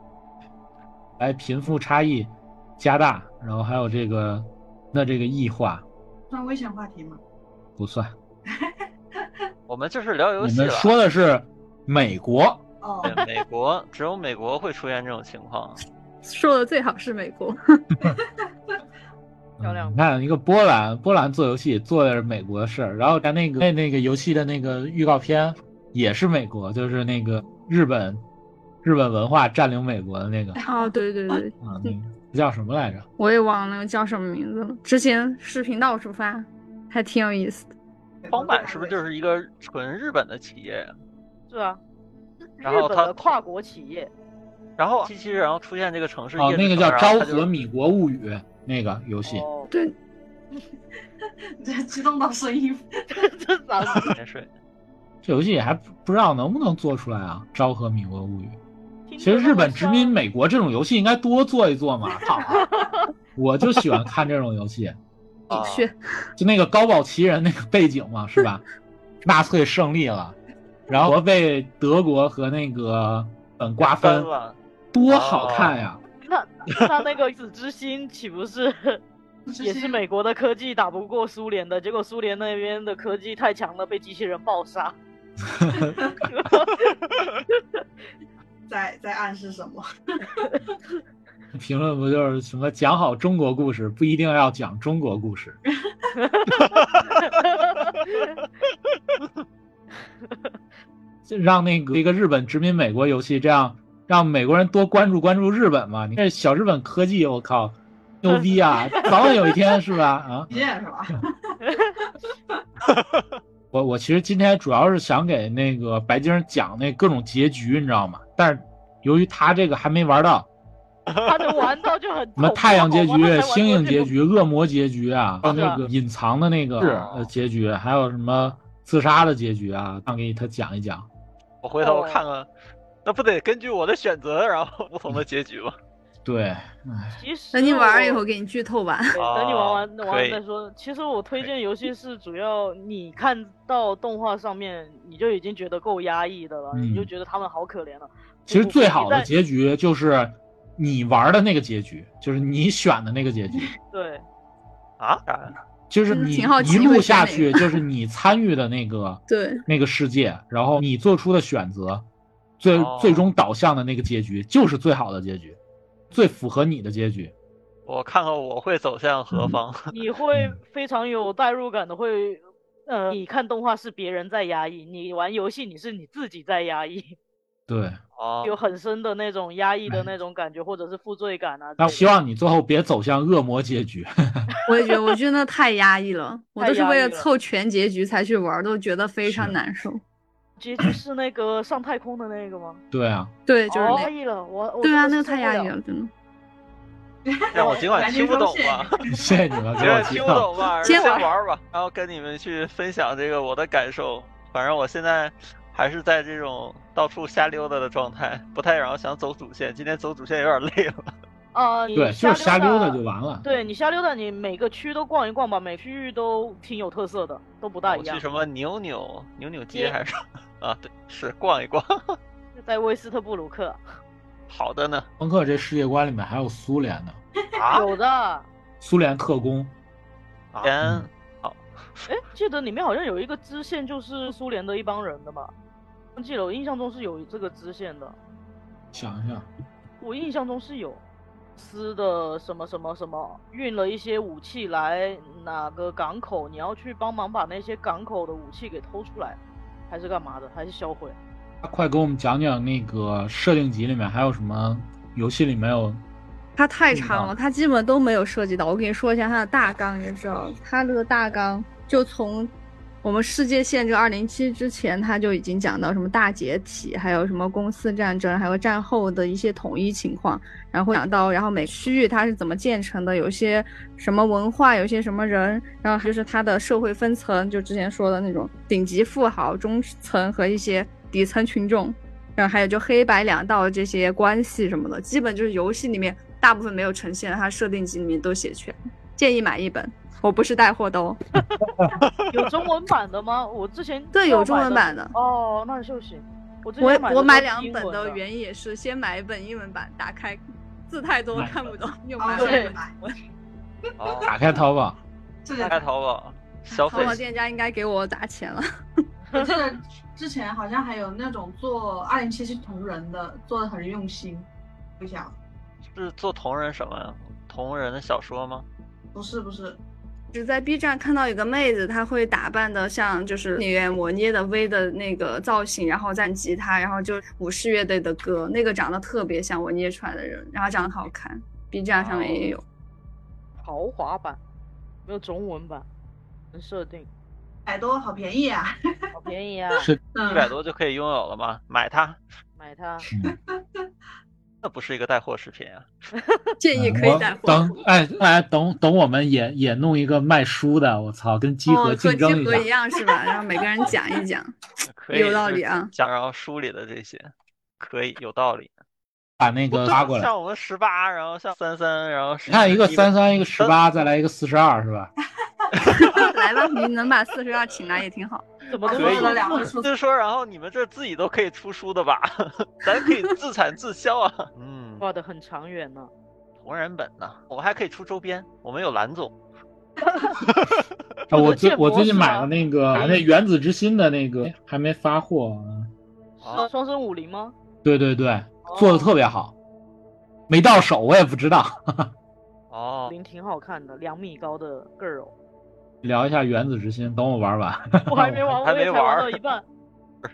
Speaker 2: 来，贫富差异加大，然后还有这个那这个异化
Speaker 5: 算危险话题吗？
Speaker 2: 不算，
Speaker 1: 我们就是聊
Speaker 2: 我
Speaker 1: 游戏
Speaker 2: 们
Speaker 1: 了。
Speaker 2: 说的是美国，
Speaker 5: 哦，
Speaker 1: 对美国只有美国会出现这种情况。
Speaker 7: 说的最好是美 国，
Speaker 6: 漂亮
Speaker 2: 嗯你看一个波兰，波兰做游戏做的是美国的事儿，然后咱那个那那个游戏的那个预告片也是美国，就是那个日本日本文化占领美国的那个
Speaker 7: 哦，对对对，
Speaker 2: 啊，那个叫什么来着？
Speaker 7: 我也忘了叫什么名字了，之前视频到处发，还挺有意思的。
Speaker 1: 荒坂是不是就是一个纯日本的企业？
Speaker 6: 是啊，日
Speaker 1: 然后
Speaker 6: 本
Speaker 1: 他
Speaker 6: 的跨国企业，
Speaker 1: 然后七七，然后出现这个城市
Speaker 2: 哦，
Speaker 1: 夜之城
Speaker 2: 那个叫《
Speaker 1: 然
Speaker 2: 昭
Speaker 1: 后它就
Speaker 2: 和米国物语》那个游戏，
Speaker 6: 哦，
Speaker 7: 对，
Speaker 5: 这激动到声音
Speaker 6: 这 咋
Speaker 1: 免税。
Speaker 2: 这游戏还不不知道能不能做出来啊，《昭和米国物语》。
Speaker 6: 听
Speaker 2: 其
Speaker 6: 着
Speaker 2: 实
Speaker 6: 那么
Speaker 2: 日本殖民
Speaker 6: 像
Speaker 2: 美国这种游戏应该多做一做嘛，操！我就喜欢看这种游戏，
Speaker 6: 哦
Speaker 1: 啊
Speaker 7: 的确，
Speaker 2: 就那个高保奇人那个背景嘛，是吧？纳粹胜利了，然后被德国和那个本瓜分，
Speaker 1: 了，
Speaker 2: 多好看呀！
Speaker 6: 那那个紫之心岂不是也是美国的科技打不过苏联的？结果苏联那边的科技太强了，被机器人爆杀。
Speaker 5: 在在暗示什么？
Speaker 2: 评论不就是什么讲好中国故事，不一定要讲中国故事， 就让那个一个日本殖民美国游戏这样，让美国人多关注关注日本嘛。你这小日本科技，我靠，牛逼啊！早晚有一天是吧？啊，
Speaker 5: 你也是吧？
Speaker 2: 我我其实今天主要是想给那个白晶讲那各种结局，你知道吗？但是由于他这个还没玩到，
Speaker 6: 他能玩到就很
Speaker 2: 什么
Speaker 6: 恐怖
Speaker 2: 太阳结局
Speaker 6: 好吗他才、玩过
Speaker 2: 星
Speaker 6: 这
Speaker 2: 影
Speaker 6: 个
Speaker 2: 结局、恶魔结局啊，还有
Speaker 6: 是
Speaker 2: 那
Speaker 6: 啊
Speaker 2: 个隐藏的那个
Speaker 1: 是
Speaker 2: 呃结局，还有什么自杀的结局啊，让给他讲一讲。
Speaker 1: 我回头我
Speaker 6: 哦
Speaker 1: 看看，那不得根据我的选择，然后不同的结局吗？
Speaker 2: 对，
Speaker 6: 其实
Speaker 7: 等你玩儿以
Speaker 6: 我
Speaker 7: 后给你剧透完。
Speaker 6: 对等你玩完
Speaker 1: 哦
Speaker 6: 玩
Speaker 1: 可
Speaker 6: 完
Speaker 1: 以
Speaker 6: 再说。其实我推荐游戏是主要你看到动画上面，你就已经觉得够压抑的了，
Speaker 2: 嗯
Speaker 6: 你就觉得他们好可怜了。
Speaker 2: 其实
Speaker 6: 我
Speaker 2: 最好
Speaker 6: 我
Speaker 2: 的
Speaker 6: 一旦
Speaker 2: 结局就是你玩的那个结局，就是你选的那个结局，
Speaker 6: 对
Speaker 1: 啊，
Speaker 2: 就是
Speaker 7: 嗯
Speaker 2: 你
Speaker 7: 挺好奇
Speaker 2: 一路
Speaker 7: 会选
Speaker 2: 下
Speaker 7: 哪
Speaker 2: 去，就是你参与的那个
Speaker 7: 对，
Speaker 2: 那个世界，然后你做出的选择，最
Speaker 1: 哦
Speaker 2: 最终导向的那个结局就是最好的结局，最符合你的结局。
Speaker 1: 我看看我会走向何方。
Speaker 6: 你会
Speaker 2: 嗯
Speaker 6: 非常有代入感的，会呃，你看动画是别人在压抑，你玩游戏你是你自己在压抑，
Speaker 2: 对，
Speaker 1: 哦，
Speaker 6: 有很深的那种压抑的
Speaker 2: 哎
Speaker 6: 那种感觉，或者是负罪感啊之类的。
Speaker 2: 那希望你最后别走向恶魔结局。
Speaker 7: 我也觉得，我真的太压抑 了，我
Speaker 6: 太
Speaker 7: 都是
Speaker 6: 压
Speaker 7: 为
Speaker 6: 抑
Speaker 7: 了
Speaker 6: 了
Speaker 7: 凑全结局才去玩儿，都觉得非常
Speaker 2: 是
Speaker 7: 难受。
Speaker 6: 结局是那个上太空的那个吗？
Speaker 2: 对啊，
Speaker 7: 对，就是
Speaker 6: 哦
Speaker 7: 那
Speaker 6: 压
Speaker 7: 个，
Speaker 6: 抑了，我我
Speaker 7: 对啊，
Speaker 6: 真
Speaker 7: 那
Speaker 6: 的
Speaker 7: 个
Speaker 6: 受
Speaker 7: 太
Speaker 6: 不
Speaker 7: 压抑
Speaker 6: 了
Speaker 7: 了，真的。
Speaker 1: 让我尽管听不懂吧，
Speaker 2: 谢谢你们
Speaker 1: 尽
Speaker 2: 给我
Speaker 1: 管
Speaker 2: 提
Speaker 1: 听不
Speaker 2: 到。
Speaker 1: 懂吧，
Speaker 7: 先
Speaker 1: 先
Speaker 7: 玩儿
Speaker 1: 玩儿吧，然后跟你们去分享这个我的感受。反正我现在还是在这种到处瞎溜达的状态，不太然后想走主线。今天走主线有点累了。
Speaker 6: 啊、你
Speaker 2: 对，就是瞎溜达
Speaker 6: 达
Speaker 2: 就完了。
Speaker 6: 对你瞎溜达，你每个区都逛一逛吧，每区域都挺有特色的，都不大
Speaker 1: 我
Speaker 6: 一样
Speaker 1: 去。什么扭扭扭扭街
Speaker 6: 街
Speaker 1: 还是啊？对，是逛一逛。
Speaker 6: 在威斯特布鲁克、
Speaker 1: 好的呢
Speaker 2: 朋克这世界观里面还有苏联呢，
Speaker 1: 啊，
Speaker 6: 有的，
Speaker 2: 苏联特工。
Speaker 6: 啊
Speaker 1: 前
Speaker 6: 哎，记得里面好像有一个支线，就是苏联的一帮人的嘛。忘记了，我印象中是有这个支线的，
Speaker 2: 想一想，
Speaker 6: 我印象中是有。斯的什么什么什么运了一些武器来哪个港口，你要去帮忙把那些港口的武器给偷出来，还是干嘛的？还是销毁？
Speaker 2: 快给我们讲讲那个设定集里面还有什么游戏里面有
Speaker 7: 它太
Speaker 2: 嗯
Speaker 7: 长
Speaker 2: 啊
Speaker 7: 了，它基本都没有涉及到。我给你说一下它的大纲，你就知道了。它这个大纲就从我们世界线这二零七之前，它就已经讲到什么大解体，还有什么公司战争，还有战后的一些统一情况，然后讲到然后每区域它是怎么建成的，有些什么文化，有些什么人，然后就是它的社会分层，就之前说的那种顶级富豪、中层和一些底层群众。然后还有就黑白两道这些关系什么的，基本就是游戏里面大部分没有呈现，它设定集里面都写全。建议买一本，我不是带货的哦。
Speaker 6: 有中文版的吗？我之前
Speaker 7: 对
Speaker 6: 要
Speaker 7: 有中
Speaker 6: 买
Speaker 7: 文版的
Speaker 6: 哦，那就行。我之
Speaker 7: 我
Speaker 6: 前买
Speaker 7: 我
Speaker 6: 的
Speaker 7: 买
Speaker 6: 都是
Speaker 7: 两
Speaker 6: 英
Speaker 7: 本
Speaker 6: 文的
Speaker 7: 原因也是先买一本英文版，打开字太多
Speaker 2: 买一
Speaker 7: 看
Speaker 2: 本
Speaker 7: 不懂，又
Speaker 5: 啊
Speaker 7: 买了一
Speaker 5: 对
Speaker 7: 本英文。
Speaker 1: 哦，
Speaker 2: 打开淘宝，
Speaker 5: 这个
Speaker 1: 开淘宝消
Speaker 7: 淘
Speaker 1: 费
Speaker 7: 宝店家应该给我打钱了。
Speaker 5: 我记得之前好像还有那种做二零七七同人的，做的很用心。不想，
Speaker 1: 是做同人什么呀？同人的小说吗？
Speaker 5: 不是不是，
Speaker 7: 只在 B 站看到有个妹子，她会打扮的像就是里面摩捏的 V 的那个造型，然后弹吉他，然后就舞室乐队的歌，那个长得特别像我捏出来的人，然后长得好看。B 站上面也有。
Speaker 6: 豪华版，没有中文版，能设定
Speaker 5: 百多好便宜啊！
Speaker 6: 好便宜啊，
Speaker 1: 一
Speaker 5: 嗯，
Speaker 1: 百多就可以拥有了吗？买它，
Speaker 6: 买它。
Speaker 2: 嗯，
Speaker 1: 那不是一个带货视频啊。
Speaker 7: 建议可以带
Speaker 2: 嗯我
Speaker 7: 货。
Speaker 2: 等哎哎等等，我们也也弄一个卖书的，我操，跟集合
Speaker 7: 哦，和
Speaker 2: 竞争
Speaker 7: 集
Speaker 2: 一
Speaker 7: 合
Speaker 2: 下。
Speaker 7: 一样是吧？然后每个人讲 一讲。
Speaker 1: 可以
Speaker 7: 有道理啊
Speaker 1: 就是讲然后书里的这些，可以有道理。
Speaker 2: 把那个拉过来。
Speaker 1: 像我们十八，然后像三三，然后
Speaker 2: 你看一个三三，一个十八，再来一个四十二，是吧？
Speaker 7: 来吧，你能把四十二请来也 挺好。
Speaker 6: 怎么
Speaker 5: 可
Speaker 6: 都
Speaker 5: 以
Speaker 6: 说了两
Speaker 5: 两
Speaker 6: 个
Speaker 5: 个
Speaker 6: 数
Speaker 5: 数
Speaker 6: 字
Speaker 1: 就是说，然后你们这自己都可以出书的吧？ 咱可以自产自销啊。嗯，
Speaker 6: 画的很长远呢、
Speaker 1: 同人本呢，我们还可以出周边，我们有蓝总。
Speaker 2: 啊，我最
Speaker 6: 建模
Speaker 2: 我最近
Speaker 6: 是吧
Speaker 2: 买了那个买那《原子之心》的那个，还没发货。
Speaker 1: 啊
Speaker 6: 双双生武林吗？
Speaker 2: 对对对，做的特别好，没到手我也不知道。
Speaker 1: 哦
Speaker 6: 武，林挺好看的，两米高的 girl，
Speaker 2: 聊一下《原子之心》，等我玩完。
Speaker 6: 我还没玩，
Speaker 1: 还
Speaker 6: 我也
Speaker 1: 没
Speaker 6: 才
Speaker 1: 玩
Speaker 6: 玩
Speaker 1: 儿
Speaker 6: 到一半。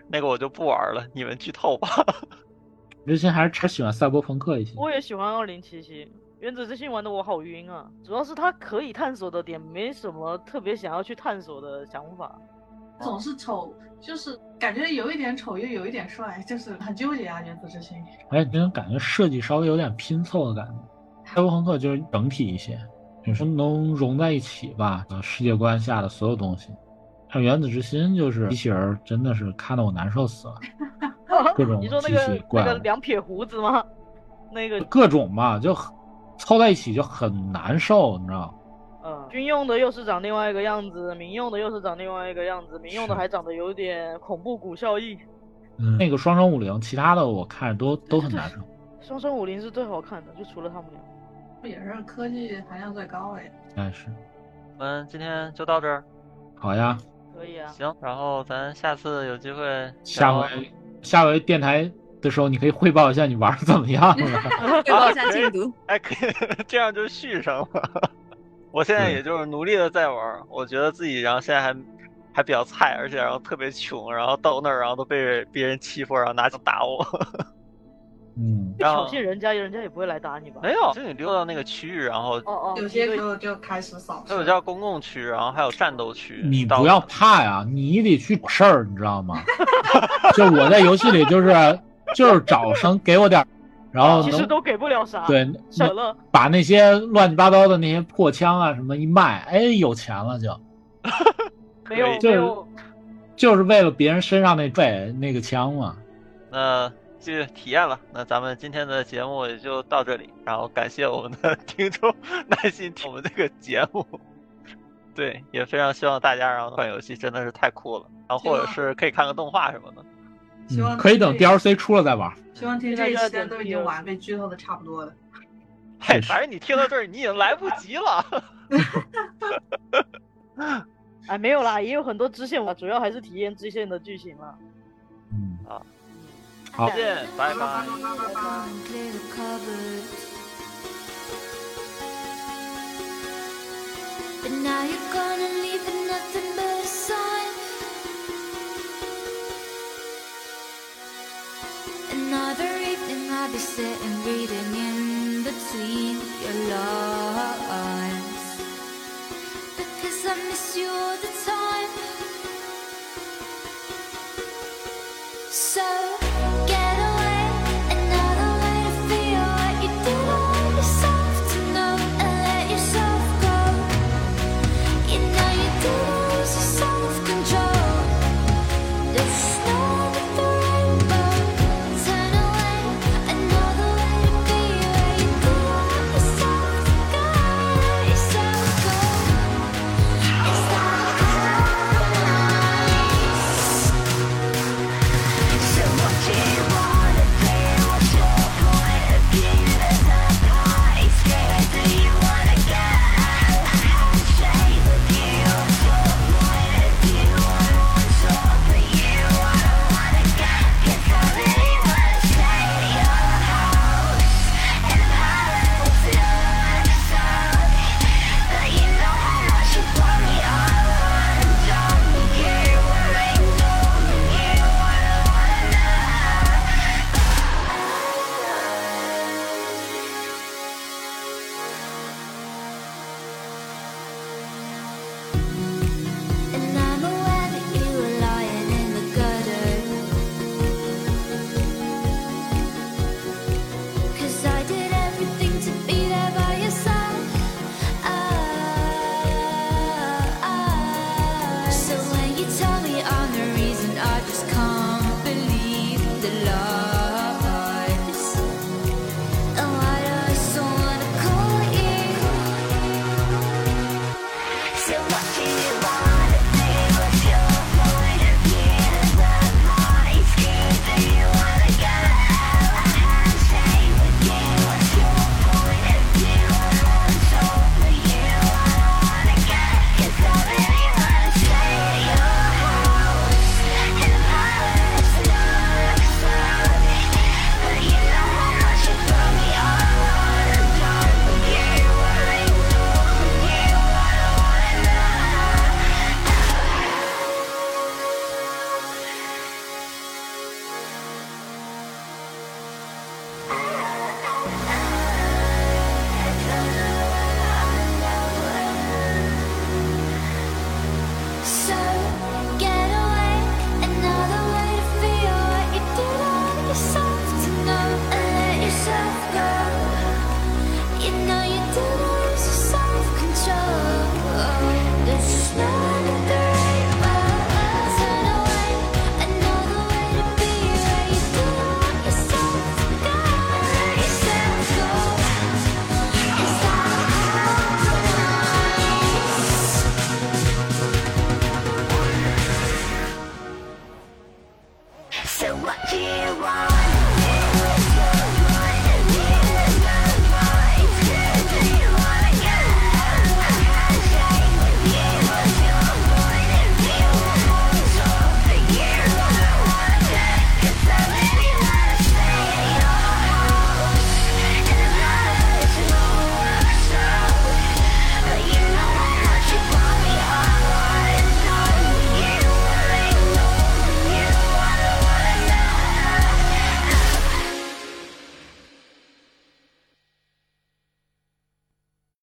Speaker 1: 那个我就不玩了，你们剧透吧。
Speaker 2: 之心还是还是喜欢赛博朋克一些。
Speaker 6: 我也喜欢二零七七，原子之心玩的我好晕啊！主要是它可以探索的点没什么特别想要去探索的想法。
Speaker 5: 总是丑，就是感觉有一点丑又有一点帅，就是很纠结啊，原子之心。
Speaker 2: 哎，这种感觉设计稍微有点拼凑的感觉。赛博朋克就是整体一些，你说能融在一起吧，呃世界观下的所有东西。像《原子之心》就是机器人儿，真的是看得我难受 死了，各种
Speaker 6: 你说那
Speaker 2: 机器
Speaker 6: 个
Speaker 2: 怪
Speaker 6: 那个
Speaker 2: 物
Speaker 6: 两撇胡子吗？那个
Speaker 2: 各种吧，就很凑在一起就很难受，你知道吗？
Speaker 6: 嗯，军用的又是长另外一个样子，民用的又是长另外一个样子，民用的
Speaker 2: 是
Speaker 6: 还长得有点恐怖谷效应。
Speaker 2: 嗯，那个双生武灵，其他的我看着都都很难受。
Speaker 6: 双生武林是最好看的，就除了他们俩。
Speaker 5: 也是科技含量最高的呀。
Speaker 2: 但是，
Speaker 1: 我们今天就到这儿，
Speaker 2: 好呀，
Speaker 6: 可以啊，
Speaker 1: 行，然后咱下次有机会
Speaker 2: 下
Speaker 1: 聊
Speaker 2: 回下回电台的时候，你可以汇报一下你玩的怎么样 了。
Speaker 7: 汇报一下进度。
Speaker 1: 哎，可以， 这样就续上了。我现在
Speaker 2: 对
Speaker 1: 也就是努力的在玩儿，我觉得自己，然后现在还还比较菜，而且然后特别穷，然后到那儿然后都被别人欺负，然后拿枪打我。
Speaker 2: 嗯，
Speaker 6: 你
Speaker 1: 然
Speaker 6: 挑
Speaker 1: 后
Speaker 6: 衅人家，人家也不会来打你吧？
Speaker 1: 没有，就你溜到那个区域，然后
Speaker 6: 哦哦，
Speaker 5: 有
Speaker 6: 你
Speaker 5: 些
Speaker 6: 对
Speaker 5: 就就开始扫
Speaker 1: 那
Speaker 5: 射
Speaker 1: 有。叫公共区，然后还有战斗区。
Speaker 2: 你
Speaker 1: 到
Speaker 2: 不要怕呀，你得去找事儿，你知道吗？ 就我在游戏里就是就是找生给我点儿，然后
Speaker 6: 其实
Speaker 2: 能
Speaker 6: 都给不了啥。
Speaker 2: 对
Speaker 6: 舍了，
Speaker 2: 把那些乱七八糟的那些破枪啊什么一卖，哎，有钱了就
Speaker 6: 没有
Speaker 1: 可以
Speaker 6: 没有，
Speaker 2: 就是为了别人身上那背那个枪嘛。
Speaker 1: 那去体验了。那咱们今天的节目也就到这里，然后感谢我们的听众耐心听我们这个节目。 对，也非常希望大家然后换游戏真的是太酷了，然后或者
Speaker 5: 希望
Speaker 1: 是可以看个动画什么的。
Speaker 5: 希望
Speaker 2: 嗯、可以等
Speaker 5: 对
Speaker 2: DLC 出了再玩。
Speaker 5: 希望听这一期间都已经玩被剧透的差不多了。
Speaker 1: 嘿，
Speaker 2: 是
Speaker 1: 哎反正你听到这儿，你已经来不及了。
Speaker 6: 哎，没有啦，也有很多支线嘛，主要还是体验支线的剧情啦。
Speaker 2: 嗯，好
Speaker 1: 再见，拜拜。
Speaker 5: 拜拜
Speaker 8: But now you're gonna leave with nothing but a sign. Another evening I'll be sitting reading in between your lines. Because I miss you all the time. So get away, another way to feel what you do yourself to know and let yourself go. You know you do lose your self-control. It's not the rainbow. Turn away, another way to be where you do yourself go, yourself go. It's not the rainbow. So what say what you want.